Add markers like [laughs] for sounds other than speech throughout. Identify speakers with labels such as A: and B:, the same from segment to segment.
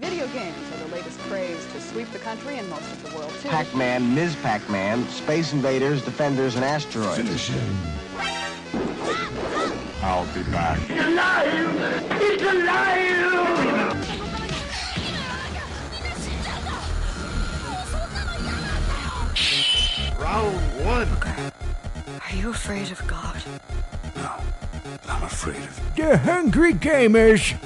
A: Video games are the latest craze to sweep the country and most of the world, too.
B: Pac-Man, Ms. Pac-Man, Space Invaders, Defenders, and Asteroids.
C: Finish him. I'll be back.
D: Are you afraid of God?
C: No, I'm afraid of
E: The Hungry Gamers.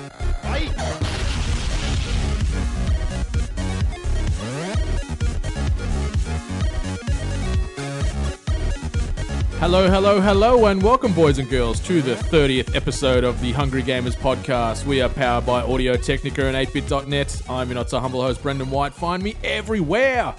F: Hello, hello, hello, and welcome, boys and girls, to the 30th episode of the Hungry Gamers podcast. We are powered by Audio Technica and 8bit.net. I'm your not so humble host, Brendan White. Find me everywhere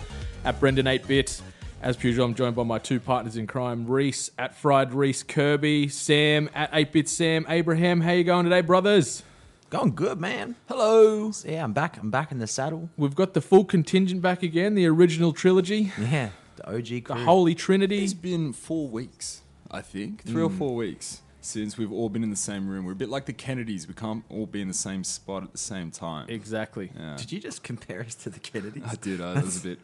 F: at Brendan 8bit. As usual, I'm joined by my two partners in crime, Reese at Fried Reese Kirby, Sam at 8bit Sam, Abraham. How you going today, brothers?
G: Going good, man. Hello. yeah, I'm back. I'm back in the saddle.
F: We've got the full contingent back again, the original trilogy,
G: Yeah, the OG crew.
F: the Holy Trinity.
H: It's been four weeks, I think, three or four weeks since we've all been in the same room. We're a bit like the Kennedys. We can't all be in the same spot at the same time.
F: Exactly.
G: Did you just compare us to the Kennedys?
H: I did. I was a bit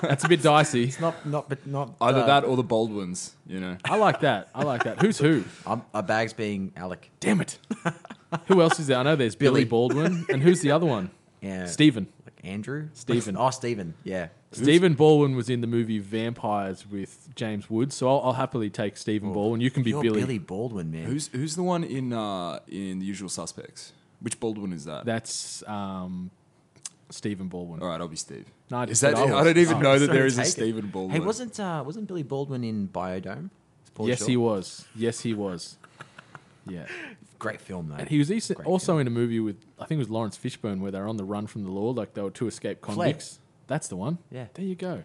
F: That's a bit dicey.
G: Not, not, but not.
H: [laughs] either
G: uh,
H: that or the Baldwins. You know,
F: I like that. I like that. Who's who?
G: I'm, our bag's being Alec.
F: Damn it. Who else is there? I know there's Billy,
G: Billy.
F: Baldwin. And who's the other one?
G: Yeah.
F: Stephen.
G: Like Andrew.
F: Stephen.
G: oh, Stephen. Yeah.
F: Stephen Baldwin was in the movie Vampires with James Woods, so I'll, I'll happily take Stephen Baldwin. You can be
G: Oh, You're
F: Billy.
G: Billy. Baldwin, man.
H: who's who's the one in uh, in The Usual Suspects? Which Baldwin is that?
F: That's um, Stephen Baldwin.
H: all right, I'll be Steve.
F: No, I
H: is
F: just said
H: that?
F: I
H: I,
F: was.
H: don't even
F: Oh,
H: know that
G: Sorry,
H: there is a
G: take it.
H: Stephen Baldwin.
G: Hey, wasn't uh, wasn't Billy Baldwin in Biodome? It's Paul
F: Yes,
G: Shaw.
F: he was. Yes, he was. Yeah.
G: Great film though.
F: And he was eas-
G: Great
F: also in a movie with, I think it was Lawrence Fishburne, where they were on the run from the law, like they were two escaped convicts. That's the one.
G: Yeah.
F: There you go.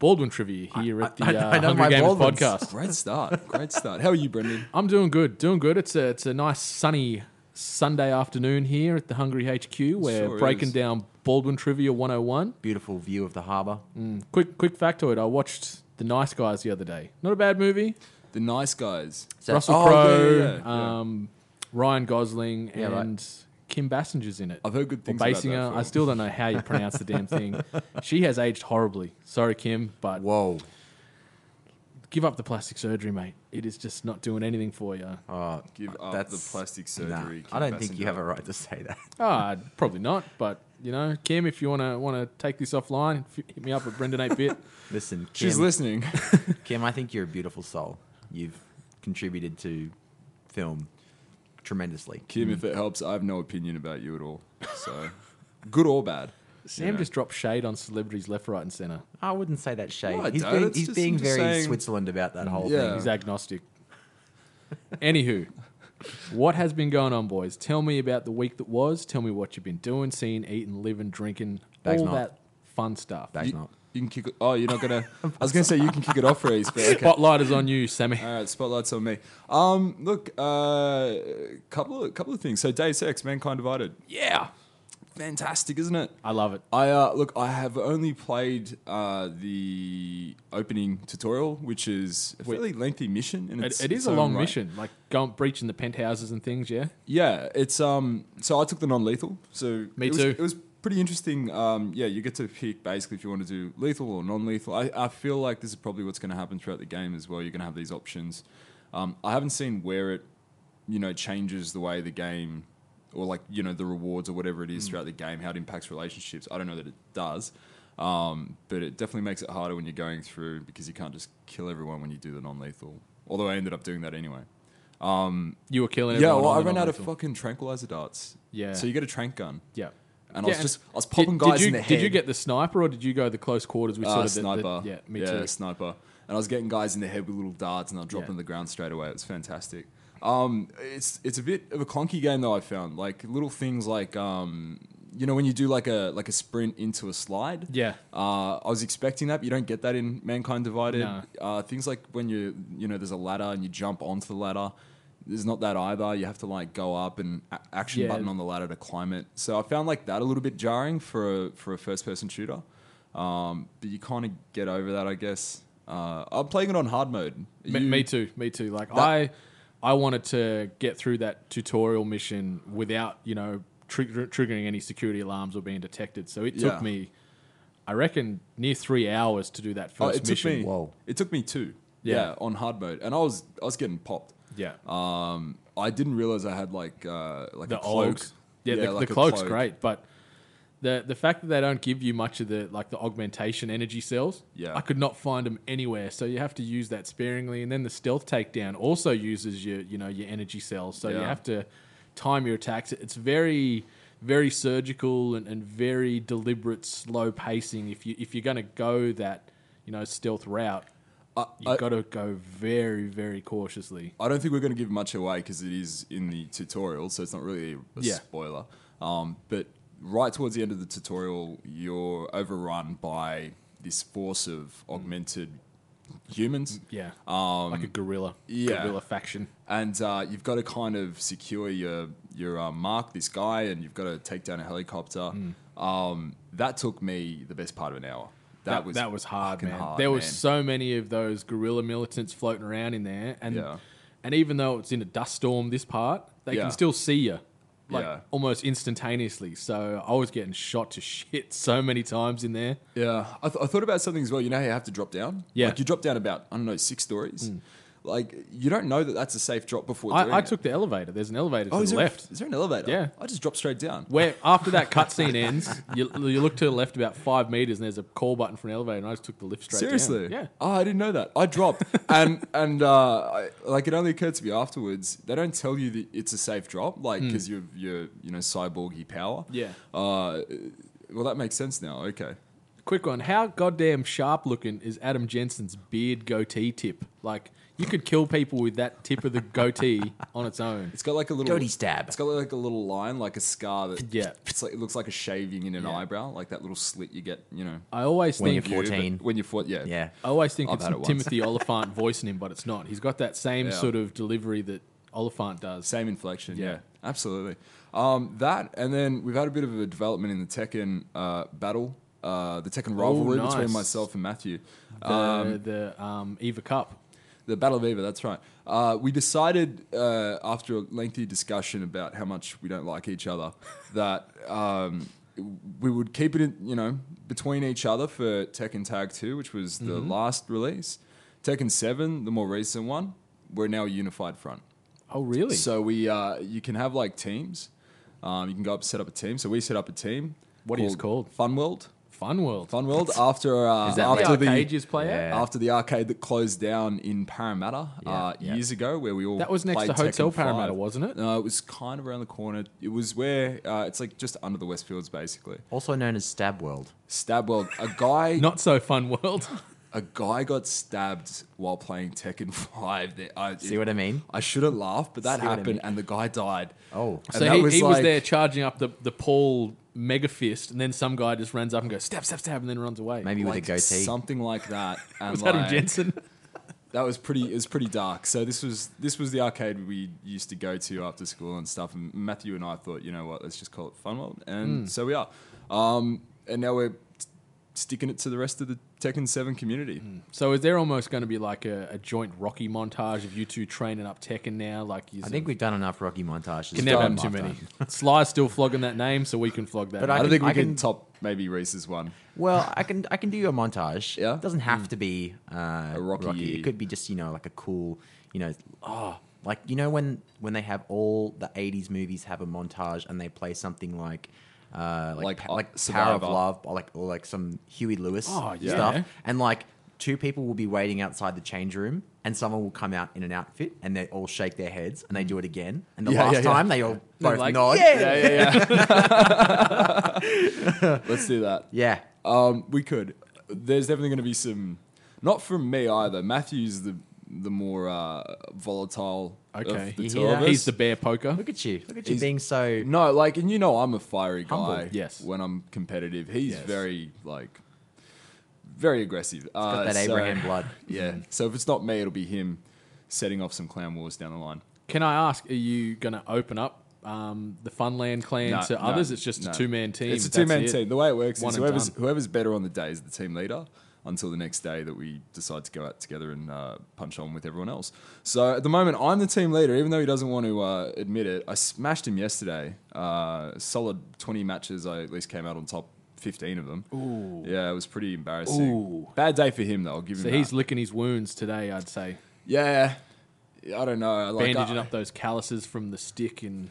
F: Baldwin trivia here at the
G: I- I
F: uh,
G: know
F: Hungry
G: my
F: Games
G: Baldwins.
F: podcast.
H: [laughs] Great start. Great start. How are you, Brendan?
F: I'm doing good, doing good. It's a it's a nice sunny Sunday afternoon here at the Hungry HQ. We're
H: Sure
F: breaking
H: is.
F: down Baldwin Trivia 101.
G: Beautiful view of the harbour.
F: Mm. Quick quick factoid: I watched The Nice Guys the other day. Not a bad movie.
H: The nice guys.
G: So-
F: Russell
H: oh,
F: Crowe,
H: yeah, yeah, yeah, yeah.
F: Um, Ryan Gosling,
G: Yeah,
F: and
G: right.
F: Kim Bassinger's in it.
H: I've heard good
F: Or
H: things about that
F: Basinger. I
H: film.
F: still don't
H: [laughs]
F: know how you pronounce the damn thing. She has aged horribly. Sorry, Kim, but
G: Whoa.
F: give up the plastic surgery, mate. It is just not doing anything for you.
G: Oh,
H: Give up
G: that's
H: the plastic
G: nah,
H: surgery.
G: I don't think you
H: Kim
G: have a right to say that. [laughs]
F: Ah, probably not. But you know, Kim, if you wanna wanna take this offline, f- hit me up at Brendan Eight
H: [laughs]
F: Bit.
G: Listen, Kim,
H: She's listening.
G: Kim, I think you're a beautiful soul. You've contributed to film tremendously.
H: [laughs] Kim, if it helps, I have no opinion about you at all. So, good or bad.
F: Sam just dropped shade on celebrities left, right, and center.
G: I wouldn't say that shade.
H: No, I
G: he's
H: don't.
G: being,
H: It's
G: he's
H: just-
G: being
H: I'm just
G: very
H: saying-
G: Switzerland about that whole
H: Yeah.
G: thing.
F: He's agnostic. Anywho, what has been going on, boys? Tell me about the week that was. Tell me what you've been doing, seeing, eating, living, drinking,
G: Bag's
F: all
G: not.
F: that fun stuff.
G: Bag's
H: You,
G: not.
H: you can kick. It, oh, you're
F: [laughs]
H: not gonna. I was gonna say you can kick it off, Reese. But okay.
F: Spotlight is on you, Sammy.
H: All right, spotlight's on me. Um, look, uh, couple of couple of things. So, Deus Ex, Mankind Divided,
F: Yeah,
H: fantastic, isn't it?
F: I love it.
H: I uh, look. I have only played uh, the opening tutorial, which is a
F: Wait.
H: fairly lengthy mission, and
F: It,
H: it's,
F: it is
H: its
F: a
H: own
F: long
H: right.
F: mission, like going breaching the penthouses and things. Yeah,
H: Yeah, it's um. So I took the non-lethal. So
F: Me
H: it was,
F: too.
H: It was pretty interesting. Um, yeah, you get to pick basically if you want to do lethal or non-lethal. I, I feel like this is probably what's going to happen throughout the game as well. You're going to have these options. Um, I haven't seen where it, you know, changes the way the game, or like you know the rewards or whatever it is
F: Mm.
H: throughout the game, how it impacts relationships. I don't know that it does. Um, but it definitely makes it harder when you're going through because you can't just kill everyone when you do the non-lethal. Although I ended up doing that anyway.
F: you were killing.
H: Yeah,
F: everyone
H: well,
F: on
H: I
F: the
H: ran out of
F: non-lethal.
H: fucking tranquilizer darts.
F: Yeah.
H: So you get a trank gun.
F: Yeah.
H: And I
F: Yeah,
H: was just, I was popping guys
F: you,
H: in the head.
F: Did you get the sniper or did you go the close quarters with sort
H: uh,
F: of the- the,
H: sniper?
F: Yeah, me
H: yeah,
F: too.
H: sniper. And I was getting guys in the head with little darts, and I'd drop
F: Yeah.
H: them to the ground straight away. It was fantastic. Um, it's it's a bit of a clunky game though. I found like little things like um, you know when you do like a like a sprint into a slide.
F: Yeah.
H: Uh, I was expecting that, but you don't get that in Mankind Divided.
F: No.
H: Uh, things like when you you know there's a ladder and you jump onto the ladder. There's not that either. You have to like go up and a- action
F: Yeah.
H: button on the ladder to climb it. So I found like that a little bit jarring for a, for a first person shooter. Um, but you kind of get over that, I guess. Uh, I'm playing it on hard mode.
F: Me,
H: You-
F: me too. Me too. Like I, I wanted to get through that tutorial mission without you know trigger, triggering any security alarms or being detected. So it
H: Yeah.
F: took me, I reckon, near three hours to do that
H: Oh,
F: first
H: it took
F: mission.
H: me.
G: Whoa.
H: It took me two.
F: Yeah.
H: yeah, on hard mode, and I was I was getting popped.
F: Yeah.
H: Um, I didn't realize I had like uh, like
F: the
H: a cloak.
F: cloaks. Yeah, the,
H: like
F: the
H: a
F: cloak's
H: cloak.
F: great, but the the fact that they don't give you much of the like the augmentation energy cells,
H: Yeah.
F: I could not find them anywhere. So you have to use that sparingly, and then the stealth takedown also uses your you know your energy cells. So you
H: Yeah.
F: have to time your attacks. It's very very surgical and, and very deliberate, slow pacing. If you if you're going to go that you know stealth route,
H: I-
F: you've got to go very very cautiously.
H: I don't think we're going to give much away because it is in the tutorial, so it's not really a
F: Yeah.
H: spoiler. Um, but right towards the end of the tutorial, you're overrun by this force of augmented humans.
F: Yeah, um, like a gorilla,
H: yeah.
F: gorilla faction.
H: and uh, you've got to kind of secure your your uh, mark, this guy, and you've got to take down a helicopter.
F: Mm.
H: Um, that took me the best part of an hour. That, was
F: that was hard,
H: fucking
F: man.
H: hard,
F: there was
H: man.
F: so many of those guerrilla militants floating around in there, and
H: Yeah.
F: and even though it's in a dust storm, this part they
H: Yeah.
F: can still see you, like
H: Yeah.
F: almost instantaneously. So I was getting shot to [laughs] shit so many times in there.
H: Yeah, I, th- I thought about something as well. You know how you have to drop down?
F: Yeah. Mm.
H: Like you drop down about, I don't know, six stories. Like you don't know that that's a safe drop before doing
F: I, I
H: it.
F: took the elevator. There's an elevator
H: Oh,
F: to
H: is
F: the
H: there,
F: left.
H: is there an elevator?
F: Yeah.
H: I just dropped straight down.
F: Where after that cutscene ends, you, you look to the left about five meters, and there's a call button for an elevator, and I just took the lift straight. down.
H: Seriously?
F: Yeah.
H: Oh, I didn't know that. I
F: [laughs]
H: dropped, and and uh, I, like it only occurred to me afterwards. They don't tell you that it's a safe drop, like because you've your you know cyborgy power.
F: Hmm. Yeah.
H: Uh, well, that makes sense now. Okay.
F: Quick one. How goddamn sharp looking is Adam Jensen's beard goatee tip? Like, you could kill people with that tip of the
H: [laughs]
F: goatee on its own.
H: It's got like a little
G: Goatee stab.
H: It's got like a little line, like a scar that
F: Yeah.
H: It's like, it looks like a shaving in an eyebrow, like that little slit you get, you know,
F: I always
G: When
F: think
G: you're 14.
H: when you're foot. Yeah,
G: Yeah.
F: I always think
H: I've
F: it's
H: had it once.
F: Timothy Oliphant voicing him, but it's not. He's got that same
H: Yeah.
F: sort of delivery that Oliphant does.
H: Same inflection. Yeah,
F: Yeah.
H: absolutely. Um, that, and then we've had a bit of a development in the Tekken uh, battle, uh, the Tekken rivalry between
F: nice.
H: myself and Matthew. Uh,
F: The, the um, Eva Cup.
H: The Battle of Eva, that's right. Uh, we decided uh, after a lengthy discussion about how much we don't like each other [laughs] that um, we would keep it, in, you know, between each other for Tekken Tag 2, which was the last release. Tekken 7, the more recent one, we're now a unified front.
F: Oh, really?
H: So we, uh, you can have like teams. Um, you can go up and set up a team. So we set up a team.
F: What is called?
H: Fun World.
F: Fun World.
H: Fun World after uh,
G: Is that
H: after
G: like-
F: the
H: the
F: arcade you play at?
G: Yeah.
H: after the arcade that closed down in Parramatta uh,
G: Yeah, yeah.
H: years ago, where we all
F: That was next
H: played
F: to Hotel
H: Tekken 5.
F: Parramatta, wasn't it?
H: No, it was kind of around the corner. It was where uh, it's like just under the Westfields, basically.
G: Also known as Stab World.
H: Stab World. A guy,
F: [laughs] Not so Fun World. [laughs]
H: a guy got stabbed while playing Tekken Five. There, I,
G: See what I mean?
H: I shouldn't laugh, but that
G: See what I
H: happened,
G: mean?
H: and the guy died.
G: Oh.
H: And
F: So
H: that
F: he, he was
H: like-
F: there charging up the, the Paul mega fist, and then some guy just runs up and goes, stab, stab, stab, and then runs away.
G: Maybe
H: like
G: with a goatee.
H: something like that.
G: [laughs]
H: And
F: Was Adam
H: like- [laughs]
F: Jensen?
H: that was pretty. It was pretty dark. So this was this was the arcade we used to go to after school and stuff. And Matthew and I thought, you know what, let's just call it Fun World,
G: Hmm.
H: and so we are. Um, and now we're t- sticking it to the rest of the Tekken Seven community.
G: Hmm.
F: So is there almost going to be like a, a joint Rocky montage of you two training up Tekken now? Like you
G: I think we've done enough Rocky montages.
F: can never
H: done
F: have too many.
G: Lifetime.
F: Sly's still flogging that name, so we can flog that.
G: But
H: I,
F: name.
G: can-
H: don't think we
G: I
H: can,
G: can-
H: top maybe Reese's one.
G: Well, I can I can do you a montage.
H: Yeah?
G: It doesn't have to be uh,
H: A
G: Rocky.
H: Rocky-
G: It could be just you know like a cool you know oh like you know when when they have all the '80s movies have a montage and they play something like. Uh, like
H: Like,
G: pa-
H: uh,
G: like Power of
H: Survivor.
G: Love, or like or like some Huey Lewis
F: Oh, yeah.
G: stuff, and like two people will be waiting outside the change room, and someone will come out in an outfit, and they all shake their heads, and they do it again, and the
H: Yeah,
G: last
H: yeah, yeah.
G: time they all both
F: like,
G: nod,
H: Yeah, yeah, yeah. let's do that.
G: yeah,
H: Um, we could. There's definitely going to be some. Not from me either. Matthew's the the more uh, volatile. of
F: Okay.
H: the
G: You
H: two
G: hear
H: of
G: that?
H: us.
F: he's the bear poker.
G: Look at you. Look at you
H: He's-
G: being so.
H: No, like, and you know, I'm a fiery
G: Humble,
H: guy.
F: yes.
H: When I'm competitive, he's
F: Yes.
H: very like, very aggressive. It's
G: got that Abraham blood.
H: [laughs] Yeah. So if it's not me, it'll be him setting off some clan wars down the line.
F: Can I ask? Are you going to open up um, the Funland clan
H: No,
F: to
H: no,
F: others? It's just
H: no.
F: a two man team.
H: It's a
F: That's
H: two man
F: it.
H: team. The way it works
F: One
H: is
F: and
H: whoever's
F: done.
H: whoever's better on the day is the team leader. until the next day that we decide to go out together and uh, punch on with everyone else. So at the moment, I'm the team leader, even though he doesn't want to uh, admit it. I smashed him yesterday. Uh, solid 20 matches. I at least came out on top 15 of them. Ooh. Yeah, it was pretty embarrassing. Bad day for him, though. I'll give him
F: So
H: that.
F: he's licking his wounds today, I'd say.
H: yeah. I don't know. Like, uh,
F: Bandaging
H: I-
F: up those calluses from the stick and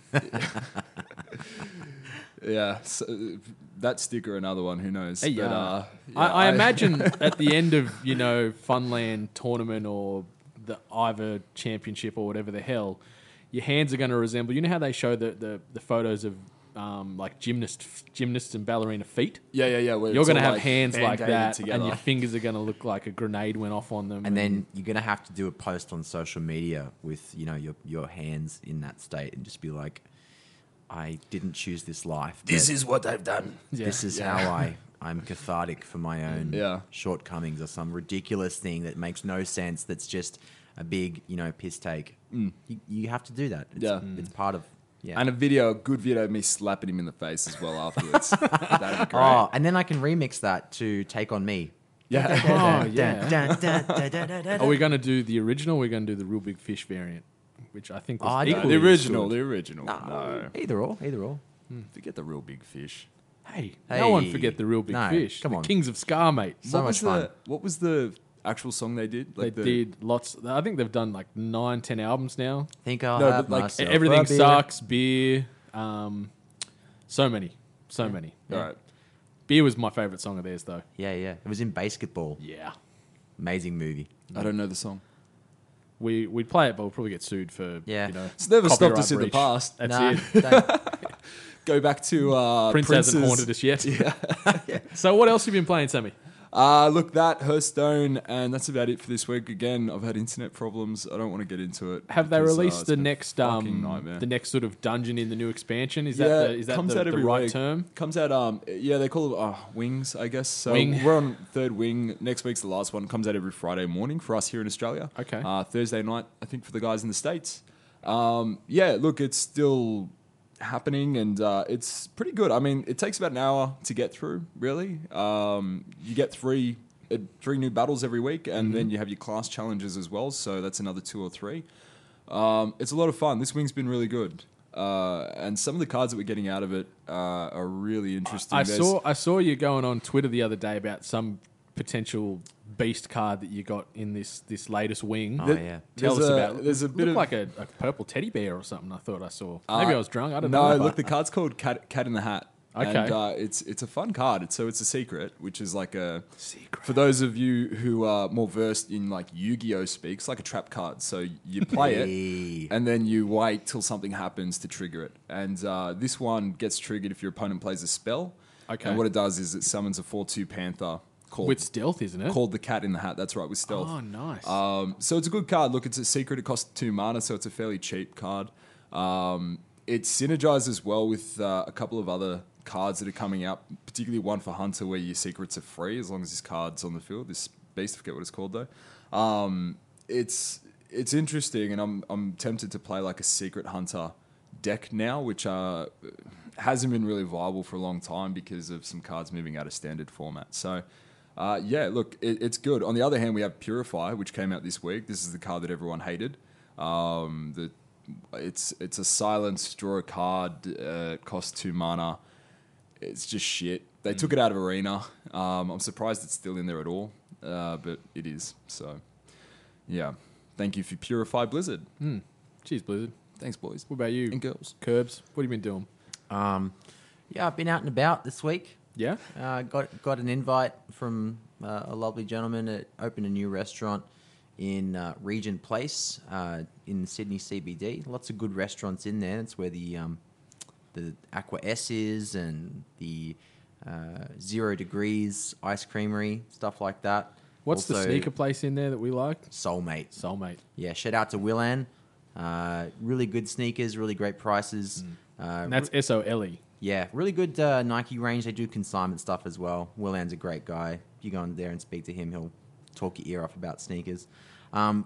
H: Yeah, so, uh, that stick or another one, who knows?
F: Hey,
H: But,
F: yeah.
H: uh, yeah,
F: I, I
G: [laughs]
F: imagine at the end of you know Funland tournament or the Ivor Championship or whatever the hell, your hands are going to resemble. You know how they show the the, the photos of um, like gymnast gymnasts and ballerina feet.
H: yeah, yeah, yeah. where
F: You're
H: it's
F: going to
H: all,
F: have
H: like,
F: hands like
H: band-aided
F: that,
H: together.
F: and
H: [laughs]
F: your fingers are going to look like a grenade went off on them.
G: And then you're gonna have to do a post on social media with you know your your hands in that state and just be like, I didn't choose this life. but
H: is what I've done.
G: this is how
H: [laughs]
G: I I'm cathartic for my own
H: Yeah.
G: shortcomings or some ridiculous thing that makes no sense. That's just a big you know piss take. You, you have to do that. It's,
H: Mm. Yeah.
G: it's part of yeah.
H: And a video, a good video of me slapping him in the face as well
F: [laughs]
H: afterwards. That'd be great.
G: oh, and then I can remix that to "Take on Me."
H: [laughs] yeah. Oh,
F: oh yeah.
G: Dun, dun, dun, dun, dun,
H: [laughs]
G: dun.
F: Are we going to do the original? We're going to do the real big fish variant, which I think was
G: Oh, I
H: No,
F: equally
H: the
F: as
H: original,
F: good.
H: the original. No.
G: Either or, either or.
H: Forget the real big fish.
F: Hey, no one
G: Hey.
F: forget the real big
G: No,
F: fish.
G: come
F: the
G: on.
F: Kings of Scar, mate.
G: So
H: what
G: much
H: was
G: fun.
H: The, what was the actual song they did?
F: They
H: the,
F: did lots. I think they've done like nine, ten albums now.
G: Think I'll
H: No,
G: have
H: but, like,
G: myself a
F: Everything
G: beer.
F: sucks. Beer, um, so many, so many.
H: All right.
F: Beer was my favorite song of theirs, though.
G: Yeah, yeah. It was in basketball.
F: Yeah,
G: Amazing movie.
H: I don't know the song.
F: we we'd play it, but we'll probably get sued for
G: Yeah.
F: You know,
H: It's never stopped us
F: copyright
H: in the
F: breach.
H: past.
F: That's
G: Nah,
F: it.
H: [laughs]
G: don't-
H: Go back to uh,
F: Prince hasn't
H: Prince's-
F: haunted us yet. [laughs] so what else have you been playing, Sammy?
H: Uh, look, that, Hearthstone, and that's about it for this week. Again, I've had internet problems. I don't want to get into it.
F: Have they
H: because, uh,
F: released
H: it's
F: the
H: been a
F: next
H: fucking
F: um,
H: nightmare.
F: the next sort of dungeon in the new expansion? Is
H: yeah,
F: that the, is that
H: comes
F: the,
H: out
F: the
H: every
F: right
H: week.
F: term?
H: Comes out, um, yeah, they call it uh, Wings, I guess. So
F: Wing.
H: we're on third wing. Next week's the last one. Comes out every Friday morning for us here in Australia.
F: Okay.
H: Uh, Thursday night, I think, for the guys in the States. Um, yeah, look, it's still happening and uh, it's pretty good. I mean, it takes about an hour to get through, really. Um, you get three. uh, Three new battles every week, and
F: Mm-hmm.
H: then you have your class challenges as well. So that's another two or three. Um, it's a lot of fun. This wing's been really good. Uh, and some of the cards that we're getting out of it uh, are really interesting.
F: I
H: There's-
F: saw I saw you going on Twitter the other day about some potential beast card that you got in this this latest wing.
G: Oh, yeah.
F: Tell us
H: There's a-
F: about.
H: there's a bit
F: looked
H: of-
F: like a, a purple teddy bear or something. I thought I saw.
G: Uh,
F: Maybe I was drunk. I don't
H: no,
F: know.
H: look,
F: but-
H: the card's called Cat, Cat in the Hat.
F: Okay.
H: And, uh, it's it's a fun card. It's, so it's a secret, which is like a
F: Secret.
H: For those of you who are more versed in like Yu-Gi-Oh speaks, like a trap card. So you play
G: Hey.
H: it, and then you wait till something happens to trigger it. And uh, this one gets triggered if your opponent plays a spell.
F: Okay.
H: And what it does is it summons a four-two panther
F: [laughs]
H: called
F: with stealth, isn't it?
H: called the Cat in the Hat. That's right, with stealth.
F: oh, nice.
G: Uh,
H: Um, so it's a good card. Look, it's a secret. It costs two mana, so it's a fairly cheap card. Um, it synergizes well with uh, a couple of other cards that are coming out, particularly one for Hunter, where your secrets are free as long as this card's on the field. This beast, I forget what it's called though. Um, it's it's interesting, and I'm I'm tempted to play like a secret Hunter deck now, which uh, hasn't been really viable for a long time because of some cards moving out of standard format. So. Uh, yeah, look, it, it's good. On the other hand, we have Purify, which came out this week. This is the card that everyone hated. Um, the it's it's a silence, draw a card, uh, it costs two mana. It's just shit. They took it out of Arena. Um, I'm surprised it's still in there at all, uh, but it is. So, yeah. Thank you for Purify Blizzard.
F: Cheers, Blizzard.
H: Thanks, boys.
F: What about you?
H: And girls.
F: Curbs. What have you been doing?
G: um, yeah, I've been out and about this week.
F: Yeah.
G: Uh, got got an invite from uh, a lovely gentleman that opened a new restaurant in uh, Regent Place uh, in Sydney CBD. Lots of good restaurants in there. That's where the um, the Aqua S is and the uh, Zero Degrees Ice Creamery stuff like that.
F: What's the
G: Also,
F: sneaker place in there that we like?
G: Soulmate.
F: Soulmate.
G: Yeah, shout out to Willan. Uh, really good sneakers, really great prices.
F: Mm.
G: Uh,
F: And that's S O L E.
G: yeah, really good uh, Nike range. They do consignment stuff as well. Willan's a great guy. If you go in there and speak to him, he'll talk your ear off about sneakers. Um,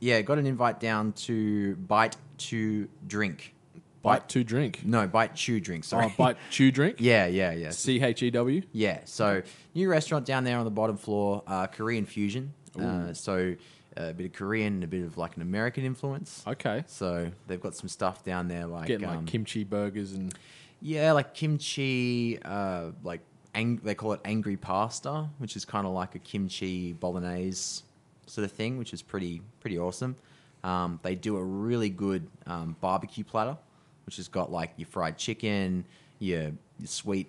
G: yeah, got an invite down to Bite to Drink.
F: Bite to drink.
G: No, bite chew drink. Sorry.
F: Oh, bite chew drink.
G: [laughs] Yeah, yeah, yeah.
F: C H E W.
G: Yeah, so new restaurant down there on the bottom floor, uh, Korean fusion. Uh, so a bit of Korean and a bit of like an American influence.
F: Okay.
G: So they've got some stuff down there like,
F: Getting like
G: um,
F: kimchi burgers and
G: yeah, like kimchi, uh, like ang- they call it angry pasta, which is kind of like a kimchi bolognese sort of thing, which is pretty pretty awesome. Um, they do a really good um, barbecue platter, which has got like your fried chicken, your, your sweet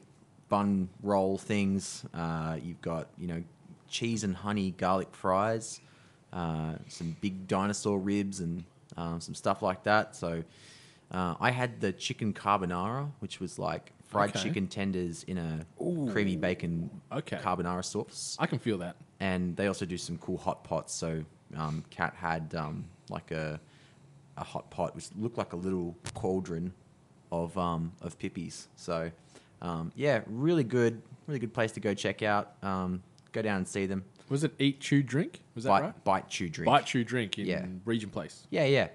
G: bun roll things. Uh, you've got you know cheese and honey garlic fries, uh, some big dinosaur ribs, and um, some stuff like that. So uh, I had the chicken carbonara, which was like fried
F: Okay.
G: chicken tenders in a creamy bacon
F: Okay.
G: carbonara sauce.
F: I can feel that.
G: And they also do some cool hot pots. So um, Kat had um, like a a hot pot which looked like a little cauldron of um, of pippies. So um, yeah, really good, really good place to go check out. Um, go down and see them.
F: Was it eat chew drink? Was that
G: bite,
F: right?
G: bite, chew, drink.
F: Bite chew drink in
G: Yeah.
F: Region Place.
G: Yeah, yeah.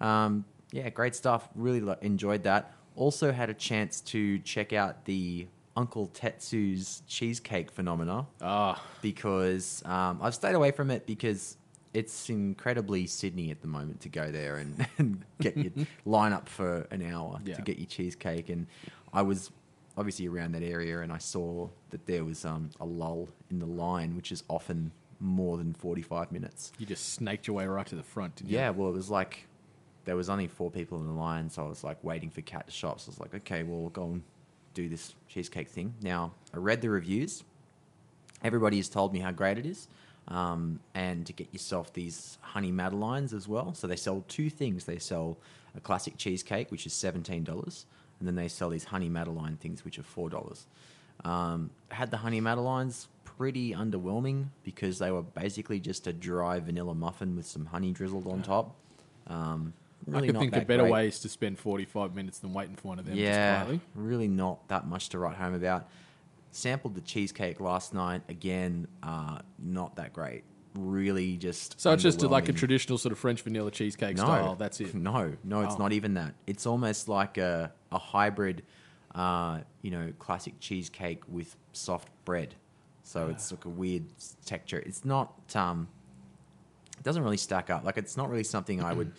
G: Um, yeah, great stuff. Really lo- enjoyed that. Also had a chance to check out the Uncle Tetsu's cheesecake phenomena
F: Ah,
G: because um, I've stayed away from it because it's incredibly Sydney at the moment to go there and, [laughs] and get your line up for an hour
F: Yeah.
G: to get your cheesecake. And I was obviously around that area and I saw that there was um, a lull in the line, which is often more than 45 minutes.
F: you just snaked your way right to the front, didn't
G: Yeah,
F: you?
G: well, it was like there was only four people in the line, so I was like waiting for cat to shop. So I was like, okay, well, we'll go and do this cheesecake thing. Now I read the reviews. Everybody has told me how great it is, um, and to get yourself these honey madelines as well. So they sell two things. They sell a classic cheesecake, which is seventeen dollars, and then they sell these honey madeline things, which are four dollars. Um, had the honey madelines pretty underwhelming because they were basically just a dry vanilla muffin with some honey drizzled on top. Um, really
F: I could
G: not
F: think
G: that
F: of better
G: great.
F: ways to spend 45 minutes than waiting for one of them. just
G: Yeah,
F: quietly.
G: really not that much to write home about. Sampled the cheesecake last night again. Uh, not that great. Really, just
F: So it's just a- like a
G: underwhelming.
F: traditional sort of French vanilla cheesecake
G: no,
F: style. That's
G: [laughs]
F: it.
G: No, no, it's
F: Oh.
G: not even that. It's almost like a a hybrid, uh, you know, classic cheesecake with soft bread. So it's
F: Ah.
G: like a weird s- texture. It's not. Um, it doesn't really stack up. Like it's not really something I
F: [clears throat]
G: would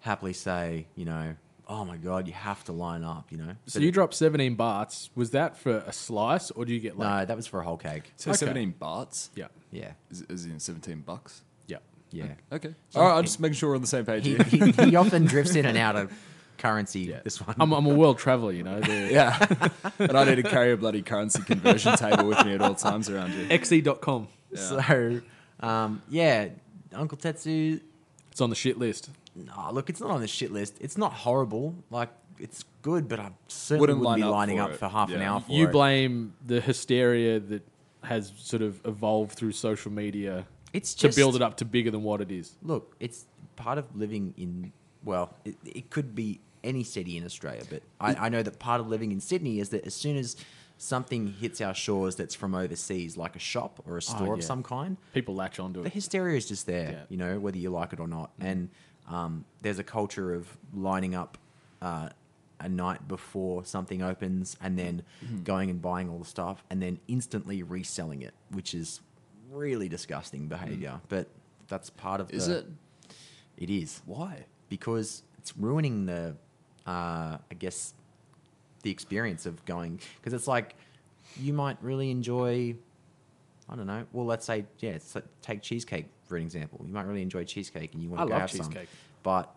G: happily say. You know, oh my god, you have to line up. You know.
F: So
G: But
F: you
G: it-
F: dropped 17 bahts. Was that for a slice or do you get like.
G: no, that was for a whole cake.
H: So
F: Okay.
H: 17 bahts?
F: Yeah.
G: Yeah,
H: Is, is it in 17 bucks?
F: Yeah.
G: yeah.
H: Okay. All right, I'm just making sure we're on the same page
G: He, [laughs] he,
H: here.
G: he often drifts in and out of currency.
F: Yeah.
G: This one.
F: I'm, I'm a world traveler,
G: [laughs]
F: you know. The
H: [laughs] yeah. and I need to carry a bloody currency conversion table with me at all times around here.
F: E XE.com.
G: So, um, yeah, Uncle Tetsu.
F: It's on the shit list.
G: Nah, look, it's not on the shit list. It's not horrible. Like, it's good, but I certainly
H: Wouldn't
G: wouldn't,
H: line
G: be
H: up
G: lining
H: for
G: up
H: it.
G: for half an
H: Yeah.
G: hour for
F: you
G: it.
F: blame the hysteria that has sort of evolved through social media
G: It's
F: to
G: just-
F: build it up to bigger than what it is.
G: Look, it's part of living in. Well, it, it could be any city in Australia, but I, I know that part of living in Sydney is that as soon as something hits our shores that's from overseas, like a shop
H: Oh,
G: or a store of
F: yeah.
G: some kind,
F: People latch onto
G: the
F: it.
G: hysteria is just there,
F: Yeah.
G: you know, whether you like it or not. And um, there's a culture of lining up uh, a night before something opens and then going and buying all the stuff and then instantly reselling it, which is really disgusting behavior. But that's part of
H: Is
G: the,
H: it?
G: It is
H: Why?
G: because it's ruining the, uh, I guess, the experience of going. Because it's like you might really enjoy, I don't know. Well, let's say yeah, it's like, take cheesecake for an example. You might really enjoy cheesecake and you want
F: I
G: to go
F: love
G: have some,
F: cheesecake.
G: but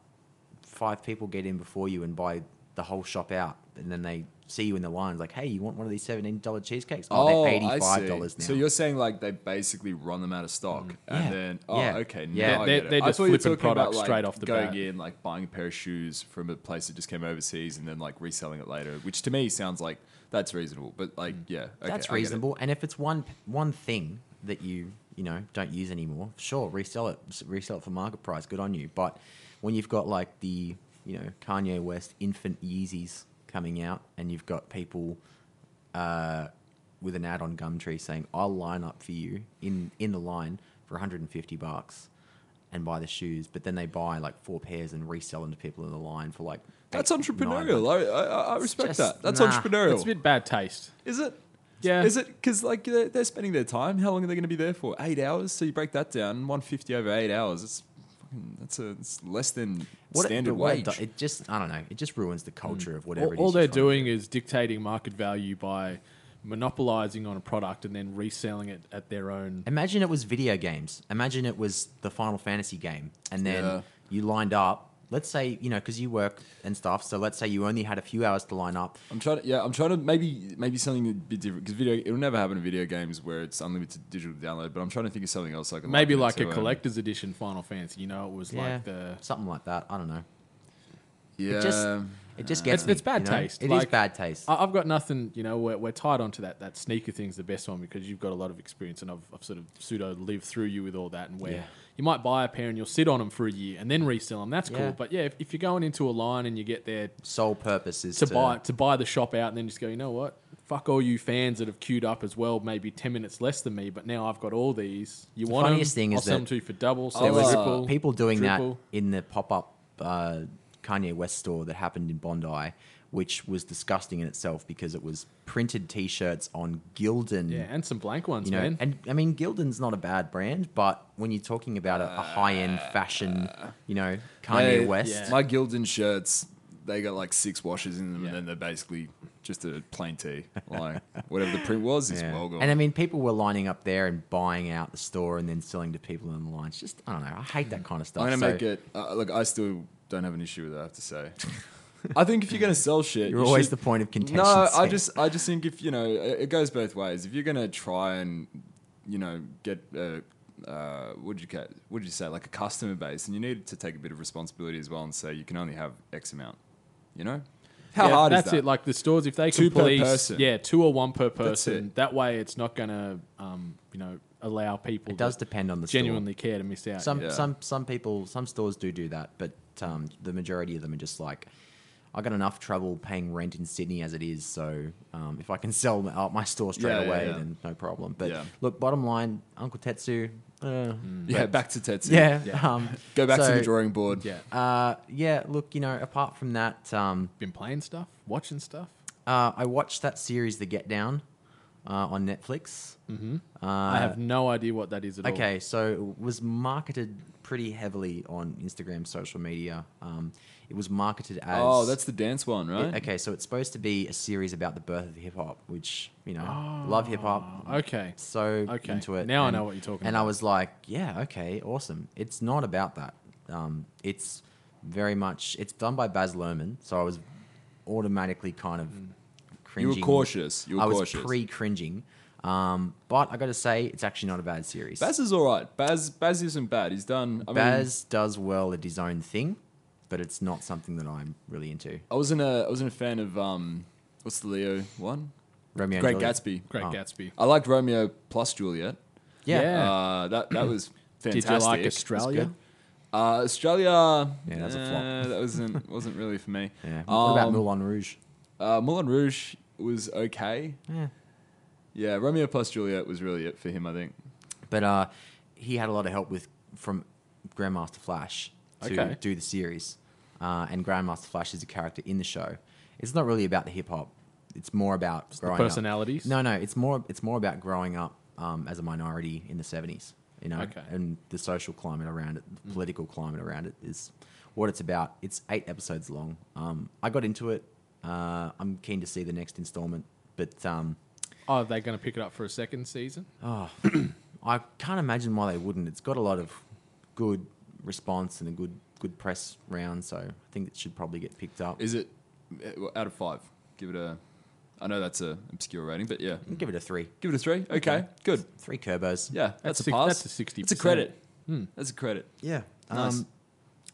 G: five people get in before you and buy the whole shop out, and then they see you in the line like, hey, you want one of these seventeen dollar cheesecakes? [laughs] Oh, they're eighty five dollars now. Mm.
H: So you're saying like they basically run them out of stock and
G: Yeah.
H: then oh
G: Yeah.
H: okay
G: Yeah.
H: now I
F: They're-
H: get it.
F: they're
H: I
F: just
H: thought you were
F: flipping
H: talking about,
F: products
H: like,
F: straight off the
H: going
F: bat.
H: in like buying a pair of shoes from a place that just came overseas and then like reselling it later, which to me sounds like that's reasonable. But like yeah, okay, I get
G: Mm. That's
H: it.
G: reasonable. And if it's one one thing that you you know don't use anymore, sure, resell it, S- resell it for market price. Good on you. But when you've got like the you know Kanye West infant Yeezys coming out, and you've got people uh, with an ad on Gumtree saying, "I'll line up for you in in the line for 150 bucks," and buy the shoes, but then they buy like four pairs and resell them to people in the line for like.
H: That's
G: eight, nine bucks.
H: entrepreneurial. I, I, I respect
G: just-
H: that. That's
G: nah.
H: entrepreneurial.
F: It's a bit bad taste.
H: Is it?
F: Yeah.
H: Is it because like they're, they're spending their time? How long are they going to be there for? Eight hours. So you break that down, one fifty over eight hours. It's fucking, that's a it's less than
G: What it-
H: standard
G: but what It,
H: wage. Mm.
G: do- it just, I don't know. It just ruins the culture of whatever.
F: All,
G: it is
F: all
G: you're
F: they're
G: trying to do.
F: doing is dictating market value by monopolizing on a product and then reselling it at their own.
G: Imagine it was video games. Imagine it was the Final Fantasy game, and then
H: Yeah.
G: you lined up. Let's say you know because you work and stuff. So let's say you only had a few hours to line up.
H: I'm trying to yeah. I'm trying to maybe maybe something a bit different because video it'll never happen in video games where it's unlimited digital download. But I'm trying to think of something else. I can
F: Maybe
H: liken it
F: like a
H: to, um,
F: collector's edition Final Fantasy. You know, it was
G: Yeah,
F: like the.
G: something like that. I don't know.
H: uh, Yeah.
G: It just it just gets
F: It's-
G: me,
F: it's bad
G: you know?
F: taste,
G: It is
F: like-
G: bad taste.
F: I- I've got nothing, you know, we're, we're tied onto that. That sneaker thing's the best one because you've got a lot of experience and I've, I've sort of pseudo lived through you with all that. And where
H: Yeah.
F: you might buy a pair and you'll sit on them for a year and then resell them. That's
G: Yeah.
F: cool. But yeah, if, if you're going into a line and you get there
G: Sole purpose is
F: to, buy to buy the shop out and then just go, you know what? Fuck all you fans that have queued up as well, maybe 10 minutes less than me, but now I've got all these. You want
G: funniest
F: 'em?
G: thing is
F: I'll sell
G: that
F: them to you for double,
G: There
F: sell
G: was
F: triple.
G: people doing
F: triple.
G: that in the pop up uh, Kanye West store that happened in Bondi, which was disgusting in itself because it was printed T-shirts on Gildan.
F: Yeah, and some blank ones,
G: you know,
F: man.
G: and I mean Gildan's not a bad brand, but when you're talking about a, a high end fashion, you know, Kanye
H: Hey,
G: West,
F: yeah.
H: My Gildan shirts, they got like six washes in them,
F: Yeah.
H: and then they're basically just a plain tee. Like whatever the print was, is
G: Yeah.
H: well gone.
G: And I mean, people were lining up there and buying out the store and then selling to people in the line. It's just, I don't know. I hate that kind of stuff.
H: I'm gonna
G: So
H: make it. Uh, look, I still don't have an issue with that. I have to say.
G: [laughs]
H: I think if you're gonna sell shit,
G: You're
H: you
G: always
H: should-
G: the point of contention.
H: No, I
G: Sam.
H: just, I just think if you know, it it goes both ways. If you're gonna try and, you know, get, a, uh, what did you get? What did you say? Like a customer base, and you need to take a bit of responsibility as well, and say you can only have X amount. You know, how
F: Yeah,
H: hard
F: that's
H: is that?
F: it. Like the stores, if they
H: Two
F: can
H: per
F: police,
H: person.
F: yeah, two or one per
H: That's
F: person.
H: it.
F: That way, it's not going to, um, you know, allow people.
G: It does
F: that
G: depend on the store.
F: genuinely care to miss out.
G: Uh, Some
H: Yeah.
G: some some people some stores do do that, but um, the majority of them are just like, I got enough trouble paying rent in Sydney as it is, so um, if I can [laughs] sell my, out my store straight
H: Yeah, yeah,
G: away,
H: yeah.
G: then no problem. But
H: Yeah.
G: look, bottom line, Uncle Tetsu, uh,
H: Yeah, back to
G: [laughs]
H: Tetsu.
G: yeah, Um,
H: [laughs] Go back to the
G: so,
H: drawing board.
F: yeah,
G: Uh, yeah, look, you know, apart from that, um,
F: been playing stuff, watching stuff.
G: uh, I watched that series, The Get Down, uh, on Netflix.
F: I have no idea what that is at all.
G: Uh, Okay, so it was marketed pretty heavily on Instagram, social media. Um, it was marketed as
H: Oh, that's the dance one, right?
G: It- okay, so it's supposed to be a series about the birth of hip hop, which you know,
H: Oh.
G: love hip hop.
F: Okay.
G: So
F: Okay,
G: into it.
F: now I know what you're talking
G: And I
F: about.
G: was like, yeah, okay, awesome. It's not about that. Um, it's very much. It's done by Baz Luhrmann, so I was automatically kind of
H: Mm. You
G: cringing.
H: were cautious. You were
G: I was
H: cautious.
G: pre cringing, um, but I got to say, it's actually not a bad series.
H: Baz is all right. Baz Baz isn't bad. He's done. I mean,
G: Baz does well at his own thing, but it's not something that I'm really into.
H: I wasn't a I wasn't a fan of um, what's the Leo one?
G: Romeo and
H: Great
G: Juliet.
H: Gatsby.
F: Great
G: Oh.
F: Gatsby.
H: I liked Romeo plus Juliet.
G: Yeah.
F: Yeah.
H: Uh, that that
G: [clears throat]
H: was
F: you
H: fantastic.
F: like
H: It was
F: Australia?
H: good. Uh, Australia.
G: Yeah, that was a flop.
H: eh,
G: [laughs]
H: That wasn't wasn't really for me.
G: Yeah. What about
H: Um,
G: Moulin Rouge?
H: Uh, Moulin Rouge was okay.
G: Yeah.
H: Yeah, Romeo plus Juliet was really it for him. I think.
G: But uh, he had a lot of help with from Grandmaster Flash to
F: Okay.
G: do the series, uh, and Grandmaster Flash is a character in the show. It's not really about the hip hop. It's more about
F: the
G: growing
F: personalities?
G: Up. No, no, it's more it's more about growing up um, as a minority in the seventies. You know,
F: Okay.
G: and the social climate around it, the political climate around it is what it's about. It's eight episodes long. Um, I got into it. Uh, I'm keen to see the next installment, but um,
F: Oh, Are they going to pick it up for a second season?
G: Oh, [clears throat] I can't imagine why they wouldn't. It's got a lot of good response and a good good press round, so I think it should probably get picked up.
H: Is it eh, well, out of five? Give it a. I know that's a obscure rating, but yeah,
G: Give it a three,
H: give it a three. Okay, good.
G: three Kerbos.
H: Yeah, that's,
F: That's
H: a
F: six-
H: pass.
F: that's a Hmm. 60%.
H: It's a credit. That's a credit.
G: yeah.
H: Nice.
G: Um,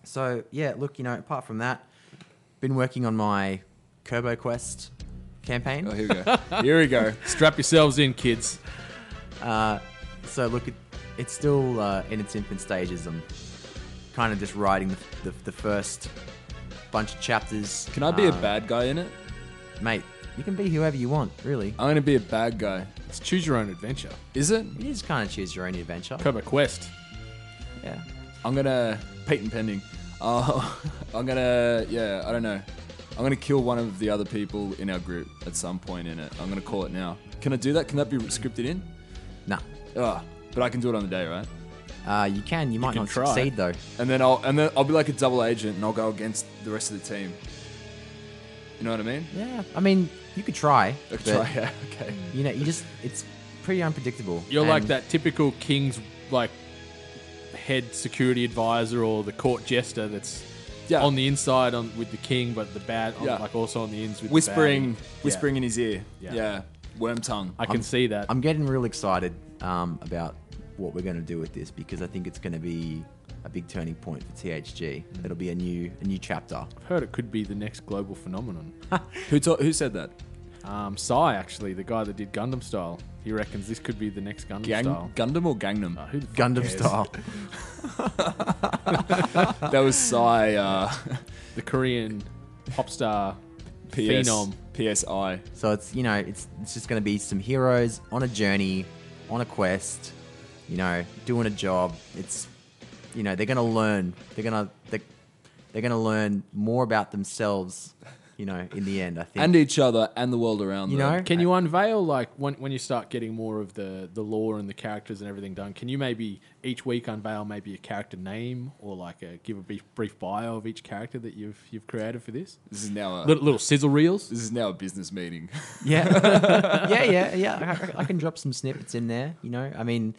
G: so yeah, look, you know, apart from that, been working on my Kerbo Quest campaign.
H: Oh, here we go.
F: [laughs]
H: here we go.
F: Strap yourselves in, kids.
G: So look, it, it's still uh, in its infant stages. I'm kind of just writing the, the, the first bunch of chapters.
H: Can I be
F: Ah.
G: Uh,
H: a bad guy in it?
G: mate? You can be whoever you want, really.
H: I'm gonna be a bad guy.
F: It's choose your own adventure.
H: Is it?
G: You just kind of choose your own adventure.
F: Cobra Quest.
G: Yeah.
H: I'm gonna patent pending. Uh, [laughs] I'm gonna yeah. I don't know. I'm gonna kill one of the other people in our group at some point in it. I'm gonna call it now. Can I do that? Can that be scripted in?
G: Nah.
H: Ugh, but I can do it on the day, right?
G: Uh, you can. You might
F: can
G: not
F: try.
G: succeed though.
H: And then I'll and then I'll be like a double agent, and I'll go against the rest of the team. You know what I mean?
G: Yeah. I mean, you could try.
H: Okay,
G: but,
H: try- yeah, okay.
G: You know, you just it's pretty unpredictable.
F: You're like
G: And-
F: that typical king's like head security advisor or the court jester that's
H: Yeah.
F: on the inside on with the king, but the bad on,
H: Yeah.
F: like also on the ins with
H: Whispering,
F: The baddie.
H: whispering in his ear.
F: Yeah.
H: Yeah. Worm tongue.
F: Yeah. I can see that.
G: I'm getting real excited um, about what we're going to do with this because I think it's going to be a big turning point for THG.
F: Mm.
G: It'll be a new a new chapter.
F: I've heard it could be the next global phenomenon.
H: who ta- who said that?
F: um, Psy, actually, the guy that did Gundam Style, he reckons this could be the next Gundam
H: Gang-
F: Style.
H: Gundam or Gangnam?
F: Who the fuck
G: Gundam
F: cares? [laughs]
G: style.
H: that was Psy uh, [laughs]
F: The Korean pop star
H: PS,
F: phenom.
H: PSI.
G: So it's you know it's it's just going to be some heroes on a journey, on a quest, you know, doing a job. It's you know they're going to learn. They're going to they're, they're going to learn more about themselves. You know, in the end, I think.
H: And each other and the world around
G: You
H: them.
G: know?
F: Can you unveil like when when you start getting more of the the lore and the characters and everything done? Can you maybe each week unveil maybe a character name or like a, give a brief, brief bio of each character that you've you've created for this?
H: This is now a
F: Little, little sizzle reels.
H: this is now a business meeting. [laughs]
G: Yeah, yeah, yeah, yeah. I, I can drop some snippets in there. You know, I mean,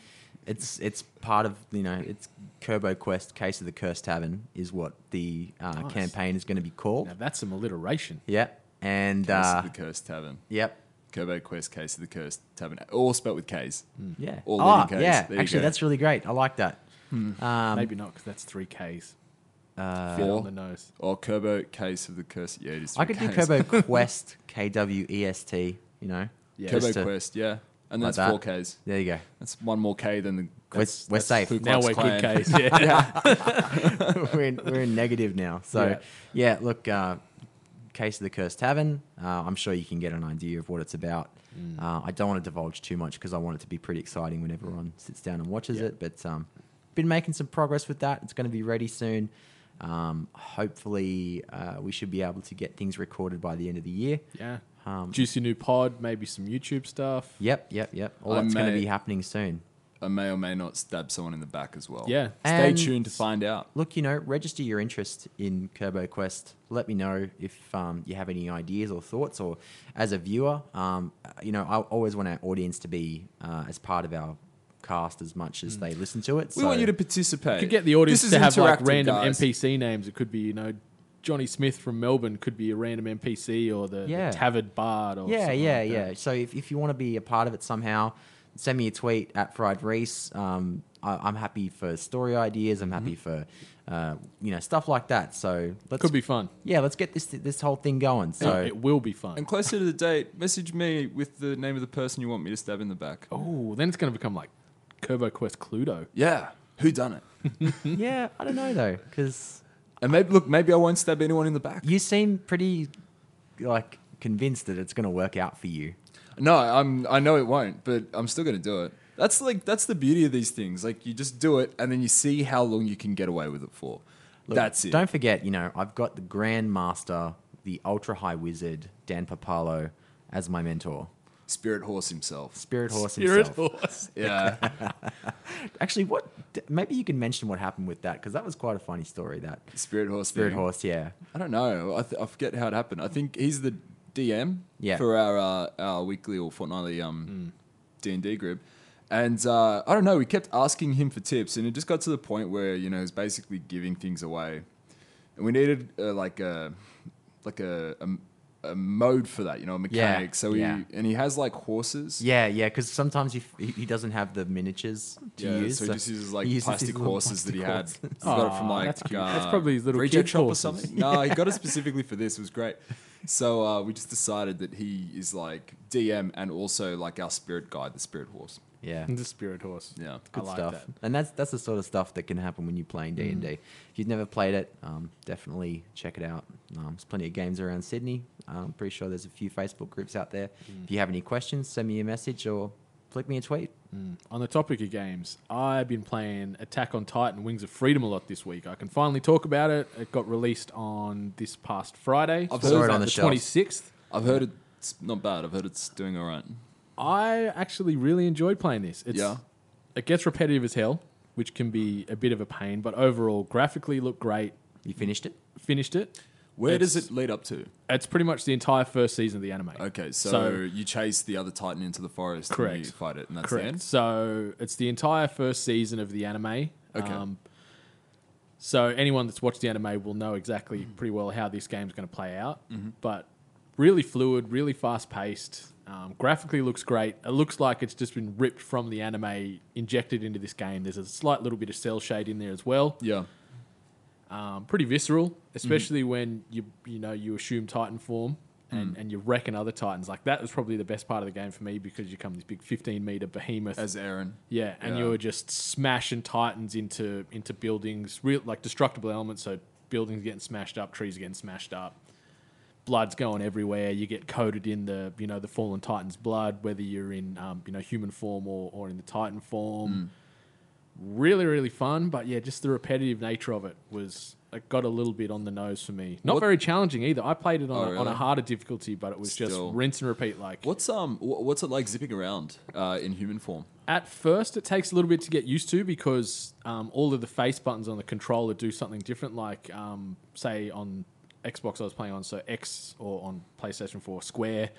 G: it's it's part of you know it's Kerbo Quest Case of the Cursed Tavern is what the uh, campaign is going to be called.
F: Now that's some alliteration.
G: Yeah, and
H: Case
G: uh,
H: of the Cursed Tavern.
G: yep,
H: Kobo Quest Case of the Cursed Tavern. All spelt with K's.
G: yeah.
H: All
G: ah,
H: leading Ks.
G: yeah.
H: There you
G: Actually,
H: go.
G: that's really great. I like that.
F: maybe not because that's three Ks on the
H: Four.
F: nose.
H: Or Kobo Case of the Cursed. Yeah, it is. [laughs]
G: I could do
H: three Ks.
G: Kerbo Quest K W E S T. You know, yeah.
H: Kobo Quest, yeah. And that's
G: that.
H: four Ks.
G: There you go.
H: That's one more K than the.
G: We're, we're safe.
H: Ku
F: Now
H: Klux
F: we're
H: Klan.
F: good Ks. Yeah.
G: [laughs] we're, in, we're in negative now. So, yeah,
F: Yeah.
G: look, uh, Case of the Cursed Tavern. Uh, I'm sure you can get an idea of what it's about.
H: Mm.
G: Uh, I don't want to divulge too much because I want it to be pretty exciting when everyone sits down and watches it. But um, been making some progress with that. It's going to be ready soon. Um, hopefully, uh, we should be able to get things recorded by the end of the year.
F: [laughs] [laughs] yeah.
G: Um,
F: Juicy new pod, maybe some YouTube stuff.
G: Yep, yep, yep. All
H: I
G: that's going to
H: may-
G: be happening soon.
H: I may or may not stab someone in the back as well.
F: Yeah.
H: Stay
G: And-
H: tuned to find out.
G: look, you know, register your interest in Kerbo Quest. Let me know if um, you have any ideas or thoughts, or as a viewer, um, you know, I always want our audience to be uh, as part of our cast as much as they listen to it.
H: We
G: so-
H: want you to
F: Mm.
H: participate.
F: You could get the audience
H: This
F: to
H: is
F: have like
H: interactive,
F: random
H: guys.
F: NPC names. It could be, you know, Johnny Smith from Melbourne could be a random NPC or the,
G: Yeah.
F: the Tavard Bard or
G: Yeah,
F: something
G: yeah,
F: like that.
G: yeah. So if, if you want to be a part of it somehow, send me a tweet at Fried Reese. Um, I, I'm happy for story ideas. I'm happy for uh, you know stuff like that. So let's
F: Mm-hmm. Could be fun.
G: yeah, let's get this this whole thing going. So
F: it will be fun.
H: And closer to the date, message me with the name of the person you want me to stab in the back.
F: Oh, then it's going to become like Kerbo Quest Cluedo.
H: Yeah. Who done it?
G: yeah, I don't know though because.
H: And maybe look, maybe I won't stab anyone in the back.
G: You seem pretty like convinced that it's going to work out for you.
H: No, I'm. I know it won't, but I'm still gonna do it. That's like that's the beauty of these things. Like you just do it, and then you see how long you can get away with it for.
G: Look,
H: that's it.
G: Don't forget, you know, I've got the Grand Master, the Ultra High Wizard, Dan Papalo, as my mentor.
H: Spirit horse himself.
G: [laughs] Spirit Horse himself.
F: Horse.
H: Yeah.
G: Actually, what? d- Maybe you can mention what happened with that because that was quite a funny story. That
H: Spirit horse.
G: Spirit
H: thing.
G: Horse, yeah,
H: I don't know. I, th- I forget how it happened. I think he's the DM
G: Yeah.
H: for our uh, our weekly or fortnightly um
G: Hmm.
H: D and D group, and uh, I don't know. We kept asking him for tips, and it just got to the point where you know he's basically giving things away, and we needed uh, like a like a, a a mode for that, you know, a
G: Yeah,
H: mechanic. So he
G: yeah.
H: and he has like horses.
G: yeah, yeah. Because sometimes he, f- he he doesn't have the miniatures to
H: Yeah,
G: use.
H: so he just uses like
G: he uses
H: plastic
G: his little
H: horses that he
G: plastic
H: had.
G: horse. [laughs]
H: He got it from
F: Aw,
H: like
F: Oh, that's cute.
H: uh,
F: That's probably his little
H: reject
F: kid
H: shop or
F: horses.
H: something. No, he
F: [laughs]
H: got it specifically for this. It was great. So uh, we just decided that he is like DM and also like our spirit guide, the spirit horse.
G: Yeah,
F: The Spirit Horse.
H: Yeah,
F: I
G: good
F: like
G: stuff.
F: that.
G: And that's that's the sort of stuff that can happen when you're playing D and D. If you've never played it, um, definitely check it out. Um, there's plenty of games around Um, Sydney. I'm pretty sure there's a few Facebook groups out there. If you have any questions, send me a message or flick me a tweet.
F: On the topic of games, I've been playing Attack on Titan Wings of Freedom a lot this week. I can finally talk about it. It got released on this past Friday,
H: I've
F: Thursday,
H: heard it
G: on the shelves.
F: 26th.
H: I've heard it's not bad. I've heard it's doing all right.
F: I actually really enjoyed playing this. It's,
H: Yeah.
F: It gets repetitive as hell, which can be a bit of a pain, but overall, graphically looked great.
G: You finished it?
F: Finished it.
H: Where does
F: It's-
H: it lead up to?
F: It's pretty much the entire first season of the anime.
H: Okay, so, you chase the other titan into the forest
F: Correct.
H: and you fight it, and that's
F: Correct.
H: the end?
F: So it's the entire first season of the anime. Um,
H: Okay.
F: so anyone that's watched the anime will know exactly pretty well how this game's going to play out.
H: Mm-hmm.
F: But really fluid, really fast paced. Um, graphically looks great. It looks like it's just been ripped from the anime, injected into this game. There's a slight little bit of cell shade in there as well.
H: Yeah.
F: Um, pretty visceral,
H: Mm-hmm.
F: especially when you you know you assume Titan form. And,
H: Mm.
F: and you reckon other titans like that was probably the best part of the game for me because you come this big fifteen meter behemoth
H: As Aaron.
F: yeah, and
H: Yeah.
F: you were just smashing titans into into buildings, real like destructible elements. So buildings getting smashed up, trees getting smashed up, blood's going everywhere. You get coated in the you know the fallen titan's blood, whether you're in um, you know human form or or in the titan
H: Mm.
F: form. Really, really fun, but yeah, just the repetitive nature of it was it got a little bit on the nose for me. Not
H: What-
F: very challenging either. I played it on, a, on
H: Oh,
F: a
H: really?
F: harder difficulty, but it was just
H: Still.
F: rinse and repeat. Like
H: What's um wh- what's it like zipping around uh, in human form?
F: At first, it takes a little bit to get used to because um, all of the face buttons on the controller do something different. Like, um, say, on Xbox, I was playing on, so X or on PlayStation 4, Square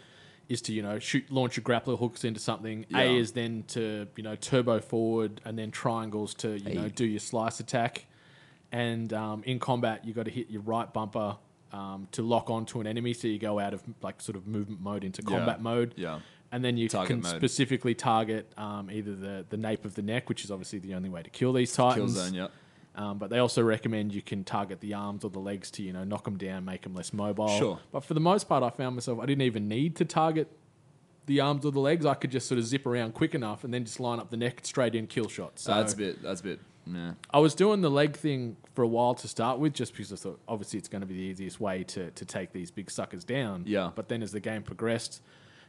F: is to, you know, shoot, launch your grappler hooks into something. A
H: Yeah.
F: is then to, you know, turbo forward and then triangles to, you know, do your slice attack. And um, in combat, you got to hit your right bumper um, to lock onto an enemy. So you go out of, like, sort of movement mode into
H: Yeah.
F: combat mode.
H: Yeah.
F: And then you can
H: Target mode.
F: specifically target um, either the, the nape of the neck, which is obviously the only way to kill these
H: Kill
F: titans.
H: zone, yeah.
F: Um, but they also recommend you can target the arms or the legs to you know knock them down, make them less mobile.
H: Sure.
F: But for the most part, I found myself I didn't even need to target the arms or the legs. I could just sort of zip around quick enough and then just line up the neck straight in kill shots. So
H: that's a bit. That's a bit. Nah.
F: I was doing the leg thing for a while to start with, just because I thought obviously it's going to be the easiest way to to take these big suckers down.
H: Yeah.
F: But then as the game progressed,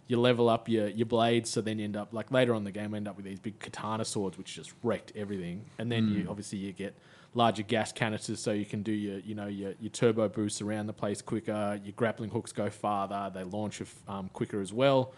F: you level up your your blades, so then you end up like later on in the game, you end up with these big katana swords, which just wrecked everything. And then you obviously you get larger gas canisters, so you can do your you know your your turbo boosts around the place quicker. Your grappling hooks go farther; they launch um, quicker as well.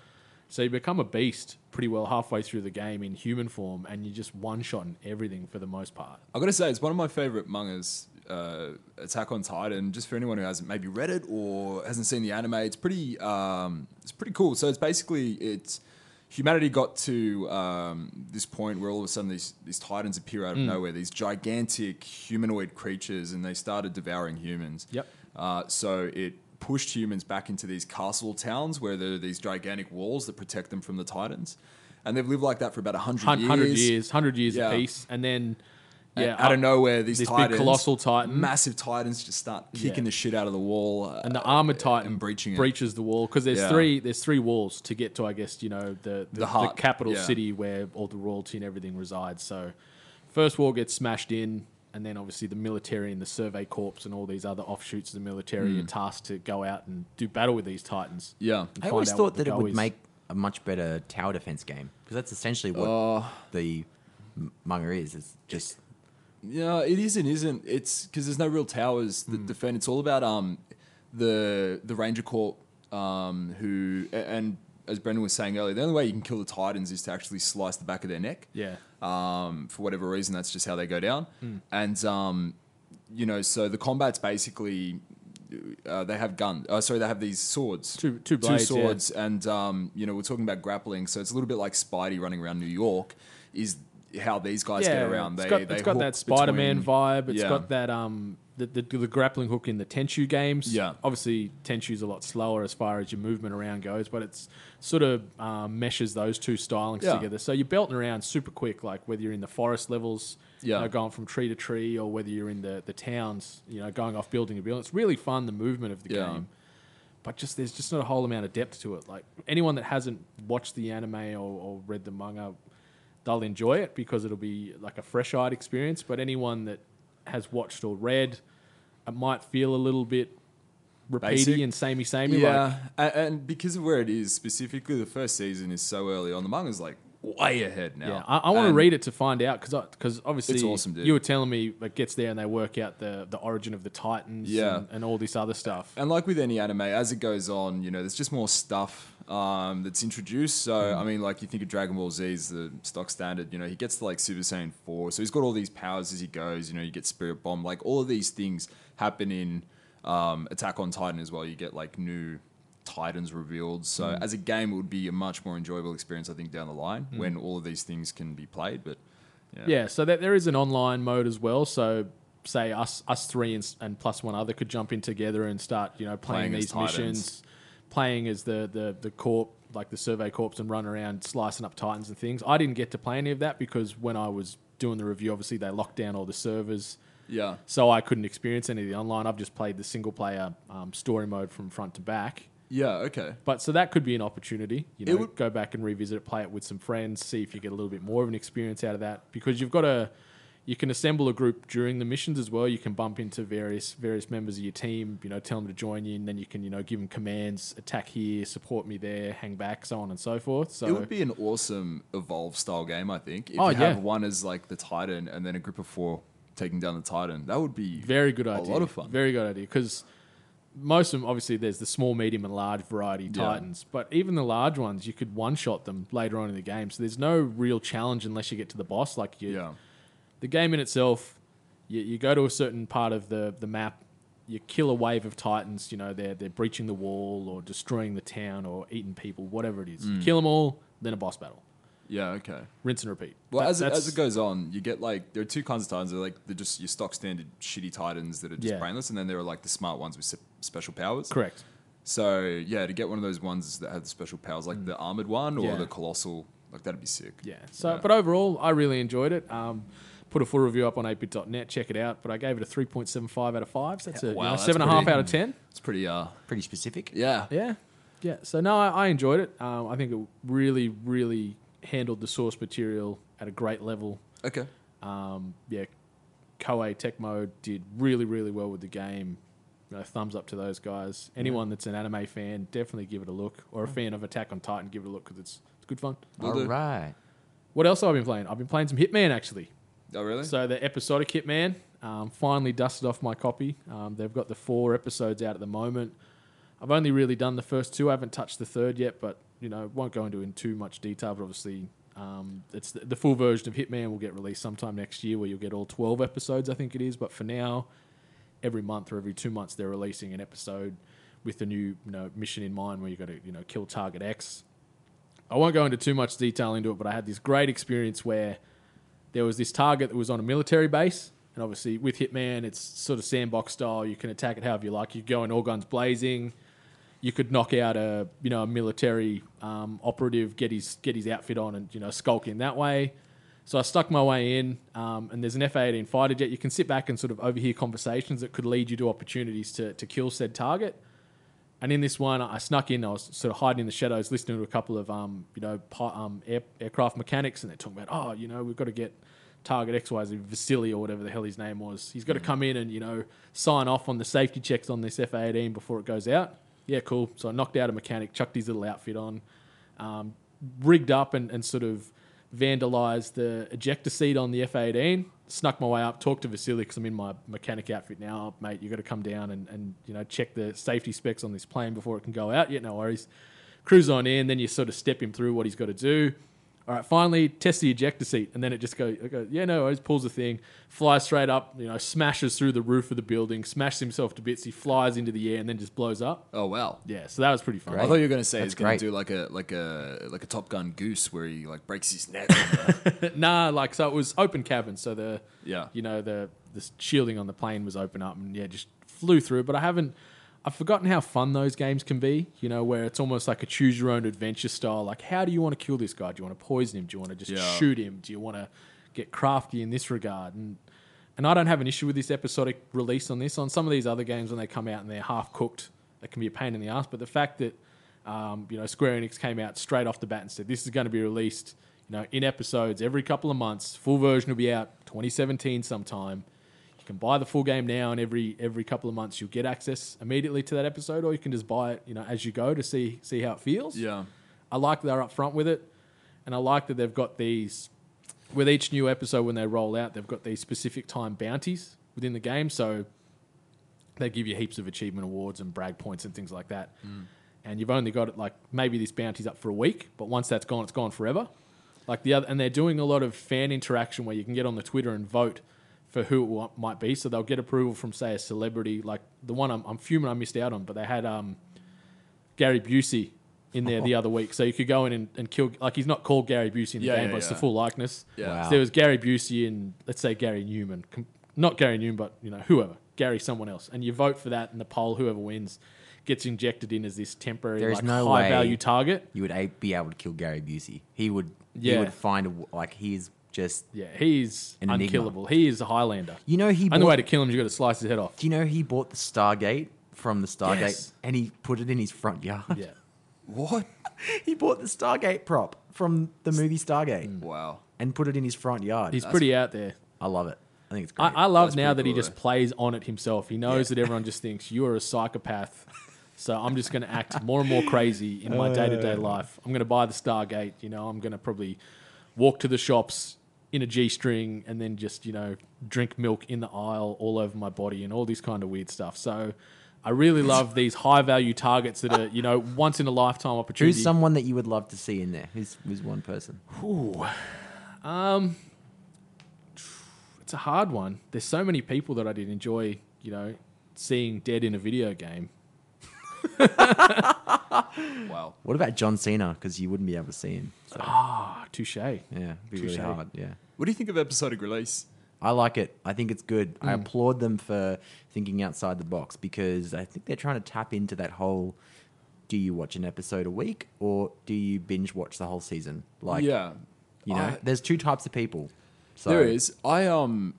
F: So you become a beast pretty well halfway through the game in human form, and you just one shotting everything for the most part.
H: I gotta say, it's one of my favorite mangas, uh, Attack on Titan. Just for anyone who hasn't maybe read it or hasn't seen the anime, it's pretty. Um, it's pretty cool. So it's basically it's humanity got to um, this point where all of a sudden these these titans appear
F: Hmm.
H: out of nowhere. These gigantic humanoid creatures, and they started devouring humans.
F: Yep.
H: Uh, so it pushed humans back into these castle towns where there are these gigantic walls that protect them from the titans, and they've lived like that for about hundred
F: Hun-
H: years.
F: hundred years, hundred years
H: Yeah.
F: apiece, and then yeah,
H: out of
F: up-
H: nowhere, these
F: this
H: titans,
F: big colossal titan,
H: massive titans, just start
F: Yeah.
H: kicking the shit out of the wall. uh,
F: and the armored titan
H: and breaching it.
F: breaches the wall because there's
H: Yeah.
F: three there's three walls to get to I guess you know the the, the,
H: heart,
F: capital
H: yeah.
F: city where all the royalty and everything resides. So first wall gets smashed in, and then obviously the military and the survey corps and all these other offshoots of the
H: Hmm.
F: military are tasked to go out and do battle with these titans.
H: yeah,
F: And
G: I
F: find
G: always
F: out
G: thought
F: what the
G: that it
F: go
G: would
F: is.
G: make a much better tower defense game because that's essentially what the m- manga is. It's just
H: yeah. It is and isn't. It's because there's no real towers
F: Hmm.
H: that defend. It's all about um the the ranger corps um who a- and as Brendan was saying earlier, the only way you can kill the titans is to actually slice the back of their neck.
F: yeah.
H: um, for whatever reason, that's just how they go down.
F: Hmm.
H: And um, you know, so the combat's basically uh, they have guns. Uh, sorry, they have these swords,
F: Two- two blades, yeah.
H: swords, and um, you know, we're talking about grappling, so it's a little bit like Spidey running around New York. Is how these guys get around.
F: It's
H: They,
F: got,
H: they
F: it's got
H: hook
F: that Spider-Man
H: between-
F: vibe. It's
H: Yeah.
F: got that um the, the, the grappling hook in the Tenchu games.
H: Yeah.
F: obviously Tenchu's a lot slower as far as your movement around goes, but it's sort of um, meshes those two stylings
H: Yeah.
F: together. So you're belting around super quick, like whether you're in the forest levels,
H: Yeah.
F: you know, going from tree to tree, or whether you're in the the towns, you know, going off building to building. It's really fun the movement of the
H: Yeah.
F: game but just there's just not a whole amount of depth to it. Like anyone that hasn't watched the anime or, or read the manga, they'll enjoy it because it'll be like a fresh eyed experience. But anyone that has watched or read, it might feel a little bit
H: Basic.
F: repeaty and samey samey.
H: Yeah,
F: Like
H: a- and because of where it is specifically, the first season is so early on. The manga's like way ahead now.
F: Yeah, I, I want to
H: And-
F: read it to find out because because obviously
H: It's awesome, dude.
F: you were telling me it gets there and they work out the, the origin of the Titans
H: Yeah.
F: and, and all this other stuff.
H: and like with any anime, as it goes on, you know, there's just more stuff um, that's introduced. So I mean, like you think of Dragon Ball Z is the stock standard. You know, he gets to like Super Saiyan four, so he's got all these powers as he goes. You know, you get Spirit Bomb, like all of these things happen in um, Attack on Titan as well. You get like new Titans revealed. So as a game, it would be a much more enjoyable experience, I think, down the line when all of these things can be played. But
F: Yeah, so that there is an online mode as well. So say us us three and, s- and plus one other could jump in together and start you know playing,
H: Playing as
F: these missions, playing as the the the corp like the survey corps and run around slicing up titans and things. I didn't get to play any of that because when I was doing the review, obviously they locked down all the servers.
H: yeah,
F: So I couldn't experience any of the online. I've just played the single player um, story mode from front to back.
H: yeah, okay.
F: But so that could be an opportunity. You know,
H: would-
F: go back and revisit it, play it with some friends, see if you get a little bit more of an experience out of that. Because you've got a, you can assemble a group during the missions as well. You can bump into various various members of your team. You know, tell them to join you, and then you can you know give them commands: attack here, support me there, hang back, so on and so forth. So
H: It would be an awesome evolve style game, I think. If
F: Oh,
H: you have
F: yeah.
H: one as like the Titan and then a group of four taking down the Titan, that would be
F: Very good idea.
H: A lot of fun.
F: Very good idea because most of them, obviously, there's the small, medium, and large variety titans. But even the large ones, you could one shot them later on in the game. So there's no real challenge unless you get to the boss. Like you,
H: yeah.
F: the game in itself, you, you go to a certain part of the, the map, you kill a wave of titans. You know they're they're breaching the wall or destroying the town or eating people, whatever it is.
H: Mm.
F: You kill them all, then a boss battle.
H: Yeah, okay.
F: Rinse and repeat.
H: Well,
F: That-
H: as, it,
F: that's-
H: as it goes on, you get like there are two kinds of Titans. They're like they're just your stock standard shitty Titans that are just
F: Yeah.
H: brainless, and then there are like the smart ones with se- special powers.
F: correct.
H: So yeah, to get one of those ones that have the special powers, like the armored one or
F: Mm. Yeah.
H: the colossal, like that'd be sick.
F: Yeah. So, but overall, I really enjoyed it. Um, put a full review up on 8bit.net. Check it out. But I gave it a 3.75 out of 5. So that's a you
H: Wow,
F: know,
H: that's
F: seven and a half
H: pretty-
F: out of 10.
H: It's pretty. Uh,
G: Pretty specific.
H: yeah.
F: Yeah. Yeah. So, no, I, I enjoyed it. Um, I think it really, really handled the source material at a great level.
H: Okay.
F: Um, yeah. Koei Tecmo did really, really well with the game. You know, thumbs up to those guys. Anyone that's an anime fan, definitely give it a look. Or a fan of Attack on Titan, give it a look because it's, it's good fun.
H: Will
G: All
H: do.
G: right.
F: What else have I been playing? I've been playing some Hitman, actually.
H: Oh really?
F: So the episodic Hitman um, finally dusted off my copy. Um, they've got the four episodes out at the moment. I've only really done the first two. I haven't touched the third yet, but you know, won't go into in too much detail. But obviously, um, it's the, the full version of Hitman will get released sometime next year, where you'll get all twelve episodes, I think it is. But for now, every month or every two months, they're releasing an episode with a new you know mission in mind, where you got to you know kill target X. I won't go into too much detail into it, but I had this great experience where there was this target that was on a military base. And obviously, with Hitman, it's sort of sandbox style. You can attack it however you like. You go in all guns blazing. You could knock out a you know a military um, operative, get his get his outfit on, and you know skulk in that way. So I stuck my way in, um, and there's an F-18 fighter jet. You can sit back and sort of overhear conversations that could lead you to opportunities to to kill said target. And in this one, I snuck in. I was sort of hiding in the shadows, listening to a couple of um, you know, pi- um, air, aircraft mechanics, and they're talking about, oh, you know, we've got to get target X Y Z Vasily or whatever the hell his name was. He's got to come in and you know sign off on the safety checks on this F eighteen before it goes out. Yeah, cool. So I knocked out a mechanic, chucked his little outfit on, um, rigged up and, and sort of vandalized the ejector seat on the F 18, snuck my way up, talked to Vasily because I'm in my mechanic outfit now. Mate, you got to come down and, and, you know, check the safety specs on this plane before it can go out. Yeah, no worries. Cruise on in, then you sort of step him through what he's got to do. All right, finally, test the ejector seat. And then it just goes, go, yeah, no worries, pulls the thing, flies straight up, you know, smashes through the roof of the building, smashes himself to bits. He flies into the air and then just blows up.
H: Oh wow.
F: Yeah, so that was pretty fun.
H: I thought you were going to say he's going
G: great.
H: to do like a like a like a Top Gun goose where he like breaks his
G: [laughs]
H: neck. on the-
F: Nah, like so it was open cabin, so the
H: Yeah.
F: you know the the shielding on the plane was open up, and yeah, just flew through. But I haven't, I've forgotten how fun those games can be. You know, where it's almost like a choose your own adventure style. Like, how do you want to kill this guy? Do you want to poison him? Do you want to just
H: Yeah.
F: shoot him? Do you want to get crafty in this regard? And and I don't have an issue with this episodic release on this. On some of these other games, when they come out and they're half cooked, it can be a pain in the ass. But the fact that um, you know Square Enix came out straight off the bat and said this is going to be released, you know, in episodes every couple of months. Full version will be out 2017 sometime. You can buy the full game now, and every every couple of months you'll get access immediately to that episode, or you can just buy it, you know, as you go to see see how it feels.
H: yeah.
F: I like they're upfront with it. And I like that they've got these with each new episode when they roll out, they've got these specific time bounties within the game. So they give you heaps of achievement awards and brag points and things like that.
H: Mm.
F: And you've only got it like maybe this bounty's up for a week, but once that's gone, it's gone forever. Like the other, and they're doing a lot of fan interaction where you can get on the Twitter and vote for who it wa- might be. So they'll get approval from say a celebrity, like the one I'm, I'm fuming I missed out on, but they had um, Gary Busey in there the other week. So you could go in and, and kill like he's not called Gary Busey in the
H: Oh. Yeah,
F: game,
H: yeah,
F: but it's the
H: yeah.
F: full likeness.
H: Yeah. Wow.
F: So there was Gary Busey and let's say Gary Newman, Com- not Gary Newman, but you know whoever, Gary someone else, and you vote for that in the poll. Whoever wins gets injected in as this temporary
G: There is
F: like
G: no
F: high
G: way-
F: value target.
G: You would a- be able to kill Gary Busey. He would. He
F: Yeah.
G: would find a w like he's just.
F: Yeah, he's
G: An enigma.
F: unkillable. He is a Highlander.
G: You know he.
F: and the
G: bought-
F: way to kill him is you got to slice his head off.
G: do you know he bought the Stargate from the Stargate
F: Yes.
G: and he put it in his front yard?
F: Yeah,
H: What?
G: [laughs] he bought the Stargate prop from the movie Stargate
H: Wow.
G: and put it in his front yard.
F: Mm. he's pretty out there.
G: I love it. I think it's great.
F: I, I love
H: That's
F: now
H: pretty
F: that he
H: cool,
F: just
H: though.
F: plays on it himself. He knows that everyone just thinks you are a psychopath. So I'm just going to act more and more crazy in my
H: Uh.
F: day to day life. I'm going to buy the Stargate. You know, I'm going to probably walk to the shops in a G string and then just you know drink milk in the aisle all over my body and all this kind of weird stuff. So I really love these high value targets that are you know once in a lifetime opportunity.
G: Who's someone that you would love to see in there? Who's, who's one person?
F: it's a hard one. There's so many people that I did enjoy, you know, seeing dead in a video game.
H: Wow.
G: What about John Cena? Because you wouldn't be able to see him. So,
F: Ah, touche.
G: yeah, it'd be really
F: touche.
G: hard. Yeah.
H: What do you think of episodic release?
G: I like it. I think it's good.
F: Mm.
G: I applaud them for thinking outside the box because I think they're trying to tap into that whole do you watch an episode a week or do you binge watch the whole season? Like,
H: yeah.
G: you know,
H: I-
G: there's two types of people. So
H: There is. I um,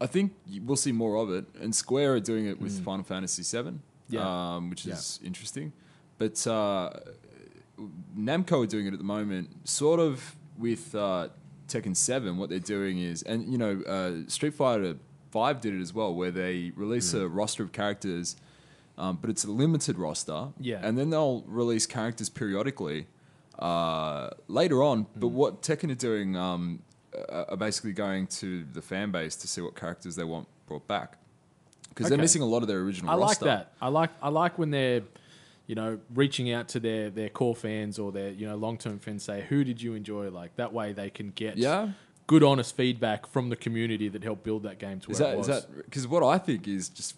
H: I think y- we'll see more of it. And Square are doing it
G: Mm.
H: with Final Fantasy VII,
F: Yeah.
H: um, which
F: Yeah.
H: is interesting. But uh, Namco are doing it at the moment, sort of with uh, Tekken Seven. What they're doing is, and you know, uh, Street Fighter Five did it as well, where they release
F: Mm-hmm.
H: a roster of characters, um, but it's a limited roster.
F: Yeah.
H: and then they'll release characters periodically uh, later on.
F: Mm-hmm.
H: But what Tekken are doing um, uh, are basically going to the fan base to see what characters they want brought back. Because they're
F: Okay.
H: missing a lot of their original
F: I like
H: roster.
F: that. I like I like when they're you know reaching out to their their core fans or their you know long term fans say who did you enjoy like that way they can get
H: Yeah.
F: good honest feedback from the community that helped build that game to
H: Is
F: where
H: that
F: it
H: is
F: was.
H: that because what I think is just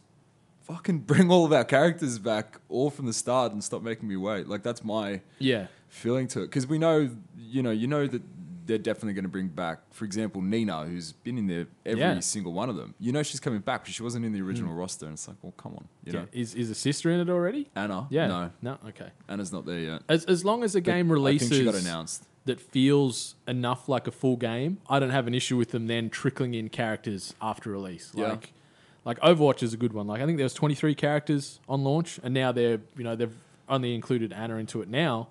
H: fucking [laughs] bring all of our characters back all from the start and stop making me wait. Like that's my
F: yeah.
H: feeling to it because we know you know you know that they're definitely going to bring back for example Nina who's been in there every
F: Yeah. Mm.
H: single one of them. You know she's coming back but she wasn't in the original roster and it's like well come on you
F: yeah.
H: know
F: Is is a sister in it already?
H: Anna
F: Yeah.
H: no
F: No. Okay.
H: Anna's not there yet.
F: As as long as a game
H: I
F: releases
H: think she got announced.
F: that feels enough like a full game, I don't have an issue with them then trickling in characters after release.
H: Yeah.
F: Like like Overwatch is a good one. Like I think there was 23 characters on launch and now they're, you know, they've only included Anna into it now,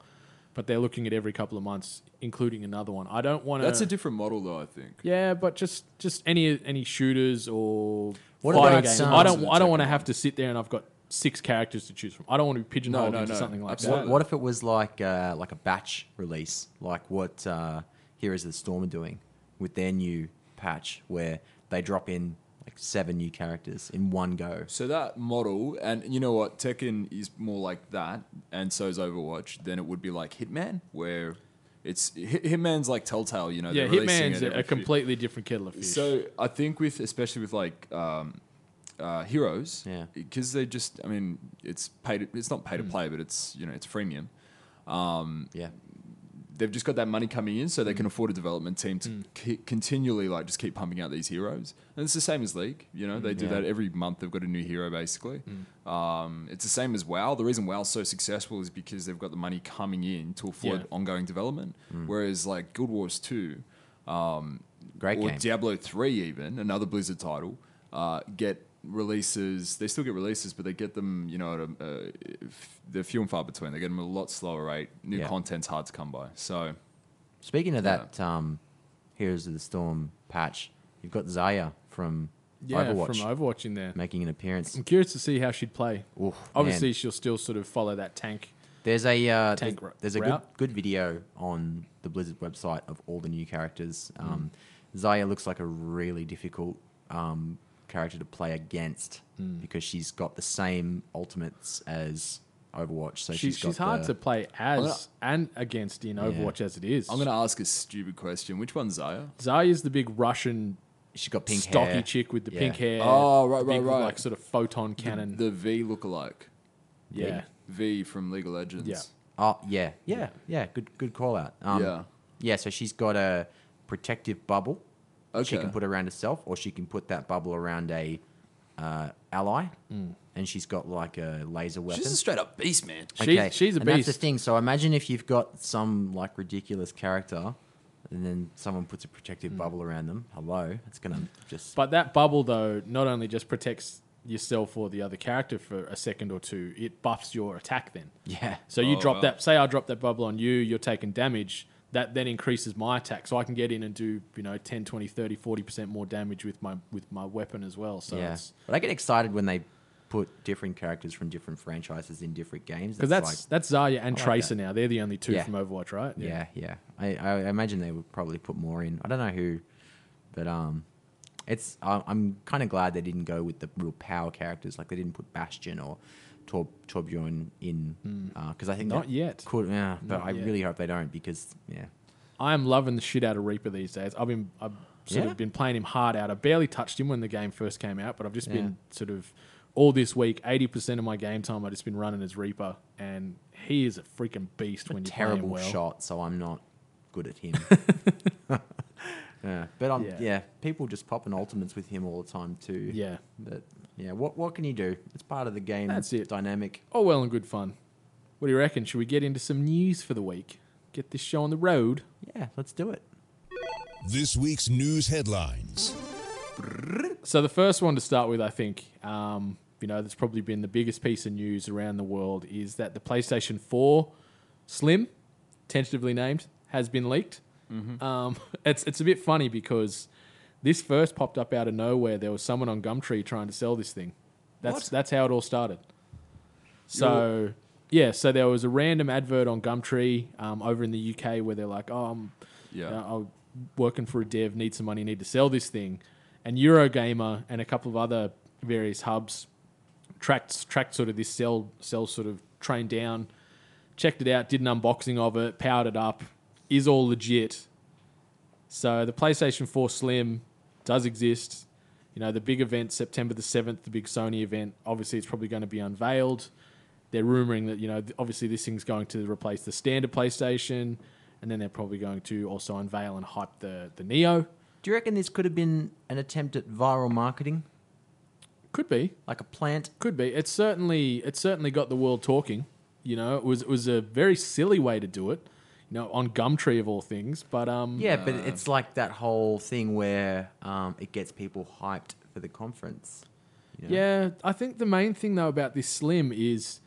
F: but they're looking at every couple of months including another one. I don't want to
H: That's a different model though I think.
F: yeah, but just just any any shooters or
G: What
F: fighting
G: about,
F: games.
G: um,
F: I don't I don't
H: Tekken
F: want to
H: one?
F: have to sit there and I've got six characters to choose from. I don't want to be pigeonholed
H: No, no,
F: into
H: no.
F: something like
H: Absolutely.
F: that.
G: What if it was like uh, like a batch release, like what uh, Heroes of the Storm are doing with their new patch, where they drop in like seven new characters in one go?
H: So that model, and you know what, Tekken is more like that, and so is Overwatch. Then it would be like Hitman, where it's Hit- Hitman's like Telltale. You know,
F: Yeah,
H: they're releasing
F: Hitman's
H: it
F: a,
H: every
F: a
H: few-
F: completely different kettle of fish.
H: So I think with especially with like um, uh, heroes,
G: Yeah.
H: because they just, I mean, it's paid. It's not pay
F: Hmm.
H: to play, but it's you know it's freemium.
G: Yeah,
H: They've just got that money coming in, so they can afford a development team to c- continually like just keep pumping out these heroes. And it's the same as League. You know, they do
G: yeah.
H: that every month. They've got a new hero basically. Um, it's the same as WoW. The reason WoW's so successful is because they've got the money coming in to afford
F: Yeah.
H: ongoing development.
G: Mm.
H: Whereas like Guild Wars Two,
G: great
H: or
G: game.
H: Diablo 3 even, another Blizzard title, uh, get releases. They still get releases, but they get them, you know, at a, uh, f- they're few and far between. They get them at a lot slower rate. New
G: Yeah.
H: content's hard to come by. So,
G: Speaking of that um, Heroes of the Storm patch, you've got Zaya from
F: yeah,
G: Overwatch
F: from Overwatch in there.
G: making an appearance.
F: I'm curious to see how she'd play.
G: Oof,
F: Obviously,
G: man.
F: she'll still sort of follow that tank
G: There's a uh, there's,
F: Tank ro-
G: there's a good,
F: route.
G: good video on the Blizzard website of all the new characters. Um, Zaya looks like a really difficult um, character to play against
F: Hmm.
G: because she's got the same ultimates as Overwatch. So
F: She,
G: she's got
F: she's hard
G: the-
F: to play as and against in Overwatch as it is.
H: I'm going to ask a stupid question. Which one's Zaya?
F: Zaya's the big Russian
G: She's got pink
F: stocky
G: hair.
F: chick with the
G: Yeah.
F: pink hair.
H: Oh, right,
F: the
H: right,
F: big,
H: right.
F: Like sort of photon cannon.
H: The V lookalike.
F: yeah.
H: V from League of Legends.
F: Yeah.
G: Oh yeah, yeah, yeah. Good, good call out. Um,
H: Yeah.
G: yeah. So she's got a protective bubble. She
H: Okay.
G: can put around herself, or she can put that bubble around a uh, ally,
F: Hmm.
G: and she's got like a laser weapon.
H: She's a straight up beast, man.
F: She's- she's a
G: and That's the
F: beast.
G: thing. So imagine if you've got some like ridiculous character, and then someone puts a protective bubble around them. Hello, it's gonna just
F: Hmm. But that bubble, though, not only just protects yourself or the other character for a second or two, it buffs your attack then.
G: [laughs] yeah.
F: So you
H: Oh,
F: drop
H: wow.
F: that. Say I drop that bubble on you, you're taking damage. That then increases my attack, so I can get in and do you know 10, 20, 30, 40 percent more damage with my with my weapon as well. So
G: yeah.
F: it's
G: But I get excited when they put different characters from different franchises in different games.
F: because
G: It's
F: that's that's Zarya and
G: I like
F: Tracer
G: that.
F: now. They're the only two
G: Yeah.
F: from Overwatch, right?
G: Yeah, yeah. I, I imagine they would probably put more in. I don't know who, but um, it's I, I'm kind of glad they didn't go with the real power characters. Like they didn't put Bastion or Tor, Torbjorn in because I think
F: Hmm. Not
G: that
F: yet.
G: Could yeah, but
F: Not
G: I
F: yet.
G: really hope they don't because yeah,
F: I am loving the shit out of Reaper these days. I've been I've sort
G: Yeah?
F: of been playing him hard out. I barely touched him when the game first came out, but I've just been
G: Yeah.
F: sort of all this week, eighty percent of my game time, I've just been running as Reaper, and he is a freaking beast when you play him
G: terrible
F: well.
G: shot. So I'm not good at
F: [laughs]
G: him. [laughs] yeah, but I'm yeah.
F: Yeah.
G: People just popping ultimates with him all the time too.
F: Yeah.
G: but yeah, what what can you do? It's part of the game.
F: That's it.
G: Dynamic.
F: All Oh, well and good fun. What do you reckon? Should we get into some news for the week? Get this show on the road.
G: Yeah, let's do it.
I: This week's news headlines.
F: So the first one to start with, I think, um, you know, that's probably been the biggest piece of news around the world is that the PlayStation 4 Slim, tentatively named, has been leaked. Um, [laughs] it's it's a bit funny because this first popped up out of nowhere. There was someone on Gumtree trying to sell this thing. That's that's how it all started. So yeah, so there was a random advert on Gumtree um, over in the UK where they're like, "Oh, I'm,
H: Yeah.
F: you know, I'm working for a dev, need some money, need to sell this thing," and Eurogamer and a couple of other various hubs tracked tracked sort of this cell cell sort of train down, checked it out, did an unboxing of it, powered it up, is all legit. So the PlayStation 4 Slim does exist. You know, the big event, September the 7th, the big Sony event, obviously it's probably going to be unveiled. They're rumoring that, you know, th- obviously this thing's going to replace the standard PlayStation, and then they're probably going to also unveil and hype the, the Neo.
G: Do you reckon this could have been an attempt at viral marketing,
F: Could be.
G: like a plant?
F: Could be. It's certainly it's certainly got the world talking. You know, it was it was a very silly way to do it. You know, on Gumtree of all things. But um,
G: Yeah, but it's like that whole thing where um, it gets people hyped for the conference. you know?
F: yeah. I think the main thing though about this Slim is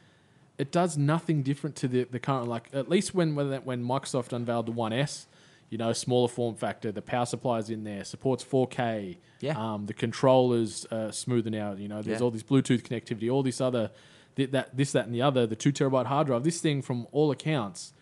F: it does nothing different to the, the current. Like at least when when that- when Microsoft unveiled the One S, you know, smaller form factor, the power supply is in there, supports 4K.
G: Yeah.
F: Um, the controllers uh, smoother now. You know, there's
G: Yeah.
F: all this Bluetooth connectivity, all this other, th- that this that and the other, the two terabyte hard drive. This thing, from all accounts,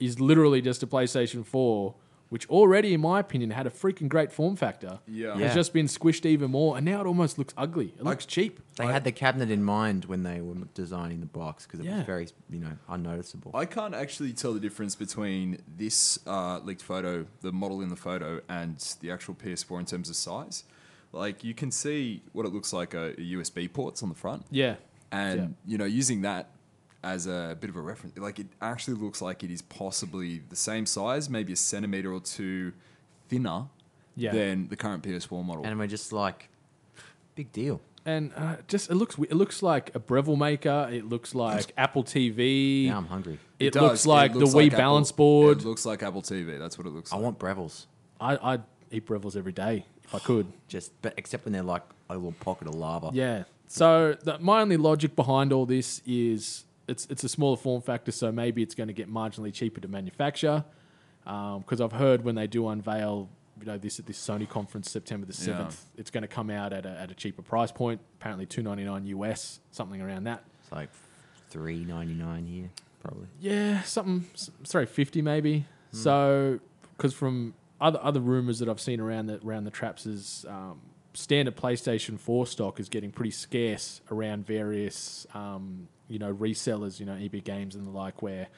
F: is literally just a PlayStation 4, which already, in my opinion, had a freaking great form factor.
H: Yeah.
G: Yeah.
F: Has just been squished even more, and now it almost looks ugly. It looks cheap.
G: They had the cabinet in mind when they were designing the box because it
F: Yeah.
G: was very, you know, unnoticeable.
H: I can't actually tell the difference between this uh, leaked photo, the model in the photo, and the actual PS4 in terms of size. Like you can see what it looks like uh, a, a USB ports on the front,
F: Yeah.
H: and
F: Yeah.
H: you know using that as a bit of a reference, like it actually looks like it is possibly the same size, maybe a centimeter or two thinner
F: Yeah.
H: than the current PS4 model.
G: And we're just like, big deal.
F: And uh, just it looks we- it looks like a Breville maker. It looks like Apple TV.
G: Now I'm hungry.
F: It,
H: does,
F: looks like
H: looks
F: the Wii
H: Apple-
F: balance board. Oh.
H: It looks like Apple TV. That's what it looks
G: I
H: like.
G: want Brevels.
F: I, I'd eat Breville's every day if I could.
G: Just, but except when they're like a little pocket of lava.
F: Yeah. So the, my only logic behind all this is it's it's a smaller form factor, so maybe it's going to get marginally cheaper to manufacture. Because I've heard when they do unveil, you know, this at this Sony conference September the seventh, it's going to come out at a, at a cheaper price point. Apparently, two ninety nine US, something around that.
G: It's like three ninety nine here. probably.
F: Yeah, something s- sorry, fifty maybe. So, because from other other rumors that I've seen around the around the traps is um, standard PlayStation Four stock is getting pretty scarce around various um, you know resellers, you know EB Games and the like, where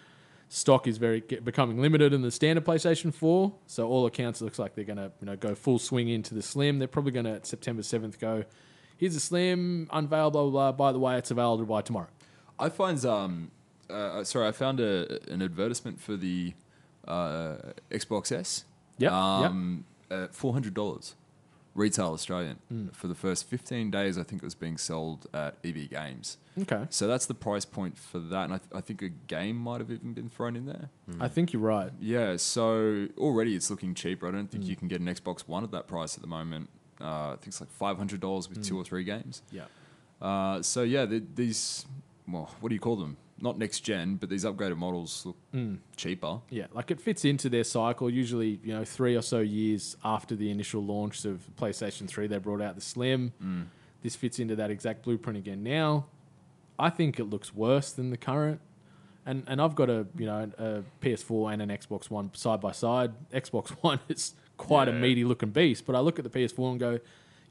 F: stock is very get, becoming limited in the standard PlayStation Four. So all accounts it looks like they're gonna you know go full swing into the Slim. They're probably gonna at September seventh go. Here's a Slim, unveil, blah, blah, blah. By the way, it's available by tomorrow.
H: I find um, uh, sorry, I found a, an advertisement for the uh, Xbox S.
F: Yep,
H: Um, At four hundred dollars, retail Australian
F: Hmm.
H: for the first fifteen days. I think it was being sold at EB Games.
F: Okay.
H: So that's the price point for that, and I, th- I think a game might have even been thrown in there.
F: I think you're right.
H: Yeah, so already it's looking cheaper. I don't think you can get an Xbox One at that price at the moment. Uh, I think it's like five hundred dollars with two or three games.
F: Yeah.
H: Uh, so yeah, the, these well, what do you call them? Not next gen, but these upgraded models look cheaper.
F: Yeah, like it fits into their cycle. Usually, you know, three or so years after the initial launch of PlayStation 3, they brought out the Slim.
H: Mm.
F: This fits into that exact blueprint again now. I think it looks worse than the current. And and I've got a you know a PS4 and an Xbox One side by side. Xbox [laughs] One is quite a meaty looking beast, but I look at the PS4 and go, you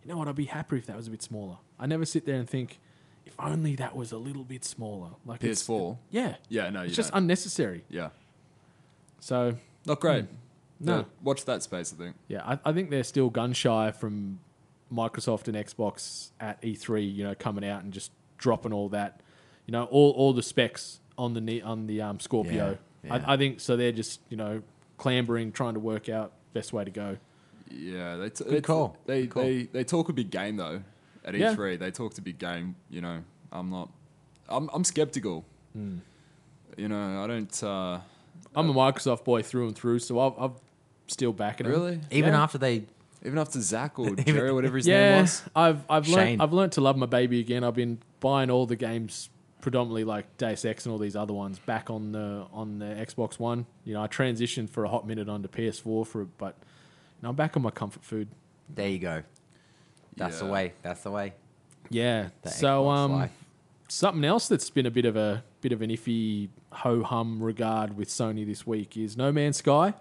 F: know what? I'd be happier if that was a bit smaller. I never sit there and think, if only that was a little bit smaller. Like it's-
H: PS4?
F: yeah,
H: Yeah, no,
F: it's
H: you
F: just
H: don't.
F: unnecessary.
H: Yeah,
F: So
H: not great.
F: No.
H: Yeah, watch that space. I think.
F: yeah, I, I think they're still gun shy from Microsoft and Xbox at E3. You know, coming out and just dropping all that, you know, all, all the specs on the ne- on the um, Scorpio.
G: Yeah, yeah.
F: I, I think so. They're just you know clambering, trying to work out best way to go.
H: Yeah, they t- they, t-
G: call.
H: They,
G: Good call.
H: they they talk a big game though. At
F: Yeah.
H: E3, they talked a big game. You know, I'm not. I'm I'm skeptical. You know, I don't. Uh,
F: I'm a Microsoft boy through and through, so I've, I've still backing 'em.
H: Really?
G: Even
F: Yeah.
G: after they,
H: even after Zach or Jerry, whatever his name
F: [laughs] Yeah,
H: was.
F: I've I've
G: Shane.
F: learned I've learned to love my baby again. I've been buying all the games, predominantly like Deus Ex and all these other ones, back on the on the Xbox One. You know, I transitioned for a hot minute onto PS4 for it, but you know, I'm back on my comfort food.
G: there you go. That's the
H: Yeah.
G: way. That's the way.
F: Yeah.
G: The
F: so
G: Xbox
F: um,
G: life.
F: something else that's been a bit of a bit of an iffy ho hum regard with Sony this week is No Man's Sky.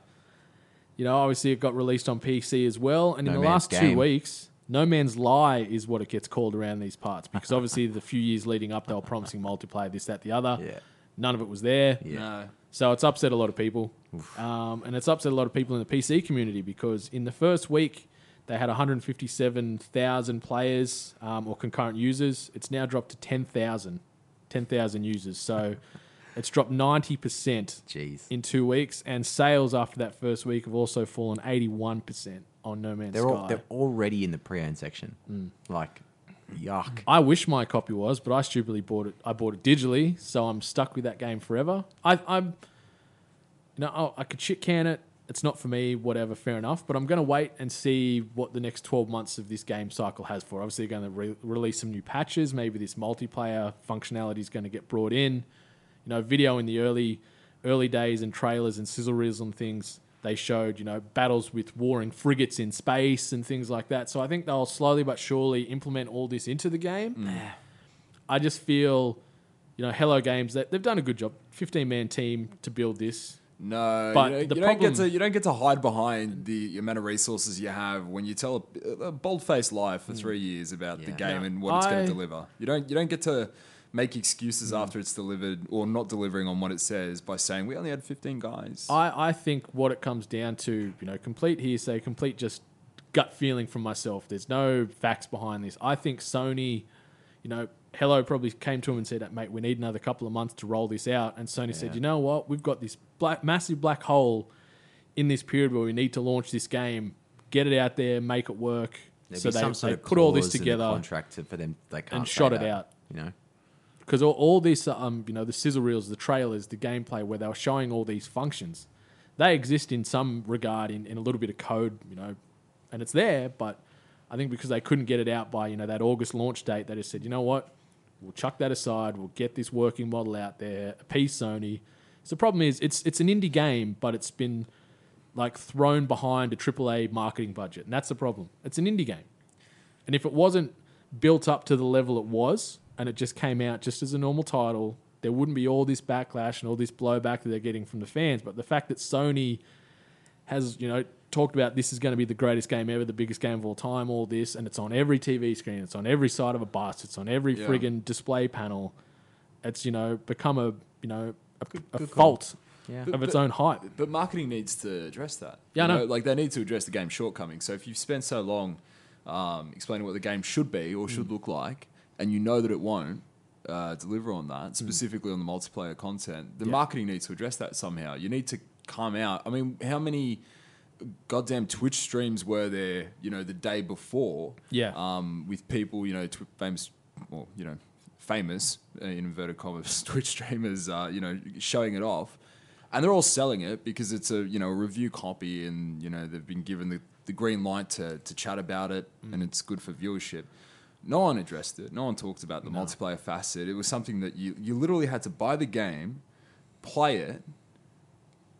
F: You know, obviously it got released on PC as well, and
G: No
F: in the
G: Man's
F: last two
G: Game.
F: weeks, No Man's Lie is what it gets called around these parts because obviously the few years leading up they were promising multiplayer, this, that, the other.
G: [laughs] Yeah.
F: None of it was there.
G: Yeah.
H: No.
F: So it's upset a lot of people. Um, and it's upset a lot of people in the PC community because in the first week, they had 157,000 players um, or concurrent users. It's now dropped to 10,000 10,000 users. So it's dropped 90%
G: Jeez.
F: in two weeks. And sales after that first week have also fallen 81% on No Man's
G: They're
F: Sky.
G: all, they're already in the pre-owned section. Mm. Like, yuck.
F: I wish my copy was, but I stupidly bought it. I bought it digitally, so I'm stuck with that game forever. I, I'm, you know, I'll- oh, I could shit can it. It's not for me. Whatever, fair enough. But I'm going to wait and see what the next 12 months of this game cycle has for. Obviously, they're going to re- release some new patches. Maybe this multiplayer functionality is going to get brought in. You know, video in the early, early days and trailers and sizzle reels and things. They showed, you know, battles with warring frigates in space and things like that. So I think they'll slowly but surely implement all this into the game. I just feel, you know, Hello Games that they've done a good job. Fifteen man team to build this.
H: No,
F: But
H: you, don't,
F: the
H: you don't
F: problem-
H: get to you don't get to hide behind the amount of resources you have when you tell a, a bold-faced lie for three years about the
G: Yeah.
H: game
F: No,
H: and what it's going
F: I-
H: to deliver. You don't you don't get to make excuses after it's delivered or not delivering on what it says by saying we only had 15 guys.
F: I, I think what it comes down to, you know, complete hearsay, complete just gut feeling from myself. There's no facts behind this. I think Sony, you know, Hello probably came to him and said, "Mate, we need another couple of months to roll this out." And Sony said, "You know what? We've got this black, massive black hole in this period where we need to launch this game, get it out there, make it work."
G: There'd
F: so
G: be
F: they,
G: some sort
F: they
G: of
F: put all this
G: clause in the
F: together.
G: contract to- for them. They can't say
F: shot it
G: that,
F: out.
G: You know.
F: because all, all this, um, you know, the sizzle reels, the trailers, the gameplay, where they were showing all these functions, they exist in some regard in, in a little bit of code, you know, and it's there. But I think because they couldn't get it out by you know that August launch date, they just said, you know what, we'll chuck that aside. We'll get this working model out there. Appease Sony. So the problem is, it's it's an indie game, but it's been like thrown behind a AAA marketing budget, and that's the problem. It's an indie game. And if it wasn't built up to the level it was, and it just came out just as a normal title there wouldn't be all this backlash and all this blowback that they're getting from the fans. But the fact that Sony has, you know, talked about this is going to be the greatest game ever, the biggest game of all time, all this, and it's on every TV screen, it's on every side of a bus, it's on every
H: Yeah.
F: friggin' display panel. It's, you know, become a, you know, a, a fault
G: Yeah.
F: of its
H: But-
F: own hype.
H: But marketing needs to address that.
F: Yeah, I
H: You
F: know.
H: Like they need to address the game's shortcomings. So if you've spent so long um, explaining what the game should be or
F: Mm.
H: should look like, and you know that it won't uh, deliver on
F: Mm.
H: that, specifically on the multiplayer content, the marketing needs to address that somehow. You need to come out. I mean, how many goddamn Twitch streams were there? You know, the day before.
F: Yeah.
H: Um, with people, you know, tw- famous, well, you know, famous uh, in inverted commas [laughs] Twitch streamers, uh, you know, showing it off, and they're all selling it because it's a you know a review copy, and you know they've been given the, the green light to to chat about it, and it's good for viewership. No one addressed it. No one talked about the multiplayer facet. It was something that you you literally had to buy the game, play it,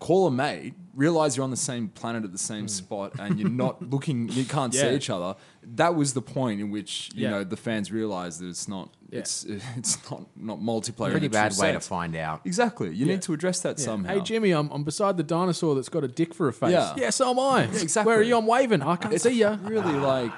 H: call a mate, realize you're on the same planet at the same spot, and you're
F: [laughs]
H: not looking, you can't
F: Hmm. Yeah.
H: see each other. That was the point in which you
F: Yeah.
H: know the fans realized that it's not,
F: Yeah.
H: it's [laughs] it's not not multiplayer.
G: Pretty
H: in the true
G: bad way to
H: sense.
G: find
F: [laughs]
G: out.
H: Exactly, you
F: Yeah.
H: need to address that somehow.
F: Hey Jimmy, I'm, I'm beside the dinosaur that's got a dick for a face.
H: Yeah.
F: yeah so am I.
H: exactly.
F: Where are you? I'm waving. I can't
H: it's
F: see you.
H: really
G: Ah.
H: like.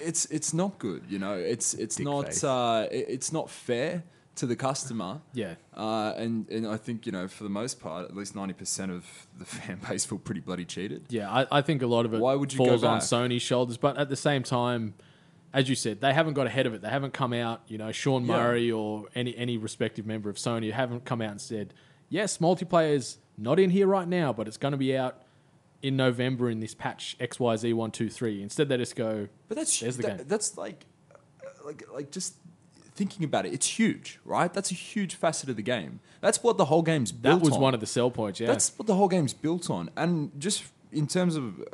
H: It's it's not good, you know. It's it's
G: Dick
H: not
G: face.
H: uh, it- it's not fair to the customer.
F: Yeah.
H: Uh, and, and I think, you know, for the most part, at least 90% of the [laughs] fan base feel pretty bloody cheated.
F: Yeah, I, I think a lot of it
H: Why would you go
F: falls on
H: back?
F: Sony's shoulders, but at the same time, as you said, they haven't got ahead of it. They haven't come out, you know, Sean
H: Yeah.
F: Murray or any any respective member of Sony haven't come out and said, yes, multiplayer's not in here right now, but it's going to be out in November in this patch XYZ123. Instead, they just go,
H: But that's
F: There's the
H: that-
F: game.
H: That's like, like, like just thinking about it. It's huge, right? That's a huge facet of the game. That's what the whole game's
F: that
H: built
F: was
H: on.
F: one of the sell points, yeah.
H: That's what the whole game's built on. And just in terms of uh,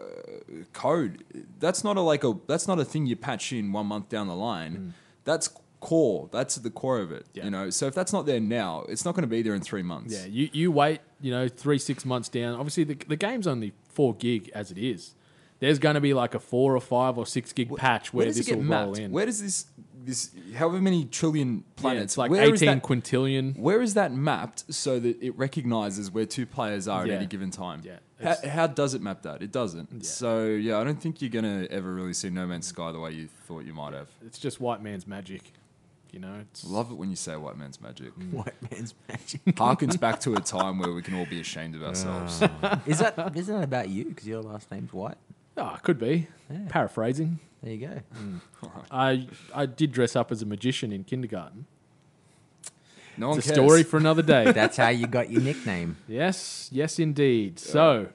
H: code, that's not a like a that's not a thing you patch in one month down the line. That's core. That's the core of it.
F: Mm. Yeah.
H: You know. So if that's not there now, it's not going to be there in three months.
F: Yeah, you, you wait, you know, three, six months down. Obviously, the, the game's only four gig as it is. There's going to be like a four or five or six gig patch where,
H: does it
F: this will roll
H: mapped?
F: in.
H: Where does this this however many trillion
F: Yeah,
H: planets
F: it's like
H: where is
F: 18
H: that-
F: quintillion.
H: Where is that mapped so that it recognizes where two players are
F: Yeah.
H: at any given time?
F: Yeah,
H: How,
F: it's-
H: how does it map that? It doesn't. So yeah, I don't think you're gonna ever really see No Man's Sky the way you thought you might have.
F: It's just white man's magic. You know, it's
H: Love it when you say white
F: [laughs]
H: man's magic.
G: White man's magic.
H: Harkens back to a time where we can all be ashamed
F: [laughs]
H: of ourselves.
G: Is that isn't that about you? Because your last name's White.
F: Ah, it could be. Paraphrasing.
G: There you go.
F: I I did dress up as a magician in kindergarten.
H: No one
F: It's a
H: cares.
F: story for another
H: [laughs]
F: day.
G: That's how you got your nickname.
F: yes, yes indeed. So,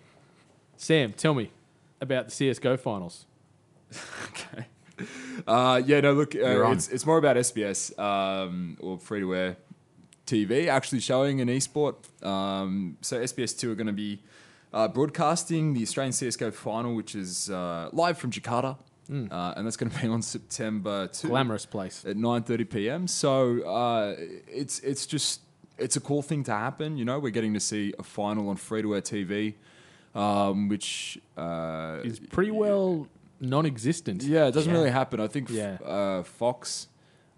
F: Sam, tell me about the CSGO finals.
H: okay. Uh, yeah, no, look, uh,
G: You're on.
H: it's, it's more about SBS um, or free to wear TV actually showing an esport. Um, so, SBS2 are going to be uh, broadcasting the Australian CSGO final, which is uh, live from Jakarta. Uh, and that's going to be on September 2
F: Glamorous place.
H: at 9:30 p.m. So uh, it's it's just it's a cool thing to happen. You know, we're getting to see a final on free to air TV, um, which uh,
F: It's pretty well non existent.
H: yeah, it doesn't really happen. I think f-
F: Yeah.
H: uh, Fox.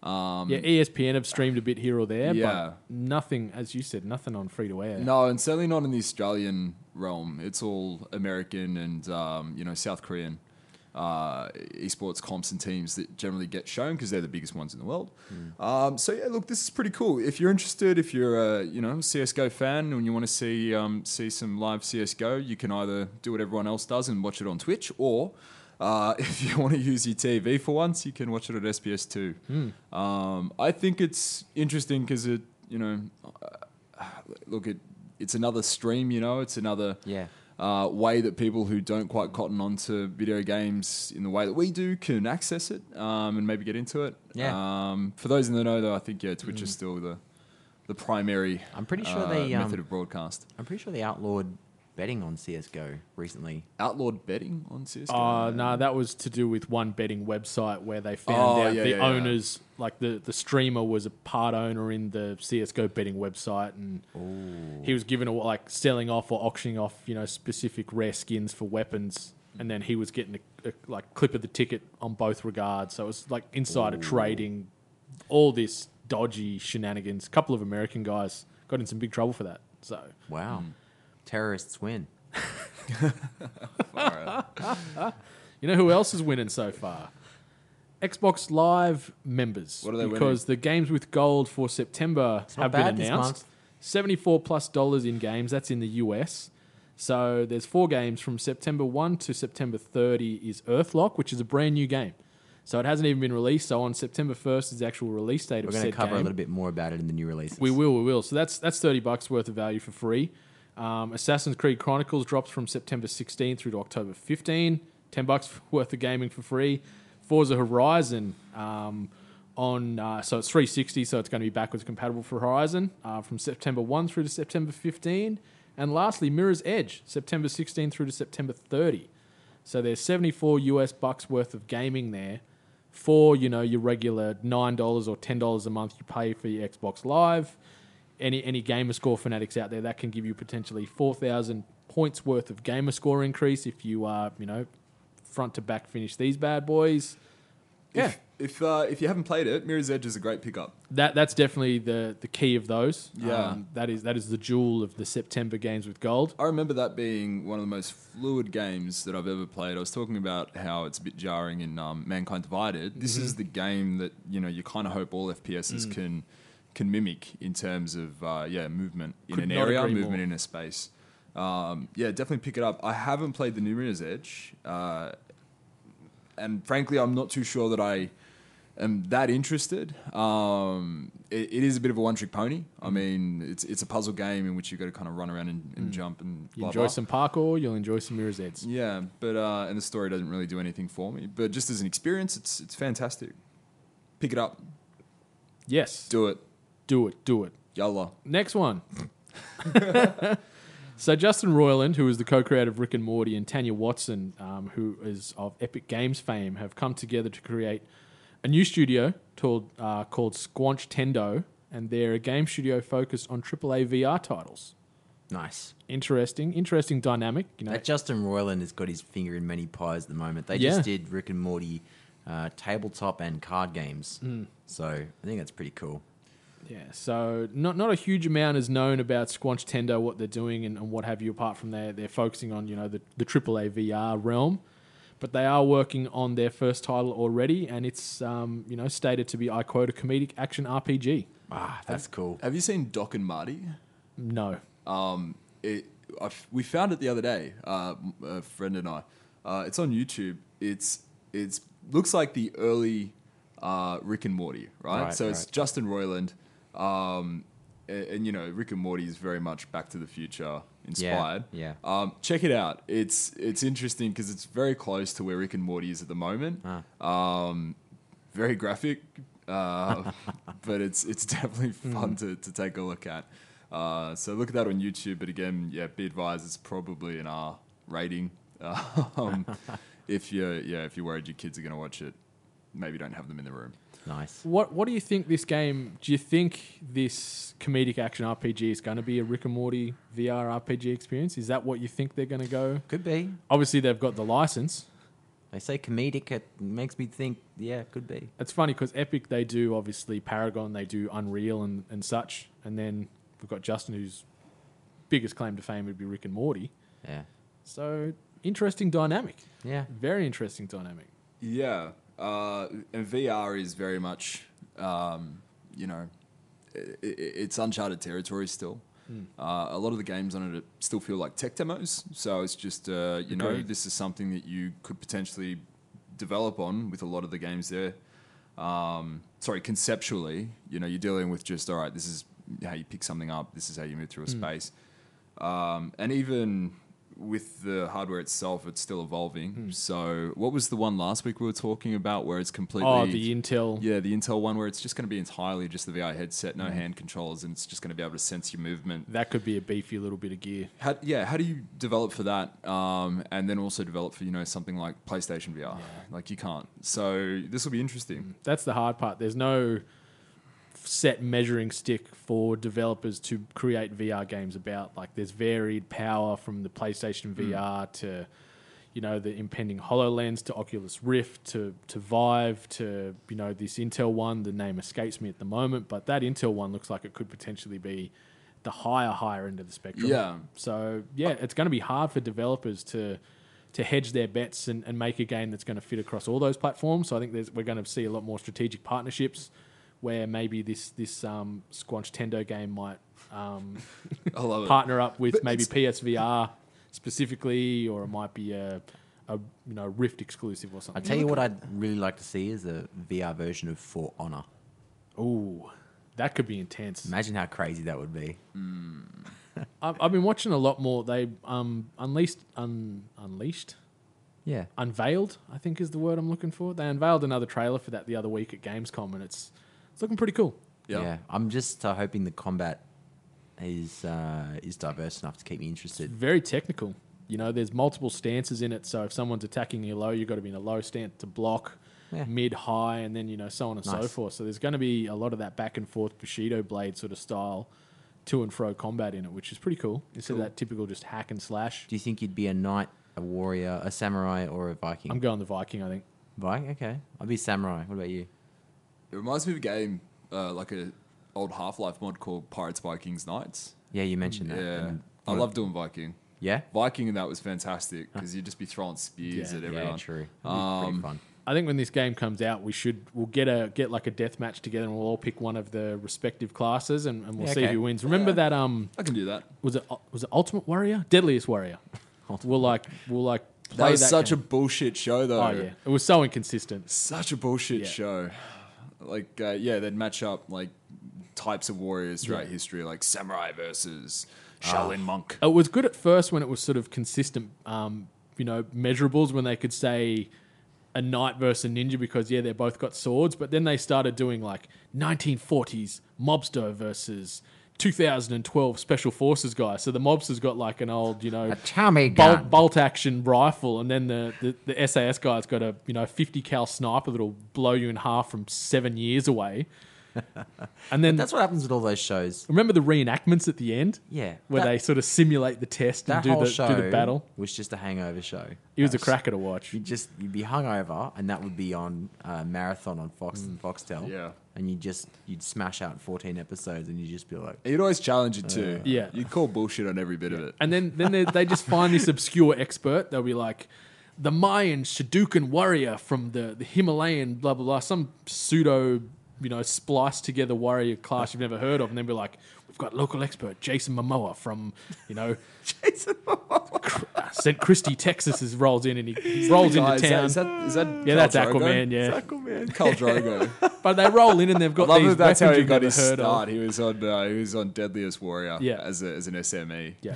H: Um,
F: Yeah, E ESPN have streamed a bit here or there,
H: Yeah.
F: but nothing, as you said, nothing on free to air.
H: No, and certainly not in the Australian realm. It's all American and um, you know South Korean uh, esports comps and teams that generally get shown because they're the biggest ones in the world. Um, so yeah, look, this is pretty cool. If you're interested, if you're a you know CS:GO fan and you want to see um, see some live CS:GO, you can either do what everyone else does and watch it on Twitch or. Uh, [laughs] if you want to use your TV for once, you can watch it at SBS2. Um, I think it's interesting because it, you know, uh, look, it, it's another stream, you know, it's another
G: Yeah.
H: uh, way that people who don't quite cotton onto video games in the way that we do can access it um, and maybe get into it.
G: Yeah. Mm.
H: Um, for those in the know, though, I think, yeah, Twitch is still the, the primary
G: I'm pretty sure
H: uh,
G: they, um,
H: method of broadcast.
G: I'm pretty sure they outlawed betting on CS:GO recently.
H: Outlawed betting on CSGO?
G: Oh.
F: Uh, no, that was to do with one betting website where they found
H: Oh,
F: out
H: yeah,
F: the
H: yeah, yeah.
F: owners, like the, the streamer, was a part owner in the CS:GO betting website, and he was given a, like selling off or auctioning off, you know, specific rare skins for weapons, and then he was getting a, a like clip of the ticket on both regards. So it was like insider trading, all this dodgy shenanigans. A couple of American guys got in some big trouble for that. So
G: Wow.
F: Mm.
G: Terrorists win. [laughs]
F: you know who else is winning so far? Xbox Live members.
H: What are they
F: Because the games with gold for September
G: not
F: have
G: bad
F: been
G: this
F: announced.
G: month.
F: Seventy-four plus dollars in games. That's in the US. So there's four games from September one to September thirty is Earthlock, which is a brand new game. So it hasn't even been released. So on September first is the actual release date
G: We're
F: of
G: going to
F: said
G: cover a
F: game.
G: little bit more about it in the new releases.
F: We will, we will. So that's that's thirty bucks worth of value for free. Um, Assassin's Creed Chronicles drops from September 16 through to October 15. 10 bucks [laughs] worth of gaming for free. Forza Horizon um, on uh, so it's 360, so it's going to be backwards compatible for Horizon uh, from September 1 through to September 15. And lastly, Mirror's Edge, September 16 through to September 30. So there's 74 US bucks worth of gaming there for, you know, your regular $9 or $10 a month you pay for your Xbox Live. Any any gamerscore fanatics out there that can give you potentially 4,000 points worth of gamerscore increase if you are, you know, front to back finish these bad boys. Yeah.
H: If if, uh, if you haven't played it, Mirror's Edge is a great pickup.
F: That that's definitely the the key of those. Um,
H: Yeah.
F: that is that is the jewel of the September games with gold.
H: I remember that being one of the most fluid games that I've ever played. I was talking about how it's a bit jarring in um, Mankind Divided.
F: Mm-hmm.
H: This is the game that you know you kind of hope all
F: Mm.
H: FPSs can can mimic in terms of uh, yeah movement in
F: Could
H: an
F: not
H: area,
F: agree
H: movement
F: more.
H: in a space. Um, yeah, definitely pick it up. I haven't played the new Mirror's Edge, uh, and frankly, I'm not too sure that I am that interested. Um, it, it is a bit of a one-trick pony.
F: Mm.
H: I mean, it's it's a puzzle game in which you've got to kind of run around and, and jump and
F: You
H: blah,
F: enjoy
H: blah.
F: some parkour, you'll enjoy some Mirror's Edge.
H: Yeah, but uh, and the story doesn't really do anything for me. But just as an experience, it's it's fantastic. Pick it up,
F: Yes.
H: do it,
F: do it, do it.
H: yalla.
F: Next one. [laughs] so Justin Roiland, who is the co-creator of Rick and Morty, and Tanya Watson, um, who is of Epic Games fame, have come together to create a new studio called uh, called Squanch Tendo, and they're a game studio focused on AAA VR titles.
G: Nice.
F: Interesting, interesting dynamic. You know,
G: That Justin Roiland has got his finger in many pies at the moment. They
F: Yeah.
G: just did Rick and Morty uh, tabletop and card games. So I think that's pretty cool.
F: Yeah, so not not a huge amount is known about Squanch Tendo, what they're doing and, and what have you, apart from their they're focusing on, you know, the, the AAA VR realm. But they are working on their first title already, and it's um, you know, stated to be I quote a comedic action RPG.
G: Ah, that's cool.
H: Have you seen Doc and Marty?
F: No.
H: It I f we found it the other day. Uh, m- a friend and I. Uh, it's on YouTube. It's it's looks like the early uh, Rick and Morty, right?
G: Right,
H: so it's
G: right.
H: Justin Roiland, um, a- and, you know Rick and Morty is very much Back to the Future inspired.
G: yeah.
H: Um, check it out. It's it's interesting because it's very close to where Rick and Morty is at the moment.
G: Ah.
H: Um, very graphic, uh, [laughs] but it's it's definitely
G: Hmm.
H: fun to, to take a look at. Uh, so look at that on YouTube. But again, yeah, be advised it's probably an R rating. [laughs]
G: [laughs]
H: Um, if you are yeah if you're worried your kids are going to watch it, maybe don't have them in the room.
G: Nice.
F: What what do you think this game do you think this comedic action RPG is gonna be a Rick and Morty VR RPG experience? Is that what you think they're gonna go?
G: Could be.
F: Obviously they've got the license.
G: They say comedic. It makes me think. Yeah, could be.
F: It's funny because Epic they do obviously Paragon, they do Unreal and, and such, and then we've got Justin whose biggest claim to fame would be Rick and Morty.
G: Yeah. Hmm.
F: So interesting dynamic,
G: Yeah.
F: very interesting dynamic.
H: Yeah, uh, and VR is very much, um, you know, i i it's uncharted territory still. Uh, a lot of the games on it still feel like tech demos, so it's just uh, you know
F: Agreed.
H: this is something that you could potentially develop on with a lot of the games there. Um, sorry, conceptually, you know, you're dealing with just all right. This is how you pick something up. This is how you move through a
F: Mm.
H: space. Um, and even with the hardware itself, it's still evolving.
F: Hmm.
H: So, what was the one last week we were talking about where it's completely?
F: Oh, the Intel.
H: yeah, the Intel one where it's just going to be entirely just the VR headset,
F: Hmm.
H: no hand controllers, and it's just going to be able to sense your movement.
F: That could be a beefy little bit of gear.
H: How, yeah, how do you develop for that, um, and then also develop for you know something like PlayStation VR? Like you can't. So this will be interesting.
F: That's the hard part. There's no set measuring stick for developers to create VR games about. Like there's varied power from the PlayStation VR to you know the impending Hololens to Oculus Rift to to Vive to you know this Intel one. The name escapes me at the moment, but that Intel one looks like it could potentially be the higher higher end of the spectrum.
H: Yeah.
F: So yeah, it's going to be hard for developers to to hedge their bets and, and make a game that's going to fit across all those platforms. So I think there's, we're going to see a lot more strategic partnerships where maybe this this um, Squanch Tendo game might
G: [laughs]
F: um,
H: [laughs] I love it.
F: partner up with
H: But
F: maybe
H: it's-
F: PSVR specifically, or it might be a, a you know Rift exclusive or
G: I
F: something.
G: tell you what, I'd really like to see is a VR version of For Honor.
F: Ooh, that could be intense.
G: Imagine how crazy that would be.
F: I've, I've been watching a lot more. They um unleashed un, unleashed
G: Yeah,
F: unveiled. I think is the word I'm looking for. They unveiled another trailer for that the other week at Gamescom, and it's it's looking pretty cool.
H: Yeah.
G: I'm just uh, hoping the combat is uh, is diverse enough to keep me interested.
F: Very technical. You know, there's multiple stances in it. So if someone's attacking you low, you've got to be in a low stance to block,
G: Yeah.
F: mid, high, and then you know so on and so
G: Nice.
F: forth. So there's going to be a lot of that back and forth Bushido blade sort of style to and fro combat in it, which is pretty cool. Instead of that typical just hack and slash.
G: Do you think you'd be a knight, a warrior, a samurai, or a Viking?
F: I'm going the Viking, I think.
G: Viking. Okay, I'll be samurai. What about you?
H: It reminds me of a game, uh, like a old Half Life mod called Pirates Vikings Knights.
G: Yeah, you mentioned that.
H: Yeah,
G: and-
H: I love doing Viking.
G: Yeah.
H: Viking and that was fantastic because you'd just be throwing spears
F: Yeah.
H: at everyone.
G: Yeah, true. Pretty
H: Um,
G: fun.
F: I think when this game comes out, we should we'll get a get like a death match together, and we'll all pick one of the respective classes, and, and we'll
G: Yeah,
F: see
G: okay.
F: who wins. Remember that um
H: I can do that.
F: was it was it Ultimate Warrior, Deadliest
H: [laughs]
F: Warrior. we'll like we'll like play
H: That was such
F: game.
H: a bullshit show, though.
F: oh yeah, it was so inconsistent.
H: Such a bullshit
F: Yeah.
H: show. Like, uh, yeah, they'd match up like types of warriors throughout history, like samurai versus
F: Ah.
H: Shaolin monk.
F: It was good at first when it was sort of consistent, um, you know, measurables when they could say a knight versus a ninja because yeah, they both got swords. But then they started doing like 1940s mobster versus 2012 special forces guy. So the mobster's got like an old, you know,
G: Tommy
F: bolt, bolt action rifle, and then the, the, the SAS guy's got a you know 50 cal sniper that'll blow you in half from seven years away. And then
G: That's what happens with all those shows.
F: remember the reenactments at the end,
G: Yeah.
F: where
G: That-
F: they sort of simulate the test and
G: That
F: do
G: whole
F: the
G: show
F: do the battle.
G: was just a hangover show.
F: It was a cracker to watch.
G: You just you'd be hungover, and that would be on uh, marathon on Fox
F: Mm.
G: and Foxtel.
H: Yeah.
G: and you just you'd smash out fourteen episodes, and you'd just be
F: [laughs]
G: like,
H: You'd always challenge it too.
F: Yeah.
H: You'd call bullshit on every bit of it.
F: And then then they, they just find this obscure expert. They'll be like, the Mayan Shadukan warrior from the, the Himalayan, blah, blah, blah, some pseudo, you know, spliced together warrior class you've never heard of. And then be like, we've got local expert Jason Momoa from, you know,
G: Jason,
F: uh, St. Christie, Texas, is, rolls in and he, he rolls into
H: Guys, is that-
F: town.
H: Is that, is that
F: yeah,
H: Khal
F: that's
H: Drogo?
F: Aquaman, yeah.
H: Khal
F: [laughs]
H: Drogo.
F: But they roll in and they've got
H: I love
F: these
H: that that's how
F: weapons
H: he
F: you've
H: got
F: never
H: his
F: heard
H: start.
F: of.
H: He was on uh, he was on Deadliest Warrior
F: Yeah.
H: as a, as an SME
F: Yeah.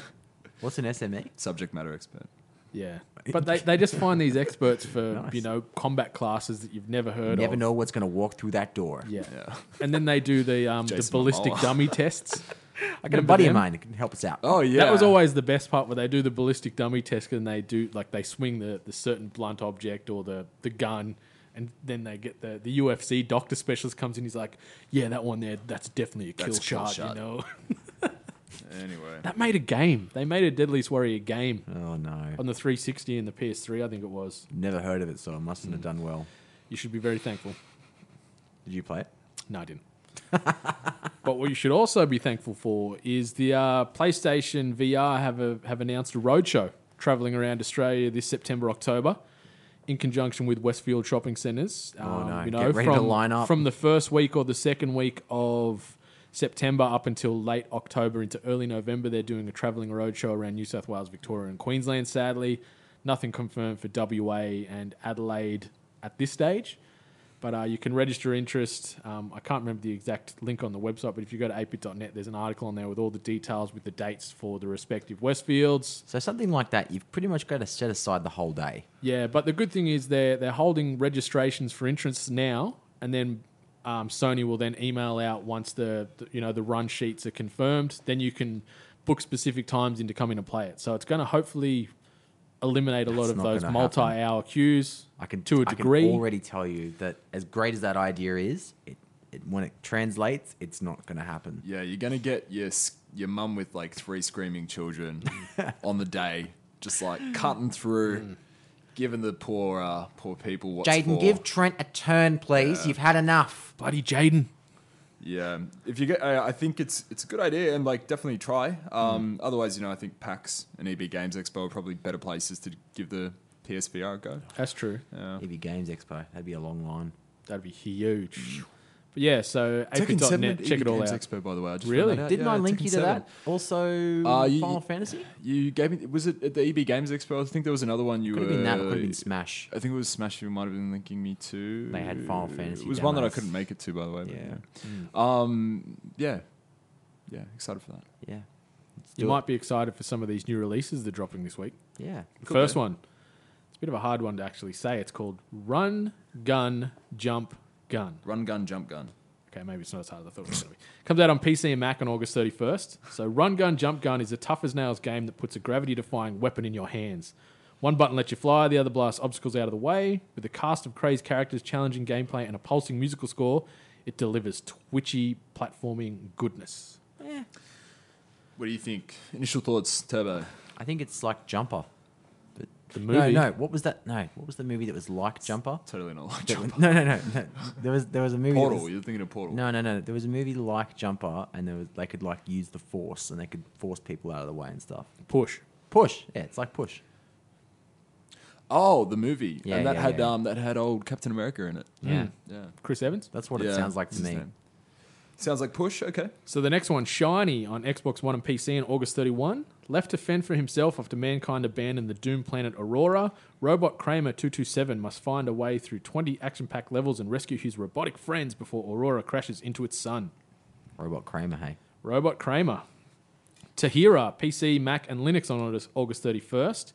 G: what's an E? SME?
H: subject matter expert.
F: Yeah, but they, they just find these experts for you know combat classes that you've never heard
G: Never
F: of.
G: know what's gonna walk through that door.
F: Yeah.
H: Yeah.
F: And then they do the um, the
H: Jason
F: ballistic
H: Momoa.
F: dummy
H: [laughs]
F: tests.
G: I got a
F: Remember
G: buddy
F: them?
G: of mine that can help us out.
H: Oh yeah,
F: That was always the best part where they do the ballistic dummy test and they do like they swing the, the certain blunt object or the, the gun and then they get the, the UFC doctor specialist comes in he's like, Yeah, that one there, that's definitely a kill,
H: That's a kill
F: shot,
H: shot.
F: you know. [laughs]
H: Anyway,
F: that made a game. They made a Deadliest Warrior game
G: Oh no,
F: on the three sixty and the PS3, I think it was.
G: never heard of it, so I mustn't have done well.
F: You should be very thankful.
G: Did you play it?
F: No, I didn't. [laughs] but what you should also be thankful for is the uh, PlayStation VR have a, have announced a roadshow traveling around Australia this September October, in conjunction with Westfield Shopping Centres. Um,
G: Oh, no. Get ready to
F: from,
G: line up.
F: from the first week or the second week of September up until late October into early November, they're doing a traveling roadshow around New South Wales, Victoria, and Queensland. Sadly, nothing confirmed for WA and Adelaide at this stage. But uh, you can register interest. Um, I can't remember the exact link on the website, but if you go to 8bit.net, there's an article on there with all the details with the dates for the respective Westfields.
G: So something like that, you've pretty much got to set aside the whole day.
F: Yeah, but the good thing is they're they're holding registrations for entrance now, and then um, Sony will then email out once the, the you know the run sheets are confirmed. Then you can book specific times in to come in and play it. So it's going to hopefully eliminate a lot
G: That's
F: of
G: not
F: those
G: gonna happen.
F: multi-hour queues.
G: I can
F: to a
G: I can
F: degree.
G: already tell you that as great as that idea is, it, it when it translates, it's not going to happen.
H: yeah, you're gonna get your s- your
F: [laughs]
H: mum
F: Mm.
H: with like three screaming children on the day, just like cutting through. giving the poor uh, poor people what's
G: Jaden,
H: for.
G: give Trent a turn, please. You've had enough.
F: Bloody Jaden.
H: Yeah, if you get, I, I think it's it's a good idea, and like definitely try. Um,
F: Mm.
H: Otherwise, you know, I think PAX and EB Games Expo are probably better places to give the PSVR a go.
F: That's true.
G: Maybe Games Expo. That'd be a long line.
F: That'd be huge. But yeah, so
H: Tekken 7 at
F: apid.net, check
H: EB
F: it all
H: Games
F: out.
H: Expo, by the way. I just found
F: Really?
H: that out.
G: Didn't
H: Yeah,
G: I link
H: Tekken
G: you to
H: 7.
G: that? Also,
H: Uh, you-
G: Final Fantasy.
H: You gave me. Was it at the EB Games Expo? I think there was another one you
G: Could have
H: were.
G: been that. It could have been Smash.
H: I think it was Smash. You might have been linking me to.
G: They had Final Fantasy
H: It was one that I
G: demos.
H: couldn't make it to, by the way. but
G: Yeah.
H: yeah. Um. Yeah. Yeah. Excited for that.
G: Yeah.
F: You might be excited for some of these new releases they're dropping this week.
G: Yeah.
F: First one. It's a bit of a hard one to actually say. It's called Run, Gun, Jump, Gun.
H: Run gun, jump gun.
F: Okay, maybe it's not as hard as I thought it was going to be. Comes out on PC and Mac on August 31st. So, Run Gun Jump Gun is a tough as nails game that puts a gravity defying weapon in your hands. One button lets you fly, the other blasts obstacles out of the way. With a cast of crazed characters, challenging gameplay, and a pulsing musical score, it delivers twitchy platforming goodness.
H: What do you think? Initial thoughts, Turbo.
G: I think it's like Jumper. But
F: The movie.
G: No, no. What was that? No. What was the movie that was like Jumper?
H: Totally not like
G: That- [laughs]
H: jump.
G: No, no, no, no. There was there was a movie. that
H: Portal.
G: was-
H: You're thinking of Portal.
G: no, no, no. There was a movie like Jumper, and there was, they could like use the force, and they could force people out of the way and stuff.
F: Push.
G: Push. Yeah, it's like push.
H: Oh, the movie.
G: Yeah,
H: and that
G: yeah,
H: had
G: yeah.
H: um that had old Captain America in it. Mm.
G: Yeah.
H: Yeah.
F: Chris Evans?
G: That's what
H: Yeah,
G: it sounds like to
H: that's
G: me.
H: his name. Sounds like push. Okay.
F: So the next one, Shiny on Xbox One and PC on August 31. Left to fend for himself after mankind abandoned the doomed planet Aurora, robot Kramer 227 must find a way through 20 action-packed levels and rescue his robotic friends before Aurora crashes into its sun.
G: Robot Kramer. Hey.
F: Robot Kramer. Tahira, PC, Mac, and Linux on August- August 31st.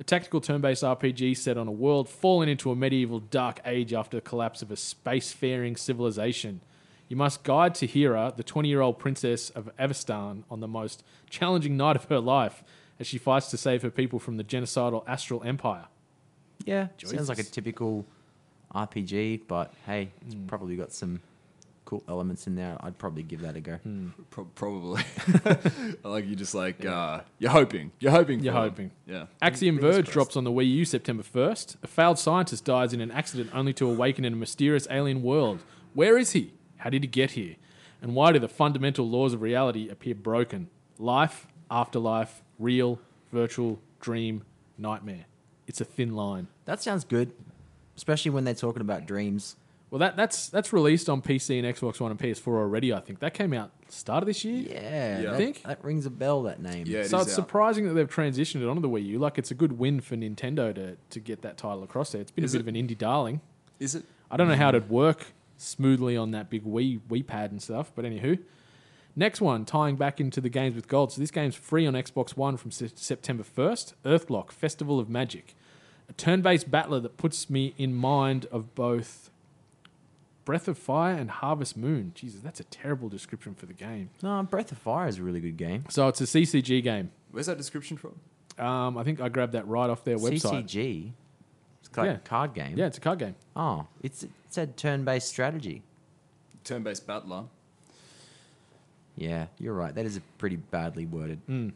F: A tactical turn based RPG set on a world fallen into a medieval dark age after the collapse of a spacefaring civilization. You must guide Tahira, the 20 year old princess of Avestan, on the most challenging night of her life as she fights to save her people from the genocidal Astral Empire.
G: Yeah. Sounds like a
F: Jesus.
G: typical RPG, but hey, it's
H: Hmm.
G: probably got some cool elements in there. I'd probably give that a go.
H: Hmm. Pro- probably.
G: [laughs]
H: [laughs] I like you just like uh, you're hoping. You're hoping.
F: You're
H: for it.
F: hoping.
H: Yeah.
F: Axiom
H: Fingers
F: Verge
H: crossed.
F: drops on the Wii U September 1st. A failed scientist dies in an accident only to awaken in a mysterious alien world. Where is he? How did he get here? And why do the fundamental laws of reality appear broken? Life, afterlife, real, virtual, dream, nightmare. It's a thin line.
G: That sounds good, especially when they're talking about dreams.
F: Well, that, that's that's released on PC and Xbox One and PS4 already. I think that came out start of this year.
G: Yeah,
H: Yeah.
G: That,
F: Think?
G: that rings a bell. That name.
H: Yeah. It
F: so
H: is
F: it's
H: out.
F: surprising that they've transitioned it onto the Wii U. Like it's a good win for Nintendo to to get that title across there. It's been
H: Is
F: a bit
H: it-
F: of an indie darling.
H: Is it?
F: I don't know
H: Hmm.
F: how it'd work smoothly on that big Wii, Wii pad and stuff, but anywho. Next one, tying back into the games with gold. So this game's free on Xbox One from se- September 1st. Earthlock, Festival of Magic. A turn-based battler that puts me in mind of both Breath of Fire and Harvest Moon. Jesus, that's a terrible description for the game.
G: No, Breath of Fire is a really good game.
F: So it's a CCG game.
H: Where's that description from?
F: Um, I think I grabbed that right off their website.
G: CCG. It's like
F: Yeah.
G: a card game.
F: Yeah, it's a card game.
G: Oh, it's it said turn-based strategy.
H: Turn-based battler.
G: Yeah, you're right. That is a pretty badly worded.
F: Mm.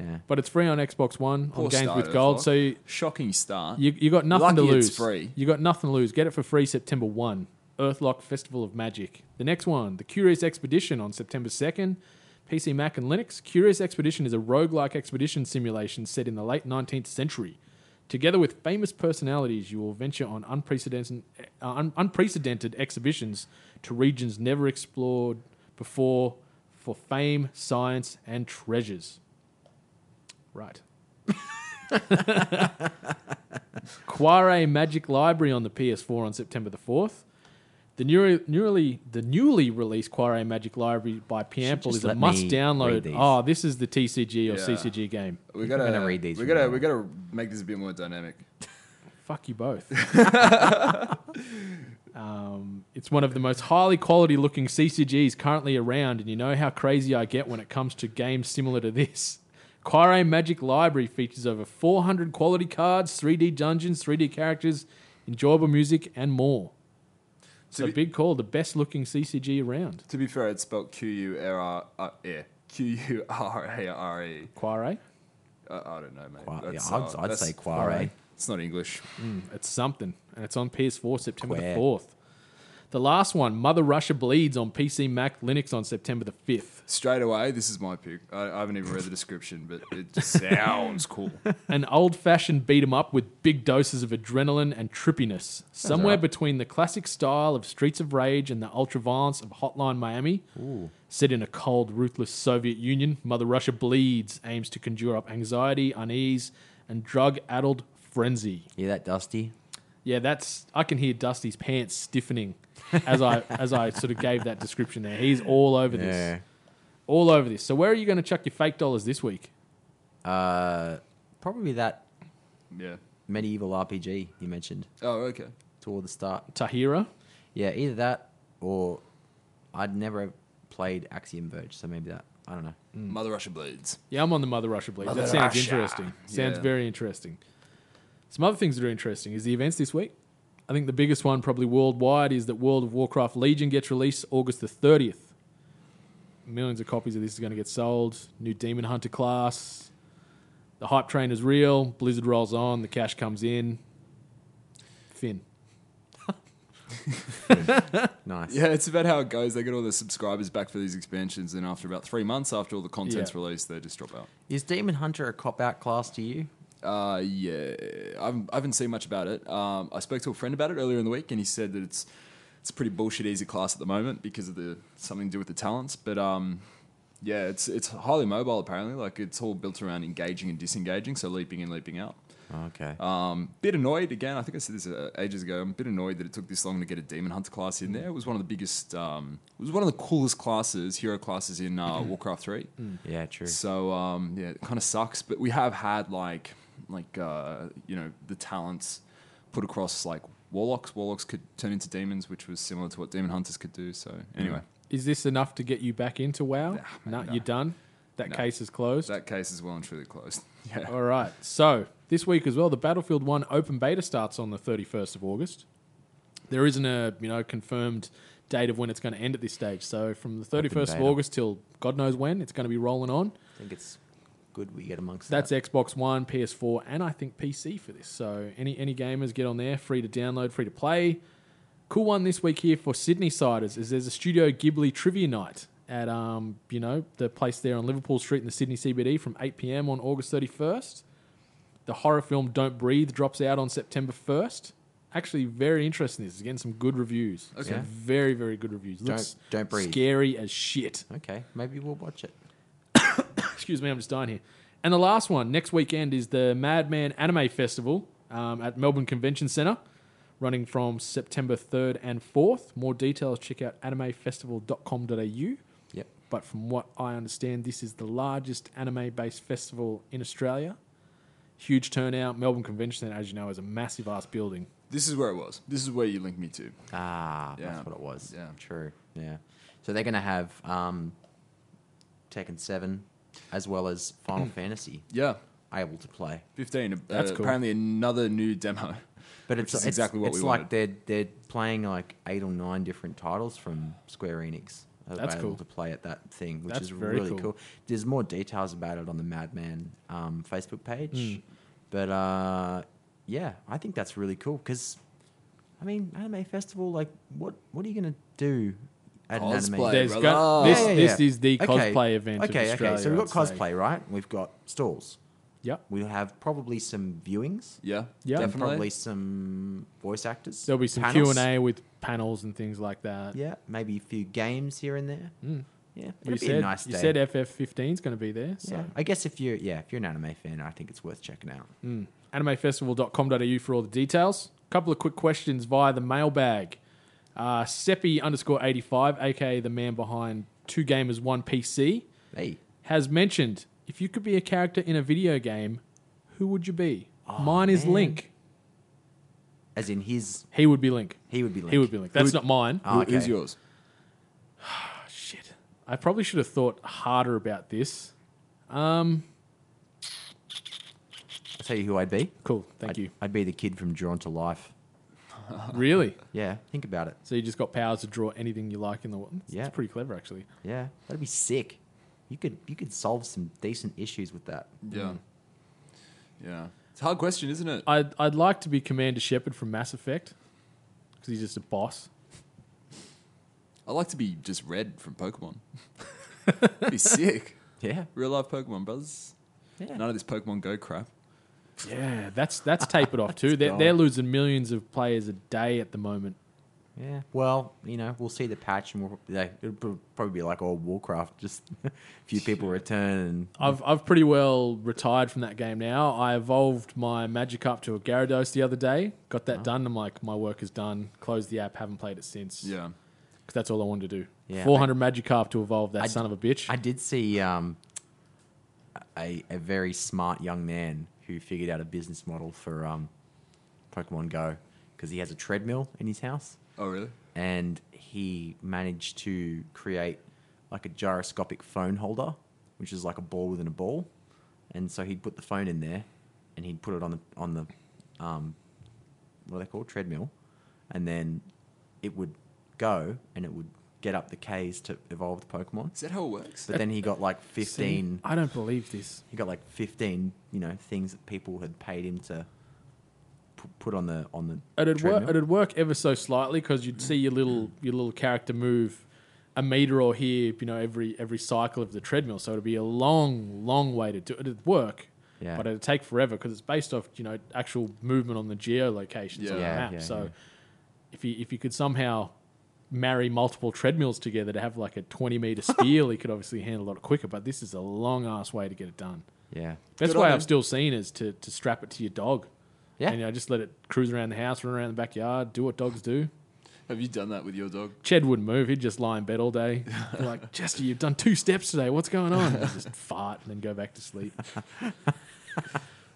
G: Yeah.
F: But it's free on Xbox One, on
H: Poor
F: Games
H: start,
F: with Gold.
H: Earthlock.
F: So you,
H: shocking start.
F: You, you got nothing to
H: Lucky
F: lose.
H: it's free.
F: You got nothing to lose. Get it for free September 1. Earthlock Festival of Magic. The next one, The Curious Expedition on September 2nd. PC, Mac, and Linux. Curious Expedition is a roguelike expedition simulation set in the late 19th century. Together with famous personalities, you will venture on unprecedented, uh, un- unprecedented exhibitions to regions never explored before for fame, science, and treasures. Right. Quare Magic Library on the PS4 on September the 4th. The, neuro, newly, the newly released Quare Magic Library by Preample
G: just
F: is a
G: let me
F: must
G: read
F: download.
G: these.
F: Oh, this is the TCG or
H: Yeah.
F: CCG game.
H: we gotta
G: gonna read these
H: We
G: from
H: gotta
G: now
H: we gotta make this a bit more dynamic.
F: Fuck you both. [laughs] um, it's one of the most highly quality looking CCGs currently around, and you know how crazy I get when it comes to games similar to this. Quire Magic Library features over 400 quality cards, 3D dungeons, 3D characters, enjoyable music, and more. It's
H: To
F: a
H: be-
F: big call, the best looking CCG around.
H: To be fair, it's spelled Q U R R uh, yeah. Q U R A R E.
F: Quire?
H: I, I don't know, mate.
G: Wow, yeah,
H: That's,
G: I'd,
H: uh,
G: I'd
H: that's-
G: say Quare.
H: It's not English.
F: It's something, and it's on PS4 September
G: Queer.
F: the 4th. The last one, Mother Russia Bleeds on PC, Mac, Linux on September the 5th.
H: Straight away, this is my pick. I, I haven't even read the description, but
G: [laughs]
H: it just sounds cool.
F: An old fashioned beat 'em up with big doses of adrenaline and trippiness, somewhere between the classic style of Streets of Rage and the ultra violence of Hotline Miami. Set in a cold, ruthless Soviet Union, Mother Russia Bleeds aims to conjure up anxiety, unease, and drug addled frenzy.
G: Yeah, that Dusty.
F: Yeah, that's I can hear Dusty's pants stiffening as I as I sort of gave that description there. He's all over this. All over this. So where are you going to chuck your fake dollars this week?
G: Probably that
H: Yeah.
G: medieval RPG you mentioned
H: Oh, okay.
G: toward the start.
F: Tahira?
G: Yeah, either that or I'd never played Axiom Verge, so maybe that. I don't know.
H: Mother Russia bleeds.
F: Yeah, I'm on the Mother Russia bleed. That sounds interesting. Sounds
H: Yeah.
F: very interesting. Some other things that are interesting is the events this week. I think the biggest one probably worldwide is that World of Warcraft Legion gets released August the 30th. Millions of copies of this is going to get sold. New Demon Hunter class. The hype train is real. Blizzard rolls on. The cash comes in. Finn.
G: Nice.
H: Yeah, it's about how it goes. They get all the subscribers back for these expansions, and after about three months, after all the content's
F: Yeah.
H: released, they just drop out.
G: Is Demon Hunter a cop out class to you?
H: Uh, yeah, I'm, I haven't seen much about it. Um, I spoke to a friend about it earlier in the week, and he said that it's it's a pretty bullshit easy class at the moment because of the something to do with the talents. But um, yeah, it's it's highly mobile apparently. Like it's all built around engaging and disengaging, so leaping in, leaping out.
G: Okay.
H: Um, bit annoyed again. I think I said this uh, ages ago. I'm a bit annoyed that it took this long to get a demon hunter class
F: Mm.
H: in there. It was one of the biggest. Um, it was one of the coolest classes, hero classes in uh,
F: Mm-hmm.
H: Warcraft Three.
F: Mm.
G: yeah, true.
H: So um, yeah, it kind of sucks. But we have had like like uh, you know the talents put across like warlocks. Warlocks could turn into demons, which was similar to what demon hunters could do. So
F: Mm.
H: anyway,
F: Is this enough to get you back into WoW? no,
H: no.
F: you're done. That
H: No.
F: case is closed.
H: that case is well and truly closed. [laughs] Yeah.
F: All right. So this week as well, the Battlefield One open beta starts on the thirty first of August. There isn't a you know confirmed date of when it's going to end at this stage. So from the thirty first of
G: beta.
F: August till God knows when, it's going to be rolling on.
G: I think it's good we get amongst
F: That's
G: that.
F: Xbox One, PS4, and I think PC for this. So any any gamers get on there, free to download, free to play. Cool one this week here for Sydney siders is there's a Studio Ghibli trivia night at um you know the place there on Liverpool Street in the Sydney CBD from 8 p.m. on August 31st. The horror film Don't Breathe drops out on September 1st. Actually, very interesting. This is getting some good reviews. Okay,
G: Yeah.
F: very very good reviews.
G: Don't-
F: Looks
G: Don't Breathe.
F: Scary as shit.
G: Okay, maybe we'll watch it.
F: Excuse me, I'm just dying here. And the last one next weekend is the Madman Anime Festival um, at Melbourne Convention Centre, running from September 3rd and 4th. More details, check out animefestival.com.au.
G: Yep.
F: But from what I understand, this is the largest anime based festival in Australia. Huge turnout. Melbourne Convention Centre, as you know, is a massive ass building.
H: This is where it was. This is where you linked me to.
G: Ah,
H: Yeah.
G: that's what it was.
H: Yeah.
G: True. Yeah. So they're going to have um, Tekken 7 as well as Final
H: [clears throat]
G: Fantasy
H: Yeah,
G: able to play.
H: fifteen. uh,
F: That's cool.
H: Apparently, another new demo. [laughs]
G: But
H: which
G: it's,
H: is
G: it's
H: exactly what
G: it's
H: we
G: like
H: wanted.
G: they're they're playing like eight or nine different titles from Square Enix
F: That's
G: available
F: cool.
G: to play at that thing, which
F: That's
G: is
F: very
G: really
F: cool.
G: cool. There's more details about it on the Madman um, Facebook page,
F: Hmm.
G: but uh, yeah, I think that's really cool because I mean, anime festival, like what what are you gonna do at an
H: Cosplay.
G: anime?
H: Hey,
F: There's
H: brother.
G: Oh.
F: go- this, this is the
G: Okay.
F: cosplay event. of
G: Okay,
F: Australia,
G: okay. So we've got
F: I'd say.
G: cosplay, right? We've got stalls.
F: Yep.
G: We'll have probably some viewings.
H: Yeah,
F: Yeah.
G: And
H: definitely.
G: probably some voice actors.
F: There'll be some Q
G: panels.
F: and A with panels and things like that.
G: Yeah, maybe a few games here and there. Yeah,
F: Hmm. You
G: it'd be
F: said,
G: a nice day.
F: you said FF15 is going to be there. So. Hmm.
G: yeah. I guess if you're yeah, if you're an anime fan, I think it's worth checking out.
F: animefestival.com.au for all the details. Couple of quick questions via the mailbag. Uh, Seppi underscore 85, aka the man behind Two Gamers One PC,
G: Hey,
F: has mentioned if you could be a character in a video game, who would you be? Mine is
G: Oh, man.
F: Link.
G: as in his,
F: He would be Link.
G: he would be Link.
F: He would be Link. That's not mine.
G: Oh, okay.
H: Who's yours?
F: Shit. I probably should have thought harder about this.
G: I'll tell you who I'd be.
F: Cool. Thank
G: I'd, [laughs]
F: you.
G: I'd be the kid from Drawn to Life.
F: Really?
G: Yeah, think about it.
F: So you just got powers to draw anything you like in the world? That's-
G: Yeah.
F: That's pretty clever, actually.
G: Yeah, that'd be sick.
H: Hmm.
G: You could you could solve some decent issues with that.
H: Yeah, yeah. It's a hard question, isn't it?
F: I'd, I'd like to be Commander Shepard from Mass Effect because he's just a boss.
H: I like to be just red from [laughs] Pokemon. be sick.
G: Yeah.
H: Real life Pokemon, brothers.
G: Yeah.
H: None of this Pokemon Go crap.
F: Yeah, that's that's
G: [laughs]
F: tapered off too. They're,
G: gone.
F: they're losing millions of players a day at the moment.
G: Yeah. Well, you know, we'll see the patch, and we'll, like, it'll pro- probably be like old Warcraft. Just [laughs] a few people return, and
F: I've I've pretty well retired from that game now. I evolved my Magikarp to a Gyarados the other day. Got
G: Uh-huh.
F: that done. I'm like, my work is done. Closed the app. Haven't played it since.
H: Yeah.
F: because that's all I wanted to do.
G: Yeah,
F: 400 Magikarp to evolve that
G: I-
F: son of a bitch.
G: I did see um, a a very smart young man who figured out a business model for um, Pokemon Go because he has a treadmill in his house,
H: Oh, really?
G: and he managed to create like a gyroscopic phone holder, which is like a ball within a ball, and so he'd put the phone in there, and he'd put it on the on the um, what are they called treadmill, and then it would go and it would get up the K's to evolve the Pokemon.
H: Is that how it works?
G: But then he got like
F: [laughs] See,
G: 15.
F: I don't believe this.
G: He got like 15, you know, things that people had paid him to p- put on the on the.
F: It'd work.
G: treadmill.
F: It'd work ever so slightly because you'd see your little your little character move a meter or here, you know, every every cycle of the treadmill. So it'd be a long, long way to do it. It'd work,
G: Yeah.
F: but it'd take forever because it's based off you know actual movement on the geolocations on the
H: Yeah.
G: Yeah,
F: map.
G: yeah,
F: so
G: yeah.
F: if you if you could somehow marry multiple treadmills together to have like a twenty meter spiel, he could obviously handle a lot quicker. But this is a long ass way to get it done.
G: Yeah.
F: Best
H: Good
F: way
H: on him.
F: I've still seen is to, to strap it to your dog.
G: Yeah.
F: And uh, you know, just let it cruise around the house, run around the backyard, do what dogs do.
H: Have you done that with your dog?
F: Ched wouldn't move. He'd just lie in bed all day. Be
H: [laughs]
F: like, Chester, you've done two steps today. What's going on? He'd just [laughs] fart and then go back to
H: [laughs]
F: sleep.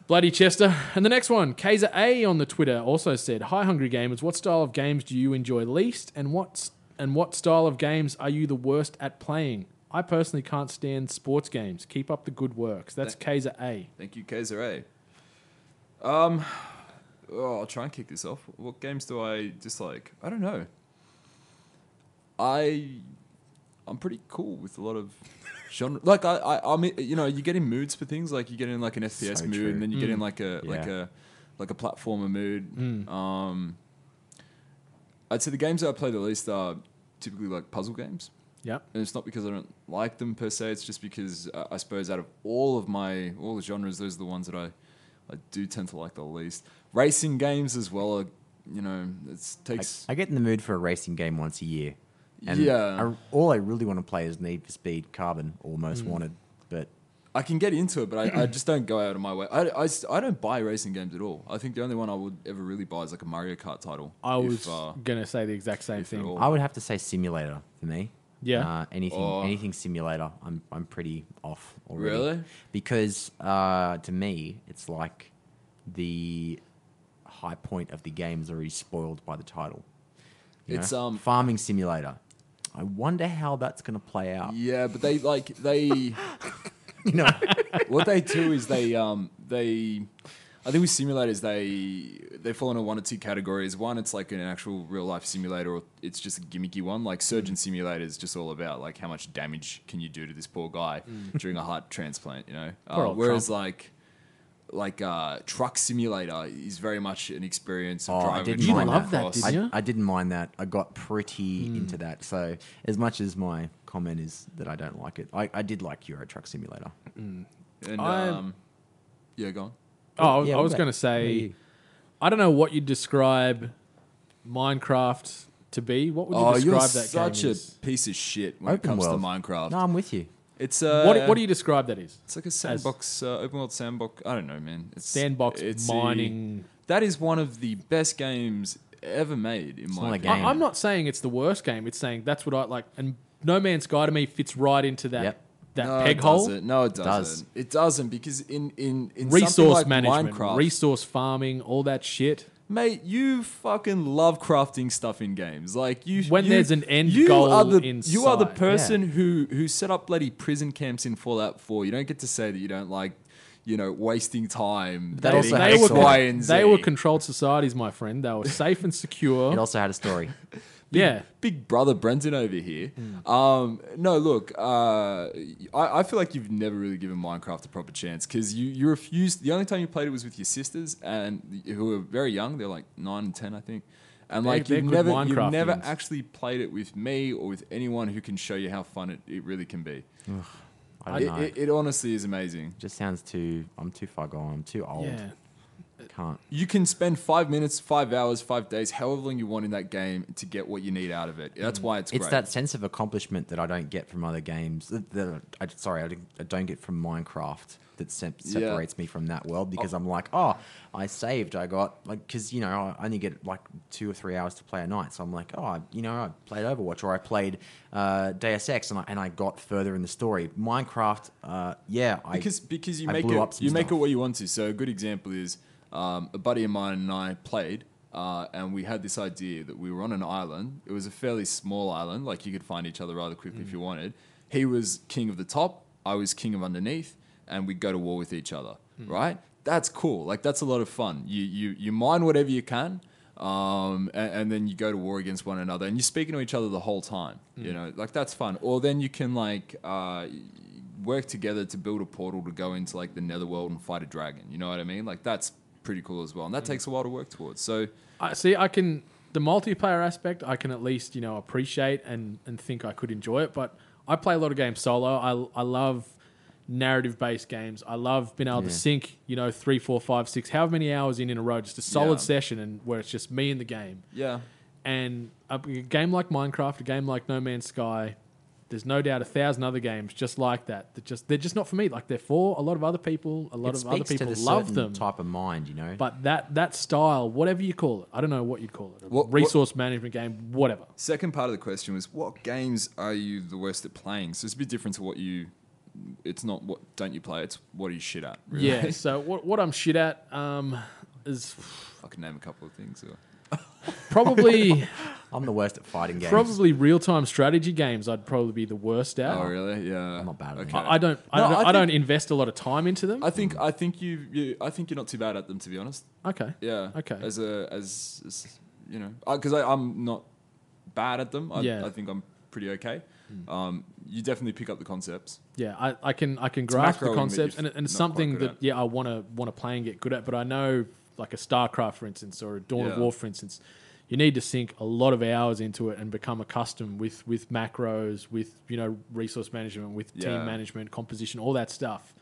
F: Bloody Chester. And the next one, Kaiser A on the Twitter also said, Hi, Hungry Gamers. What style of games do you enjoy least? And what, and what style of games are you the worst at playing? I personally can't stand sports games. Keep up the good works. That's Kaiser A.
H: Thank you, Kaiser A. Um, oh, I'll try and kick this off. What games do I dislike? I don't know. I, I'm pretty cool with a
G: [laughs]
H: lot of genre. Like I, I, I'm, you know, you get in moods for things. Like you get in like an FPS
G: So
H: mood,
G: true. Mm.
H: and then you get in like a like
G: Yeah. Mm.
H: a like a platformer mood. Um, I'd say the games that I play the least are typically like puzzle games
F: Yep.
H: and it's not because I don't like them per se. It's just because uh, I suppose out of all of my all the genres, those are the ones that I I do tend to like the least. Racing games as well are you know it
G: I,
H: takes
G: I get in the mood for a racing game once a year. And
H: Yeah.
G: I, all I really want to play is Need for Speed Carbon or
F: Mm.
G: Most Wanted. But
H: I, can get into it, but I, I just don't go out of my way. I, I s- I don't buy racing games at all. I think the only one I would ever really buy is like a Mario Kart title.
F: I
H: if,
F: was
H: uh,
F: gonna say the exact same
H: if at
F: thing.
H: all.
G: I would have to say Simulator for me.
F: Yeah.
G: Uh, anything
H: Oh.
G: anything simulator, I'm I'm pretty off already.
H: Really?
G: Because uh, to me, it's like the high point of the game is already spoiled by the title. you
H: It's, um,
G: farming simulator. I wonder how that's going to play out.
H: yeah, but they like they. [laughs]
G: You know,
H: what they do is they um they I think with simulators they they fall into one or two categories. One, it's like an actual real life simulator, or it's just a gimmicky one. Like surgeon
F: Mm.
H: simulator is just all about like how much damage can you do to this poor guy during a heart transplant, you know.
F: Mm. Poor
H: Uh,
F: old
H: whereas
F: Trump.
H: like like uh, truck simulator is very much an experience of
G: Oh, I
H: driving.
G: didn't
H: a
G: You
H: truck
G: love
F: that,
H: across.
F: didn't you? Hmm.
G: I, I didn't mind that. I got pretty into that. So as much as my comment is that I don't like it, I, I did like Euro Truck Simulator.
H: And,
F: I-
H: um, yeah, go on.
F: Oh,
G: Yeah,
F: I was
G: what
F: going to
G: about- yeah,
F: say,
G: you-
F: I don't know what you'd describe Minecraft to be. What would you
H: Oh,
F: describe
H: you're
F: that
H: such
F: game
H: a
F: as?
H: piece of shit when it
G: Open
H: comes
G: world.
H: to Minecraft.
G: No, I'm with you.
H: It's uh,
F: what, what do you describe that as?
H: It's like a sandbox, uh, open world sandbox. I don't know, man. It's
F: Sandbox
H: a-
F: mining.
H: that is one of the best games ever made in my
G: not a
H: opinion.
G: game.
F: I, I'm not saying it's the worst game. It's saying that's what I like. And No Man's Sky to me fits right into that
G: Yep.
F: that
H: No,
F: peg
H: it
F: hole.
H: doesn't. No, it doesn't.
G: does.
H: It doesn't because in in in something
F: Resource
H: like
F: management,
H: Minecraft,
F: resource farming, all that shit.
H: mate, you fucking love crafting stuff in games. Like you,
F: When
H: you-
F: there's an end
H: you
F: goal
H: are the,
F: in
H: you are the
F: sight.
H: person who who set up bloody prison camps in Fallout Four. You don't get to say that you don't like. You know, wasting time.
G: That
H: getting
G: also
F: they,
G: has
H: X,
F: were,
G: story.
H: Y, and Z. [laughs]
F: they were controlled societies, my friend. They were safe and secure.
G: It also had a story.
F: Yeah.
H: Big brother Brenton over here.
G: Hmm.
H: Um, no, look, uh, I, I feel like you've never really given Minecraft a proper chance because you, you refused. The only time you played it was with your sisters, and who were very young. They're like nine and ten, I think. And like
F: they're
H: you've
F: good
H: never,
F: Minecraftians.
H: you've never actually played it with me or with anyone who can show you how fun it, it really can be.
G: I
H: It,
G: don't know.
H: it, it honestly is amazing.
G: just sounds too. I'm too far gone. I'm too old.
F: Yeah.
G: Can't.
H: You can spend five minutes, five hours, five days, however long you want in that game to get what you need out of it. That's why it's,
G: Hmm. It's
H: great.
G: that sense of accomplishment that I don't get from other games. That, that I, sorry, I don't, I don't get from Minecraft. That se-
H: Yeah.
G: separates me from that world because I'm like, oh, I saved. I got like because you know I only get like two or three hours to play a night. So I'm like, oh, I, you know, I played Overwatch or I played uh, Deus Ex and I, and I got further in the story. Minecraft, uh, yeah, I,
H: because because you
G: I
H: make
G: blew
H: it
G: up some
H: you make
G: stuff.
H: it what you want to. So a good example is um, a buddy of mine and I played, uh, and we had this idea that we were on an island. It was a fairly small island, like you could find each other rather quickly
G: Mm.
H: if you wanted. He was king of the top, I was king of underneath, and we'd go to war with each other.
G: Mm.
H: Right? That's cool. Like that's a lot of fun. You you you mine whatever you can. Um, a- and, then you go to war against one another, and you're speaking to each other the whole time.
G: Mm.
H: You know, like that's fun. Or then you can like uh, work together to build a portal to go into like the netherworld and fight a dragon. You know what I mean? Like that's pretty cool as well,
G: Mm.
H: and that takes a while to work towards. So
F: I see. I can the multiplayer aspect. I can at least you know appreciate and and think I could enjoy it. But I play a lot of games solo. I I love narrative based games. I love being able to sink you know three, four, five, six, however many hours in in a row, just a solid
H: Yeah.
F: session, and where it's just me and the game.
H: yeah,
F: And a a game like Minecraft, a game like No Man's Sky, there's no doubt a thousand other games just like that. That just they're just not for me. Like they're for a lot of other people. A lot
G: it
F: of other
G: speaks to
F: people
G: the
F: love
G: certain
F: them.
G: type of mind, you know.
F: But that that style, whatever you call it, I don't know what you'd call it. a
H: What- what-
F: resource management game, whatever.
H: Second part of the question was, what games are you the worst at playing? So it's a bit different to what you. It's not what don't you play. It's what are you shit at? Really? [laughs]
F: Yeah. So what what I'm shit at um, is
H: I can name a couple of things. Or, [laughs]
F: probably
G: I'm the worst at fighting games. [laughs]
F: probably real time strategy games. I'd probably be the worst at.
H: oh really? Yeah, I'm
G: not bad at them.
F: I I don't. I,
H: No,
F: don't, I,
H: I think-
F: don't invest a lot of time into them.
H: I think I think you, you I think you're not too bad at them to be honest.
F: okay.
H: Yeah.
F: Okay.
H: As a as, as you know, because I, I'm not bad at them. I,
F: Yeah. Hmm.
H: I think I'm pretty okay. Um, you definitely pick up the concepts.
F: Yeah, I, I can I can grasp
H: macro
F: the
H: in that
F: concepts,
H: you're
F: and, it- and it's
H: not quite
F: something
H: good
F: that
H: at.
F: yeah I want to want to play and get good at. But I know like a StarCraft, for instance, or a Dawn of
H: Yeah.
F: War, for instance, you need to sink a lot of hours into it and become accustomed with with macros, with you know resource management, with team
H: Yeah.
F: management, composition, all that stuff.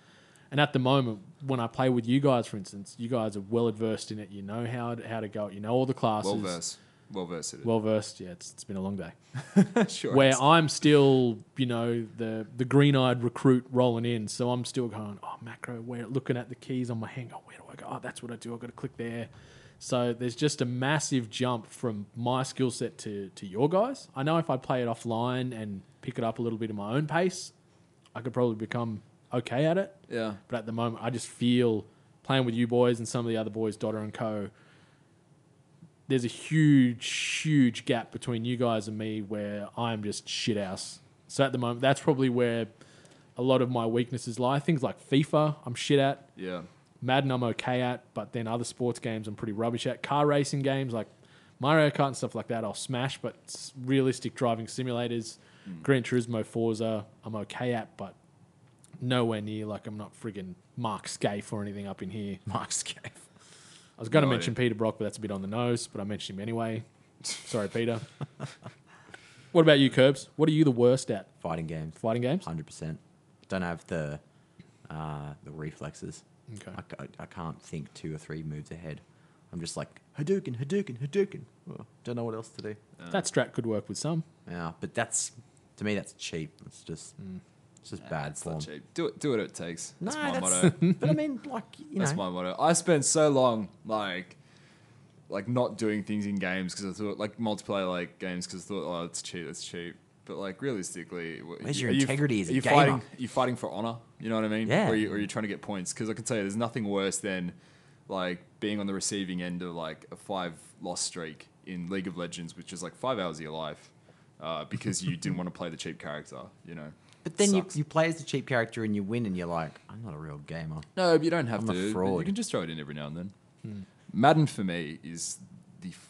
F: And at the moment, when I play with you guys, for instance, you guys are well adversed in it. You know how to, how to go. You know all the classes.
H: Well versed. Well versed. at it.
F: Well versed. Yeah, it's, it's been a long day
H: [laughs] sure.
F: where
H: it's-
F: I'm still, you know, the the green eyed recruit rolling in. So I'm still going, oh, macro, where looking at the keys on my hand, oh, where do I go? Oh, that's what I do. I've got to click there. So there's just a massive jump from my skill set to, to your guys. I know if I play it offline and pick it up a little bit at my own pace, I could probably become okay at it.
H: yeah.
F: But at the moment, I just feel playing with you boys and some of the other boys, Dotter and Co. There's a huge, huge gap between you guys and me where I'm just shit house. So at the moment, that's probably where a lot of my weaknesses lie. Things like FIFA, I'm shit at.
H: Yeah.
F: Madden, I'm okay at. But then other sports games, I'm pretty rubbish at. Car racing games like Mario Kart and stuff like that, I'll smash. But s- realistic driving simulators, Gran Turismo, Forza, I'm okay at. But nowhere near like I'm not friggin' Mark Scaife or anything up in here. Mark Scaife. I was going to
H: No
F: mention Peter Brock, but that's a bit on the nose. But I mentioned him anyway. Sorry, Peter. what about you, Curbs? What are you the worst at?
G: fighting games.
F: Fighting games?
G: Hundred percent. Don't have the uh, the reflexes.
F: Okay.
G: I, ca- I can't think two or three moves ahead. I'm just like Hadouken, Hadouken, Hadouken. Oh, don't know what else to do.
F: That strat could work with some.
G: Yeah, but that's to me that's cheap. It's just
F: Mm.
G: it's just bad
H: It's
G: form.
H: not cheap. Do it. Do what it takes. That's
G: No,
H: my
G: that's- [laughs]
H: motto.
G: but I mean, like you know,
H: That's my motto. I spent so long like like not doing things in games because I thought like multiplayer like games because I thought oh it's cheap, it's cheap. But like realistically, wh-
G: Where's your
H: are you-
G: integrity as a
H: are you
G: gamer?
H: Fighting, are you fighting for honor? You know what I mean?
G: Yeah.
H: Or, you, or you're trying to get points because I can tell you, there's nothing worse than like being on the receiving end of like a five loss streak in League of Legends, which is like five hours of your life. Uh, because
G: [laughs]
H: you didn't want to play the cheap character, you know.
G: but then you,
H: Sucks.
G: you play as the cheap character and you win, and you're like, I'm not a real gamer.
H: No, but you don't have
G: I'm a
H: to. But You
G: fraud. Hmm.
H: can just throw it in every now and then. Madden for me is the f-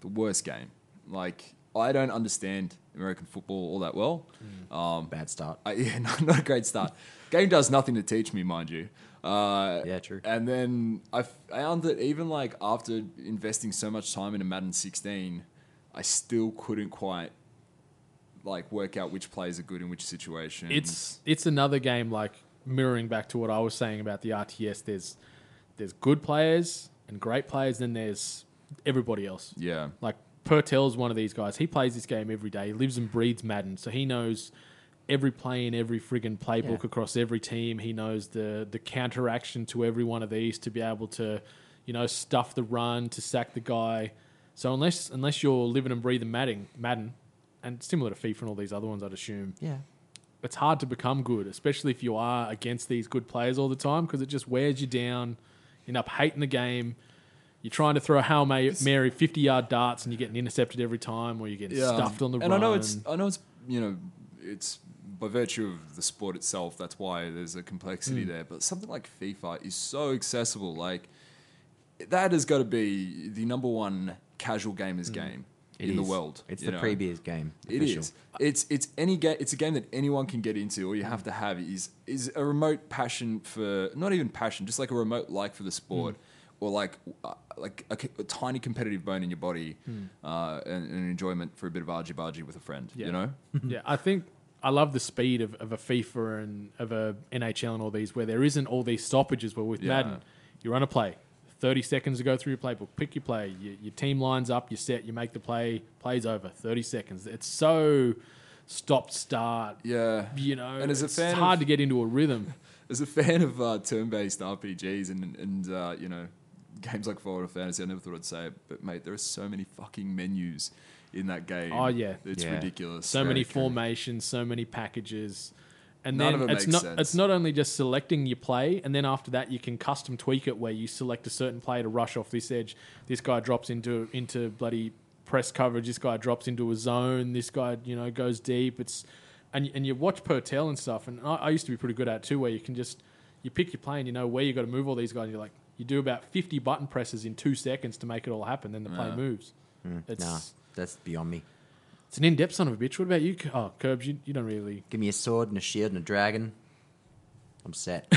H: the worst game. Like I don't understand American football all that well.
G: Hmm. Bad start.
H: I, [laughs] yeah, not, not a great start. Game does nothing to teach me, mind you. Uh,
G: Yeah, true.
H: And then I found that even like after investing so much time into Madden 16, I still couldn't quite like work out which plays are good in which situation.
F: It's it's another game like mirroring back to what I was saying about the RTS. There's there's good players and great players, then there's everybody else.
H: yeah,
F: Like Pertel's one of these guys. He plays this game every day. He lives and breathes Madden, so he knows every play in every friggin' playbook
G: Yeah.
F: across every team. He knows the the counteraction to every one of these to be able to, you know, stuff the run to sack the guy. So unless unless you're living and breathing Madden, Madden, and similar to FIFA and all these other ones, I'd assume
G: Yeah.
F: it's hard to become good, especially if you are against these good players all the time, because it just wears you down. You end up hating the game. You're trying to throw Hail Ma- Mary 50 yard darts and you're getting intercepted every time, or you're getting stuffed on the
H: and
F: run.
H: I know it's I know it's you know it's by virtue of the sport itself. That's why there's a
G: Hmm.
H: complexity there. But something like FIFA is so accessible. Like that has got to be the number one casual gamers game
G: Hmm. It
H: in the
G: is.
H: world.
G: It's
H: you
G: the
H: know?
G: previous game.
H: It
G: official.
H: is. It's it's any game. It's a game that anyone can get into. All you have to have is is a remote passion for not even passion, just like a remote like for the sport,
F: Hmm.
H: or like uh, like a, c- a tiny competitive bone in your body,
F: Hmm.
H: uh, and, and an enjoyment for a bit of argy bargy with a friend.
F: Yeah.
H: You know.
F: [laughs] yeah, I think I love the speed of, of a FIFA and of a NHL and all these, where there isn't all these stoppages. Where with
H: Yeah.
F: Madden, you run a play, thirty seconds to go through your playbook, pick your play, your, your team lines up, you set, you make the play, plays over, thirty seconds. It's so stop start.
H: Yeah.
F: you know,
H: And as a
F: it's
H: fan
F: hard
H: of-
F: to get into a rhythm.
H: As a fan of uh, turn-based RPGs and and uh, you know games like Final Fantasy, I never thought I'd say it, but mate, there are so many fucking menus in that game.
F: Oh, yeah.
H: it's
G: Yeah.
H: ridiculous.
F: so many
H: forms.
F: formations, so many packages. And
H: None
F: then
H: of it
F: it's
H: makes
F: not
H: sense.
F: it's not only just selecting your play, and then after that you can custom tweak it where you select a certain play to rush off this edge. This guy drops into into bloody press coverage. This guy drops into a zone. This guy you know goes deep. It's and and you watch Pertel and stuff, and I, I used to be pretty good at it too, where you can just you pick your play and you know where you got to move all these guys. And you're like you do about fifty button presses in two seconds to make it all happen. Then the play moves. It's
G: Nah, that's beyond me.
F: it's an in-depth son of a bitch. What about you? K- Oh, Curbs, you, you don't really.
G: Give me a sword and a shield and a dragon. I'm set.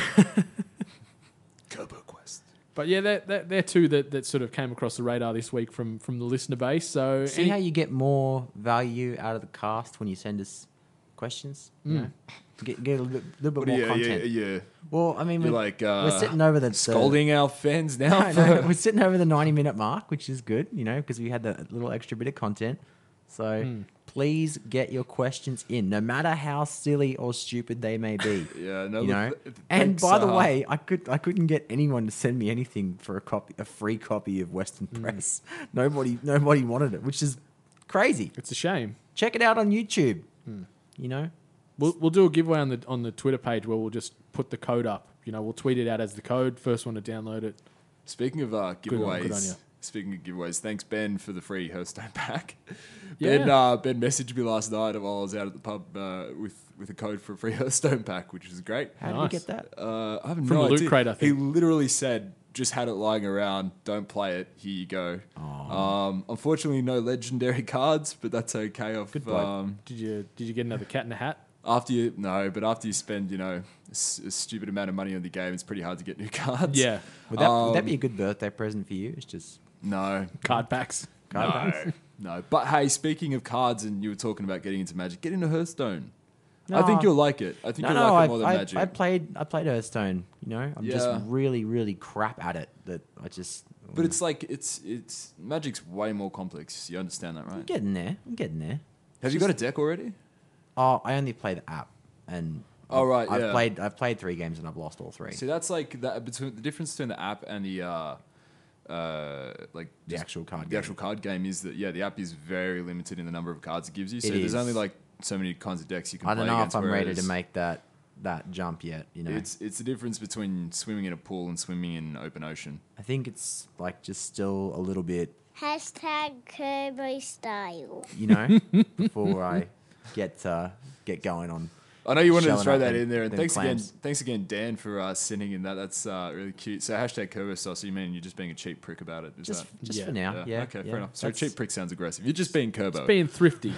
H: [laughs] Turbo Quest.
F: But yeah, they're, they're, they're two that, that sort of came across the radar this week from from the listener base. So
G: See
F: any-
G: how you get more value out of the cast when you send us questions. You
H: Hmm.
G: know? Get, get a little, bit- little bit more content.
H: yeah, yeah.
G: Well, I mean,
H: You're
G: we're,
H: like uh,
G: we're sitting over the the-
H: scolding
F: [laughs]
H: our
G: [laughs]
H: fans now.
G: No, no, we're sitting over the ninety-minute mark, which is good, you know, because we had the little extra bit of content. So
H: Hmm.
G: please get your questions in, no matter how silly or stupid they may be.
H: [laughs] Yeah, no,
G: you
H: look,
G: know.
H: th- th-
G: and
H: thanks,
G: by the
H: uh,
G: way, I could I couldn't get anyone to send me anything for a copy, a free copy of Western
H: Hmm.
G: Press. [laughs] Nobody, nobody wanted it, which is crazy.
F: it's a shame.
G: Check it out on YouTube.
H: Hmm.
G: You know,
F: We'll, we'll do a giveaway on the on the Twitter page where we'll just put the code up. You know, we'll tweet it out as the code. First one to download it.
H: [laughs] Speaking of uh,
F: Good on-
H: giveaways,
F: good on ya.
H: speaking of giveaways, thanks Ben for the free Hearthstone [laughs] pack.
F: Yeah.
H: Ben, uh, Ben messaged me last night while I was out at the pub uh, with with a code for a free [laughs] Hearthstone pack, which is great.
G: how
F: Nice.
G: did you get that?
H: Uh, I have
F: From
H: no
F: the loot
H: idea.
F: crate, I think.
H: He literally said, "Just had it lying around. Don't play it. Here you go." Um, unfortunately, no legendary [laughs] cards, but that's okay. I've
F: bloke.
H: um,
F: Did you did you get another cat in a
H: [laughs]
F: hat?
H: After you no, but after you spend you know a, s- a stupid amount of money on the game, it's pretty hard to get new [laughs] cards.
F: Yeah,
G: Would that, would
H: Um,
G: that be a good birthday present for you? It's just
H: No.
F: card packs.
G: card
H: no.
G: packs.
H: No. But hey, speaking of cards, and you were talking about getting into Magic, get into Hearthstone. I
G: No.
H: think you'll like it. I think
G: No,
H: you'll
G: no,
H: like
G: I,
H: it more than
G: I,
H: Magic.
G: I played I played Hearthstone. You know, I'm just
H: Yeah.
G: really really crap at it. That I just
H: but it's like it's it's Magic's way more complex. You understand that, right?
G: I'm getting there. I'm getting there.
H: Have you got a deck already?
G: Oh, I only play the app, and
H: Oh,
G: I've-
H: right,
G: I've
H: yeah.
G: played I've played three games and I've lost all three.
H: See, that's like that between the difference between the app and the uh, uh, like
G: The
H: just
G: actual card
H: The
G: game.
H: actual card game is that yeah, the app is very limited in the number of cards it gives you. So
G: It
H: there's
G: is.
H: only like so many kinds of decks you can.
G: I don't
H: play
G: know if
H: against,
G: I'm ready to
H: whereas
G: make that that jump yet. You know,
H: It's it's the difference between swimming in a pool and swimming in open ocean.
G: I think it's like just still a little bit.
J: Hashtag Kirby style.
H: [laughs]
G: You know, before I get uh, get going on
H: I know you wanted to
G: Shelling
H: throw
G: up
H: that
G: them-
H: in there, and
G: them
H: thanks
G: clams.
H: again, thanks again, Dan, for uh, sending in that. That's uh, really cute. So hashtag Kerber sauce. You mean you're just being a cheap prick about it? Is
G: Just,
H: that?
G: just
F: Yeah.
G: for now. Yeah.
H: okay,
G: yeah.
H: fair enough. So
G: That's-
H: cheap prick sounds aggressive. You're just being Kerbo.
F: Being
H: [laughs]
F: thrifty.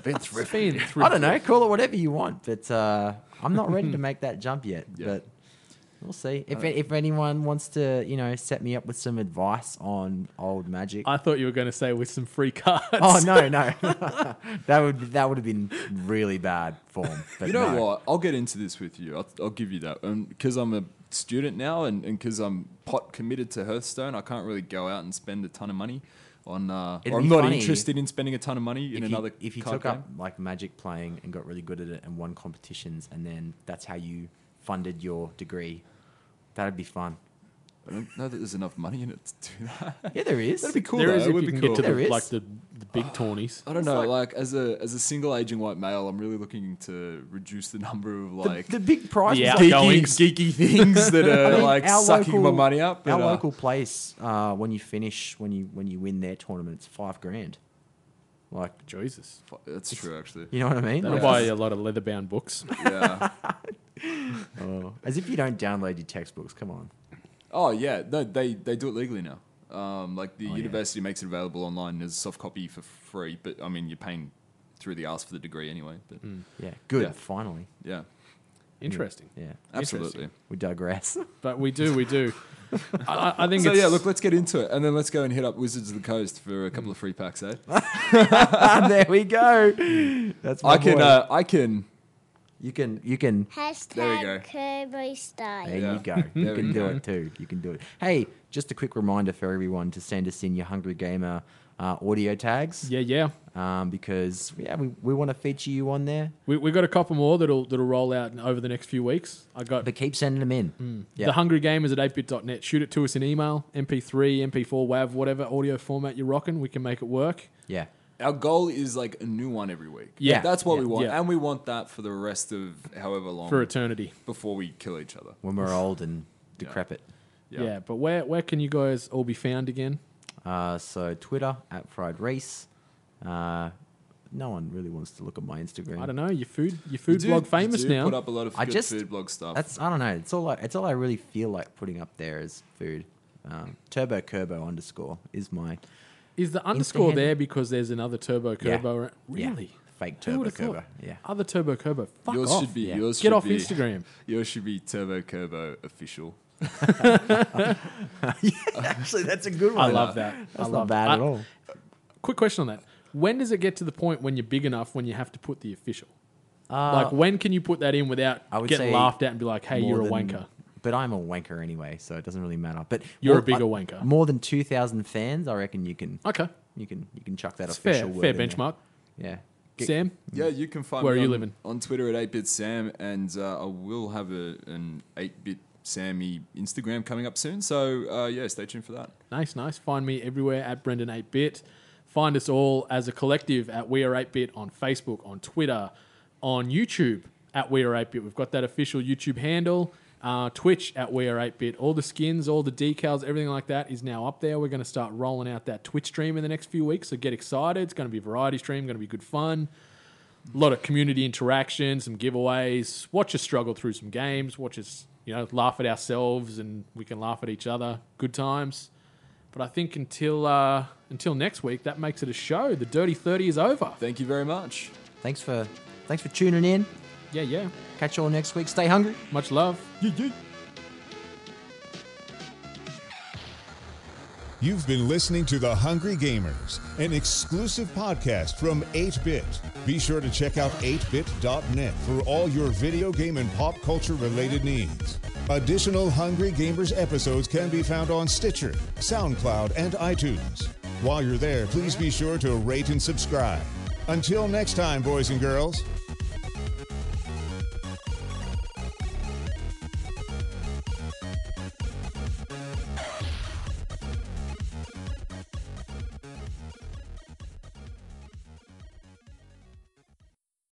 G: [laughs]
H: being thrifty.
F: Being thrifty.
G: I don't
H: [laughs]
G: know. Call it whatever you want, but uh, I'm not ready to make that jump yet.
H: [laughs] Yeah.
G: But we'll see. If if anyone wants to, you know, set me up with some advice on old magic.
F: I thought you were going to say with some free cards.
G: [laughs] oh no,
H: [laughs]
G: no, [laughs] that would that would have been really bad form. But
H: You know
G: no.
H: what? I'll get into this with you. I'll, I'll give you that. Because I'm a student now and because I'm pot committed to Hearthstone, I can't really go out and spend a ton of money on. Uh,
G: It'd
H: or
G: be
H: I'm not
G: funny
H: interested in spending a ton of money in
G: if
H: another.
G: you, if you
H: card
G: took
H: game.
G: up like magic playing and got really good at it and won competitions and then that's how you funded your degree that'd be
H: [laughs]
G: fun
H: I don't know that there's enough money in it to do
G: [laughs]
H: that.
G: yeah there is
H: That'd be cool.
F: there
H: though.
F: is
H: It
F: if
H: would
F: you
H: be
F: can get
H: cool.
F: to the,
G: There is.
F: like the, the big
G: [gasps]
F: tawnies.
H: I don't know, like, as a as a single aging white male, I'm really looking to reduce the number of
G: the,
H: like
G: the big prize
F: Yeah.
G: was like,
H: geeky,
F: outgoings.
H: geeky things that
G: [laughs] I
H: are
G: mean,
H: like
G: our
H: sucking
G: local-
H: my money up.
G: our
H: and, uh,
G: local place uh, when you finish when you when you win their tournament it's five grand like
F: Jesus.
H: fu- that's true, actually.
G: you know what I mean?
F: That'll
G: Like,
F: buy you a lot of leather bound books.
H: [laughs] Yeah.
G: oh, as if you don't download your textbooks. Come on.
H: Oh yeah, no, they they do it legally now. Um, like
F: Oh,
H: the university makes it available online as a soft copy for free, but I mean you're paying through the ass for the degree anyway. But
F: Hmm.
G: Yeah, good.
H: Yeah.
G: Finally.
H: yeah,
F: Interesting.
G: Yeah,
H: absolutely.
G: we digress. [laughs]
F: But we do, we
H: [laughs]
F: do. I, I- I think
H: So
F: it's.
H: yeah, look, let's get into it, and then let's go and hit up Wizards of the Coast for a
F: Hmm.
H: couple of free
F: [laughs]
H: packs, eh?
F: Oh,
G: Ah, there we go. That's my
H: I can,
G: boy.
H: uh, I can.
G: you can. You can.
H: go.
J: Hashtag Kirby Style.
G: There
H: Yeah.
G: you
H: [laughs]
G: go. You
H: There we
G: can do
H: go.
G: it too. You can do it. Hey, just a quick reminder for everyone to send us in your Hungry Gamer uh, audio tags
F: Yeah, yeah.
G: um, because yeah, we, we want to feature you on there.
F: We, we got a couple more that'll that'll roll out over the next few weeks. I got
G: But keep sending them in. Yeah.
F: Mm. The Hungry Game is at 8bit.net. Shoot it to us in email, MP3, MP4, WAV, whatever audio format you're rocking. We can make it work.
G: yeah.
H: Our goal is like a new one every week.
F: Yeah.
H: that's what
F: Yeah.
H: we want,
F: Yeah.
H: and we want that for the rest of however long
F: For eternity.
H: before we kill each other.
G: When we're old and decrepit.
F: Yeah. but where, where can you guys all be found again?
G: Uh, so Twitter at Fried Reese. Uh, no one really wants to look at my Instagram.
F: I don't know. Your food your food
H: do-
F: blog
H: you
F: famous
H: do
F: now.
H: Put up a lot of
G: I
H: good
G: just-
H: food blog stuff.
G: That's I don't know. It's all I, it's all I really feel like putting up there is food. Um, Turbo Curbo underscore is my
F: is the underscore
G: Instagram.
F: there because there's another Turbo
G: Yeah.
F: Curbo?
G: Yeah.
F: Really?
G: Fake
F: Who
G: Turbo
F: would've thought?
G: Curbo. Yeah.
F: Other Turbo Curbo. Fuck
H: yours
F: off.
H: should be
G: yeah.
H: yours.
F: Get
H: should
F: off
H: be- [laughs]
F: Instagram.
H: Yours should be Turbo Curbo official.
G: [laughs] Actually, that's a good
F: I
G: one.
F: love that. I
G: That's
F: love
G: not bad
F: that.
G: at
F: I-
G: all.
F: Quick question on that. When does it get to the point when you're big enough when you have to put the official?
G: Uh,
F: like when can you put that in without
G: I would
F: getting
G: say
F: laughed at and be like, "Hey,
G: more
F: you're a
G: than-
F: wanker."
G: But I'm a wanker anyway, so it doesn't really matter. But
F: You're a
G: more-
F: bigger
G: I-
F: wanker.
G: More than two thousand fans, I reckon you can.
F: Okay,
G: You can you can chuck that
F: it's fair,
G: official word
F: fair
G: in there.
F: benchmark.
G: Yeah.
F: Sam,
H: Yeah, you can find
F: Where
H: me
F: are you
H: on-
F: living?
H: on Twitter at 8bit Sam, and uh, I will have a, an 8bit Sammy Instagram coming up soon. So uh, yeah, stay tuned for that.
F: nice, nice. Find me everywhere at Brendan Eight Bit. Find us all as a collective at We Are Eight Bit on Facebook, on Twitter, on YouTube at We Are Eight Bit. We've got that official YouTube handle. Uh, Twitch at We Are 8 Bit. All the skins, all the decals, everything like that is now up there. We're going to start rolling out that Twitch stream in the next few weeks, so get excited. It's going to be a variety stream, going to be good fun. a lot of community interaction, some giveaways. Watch us struggle through some games. Watch us, you know, laugh at ourselves, and we can laugh at each other. Good times. But I think until uh, until next week, that makes it a show. The Dirty Thirty is over.
H: Thank you very much.
G: Thanks for thanks for tuning in.
F: Yeah, yeah.
G: Catch you all next week. Stay hungry.
F: Much love.
I: You've been listening to The Hungry Gamers, an exclusive podcast from 8-Bit. Be sure to check out 8bit.net for all your video game and pop culture related needs. Additional Hungry Gamers episodes can be found on Stitcher, SoundCloud, and iTunes. While you're there, please be sure to rate and subscribe. Until next time, boys and girls,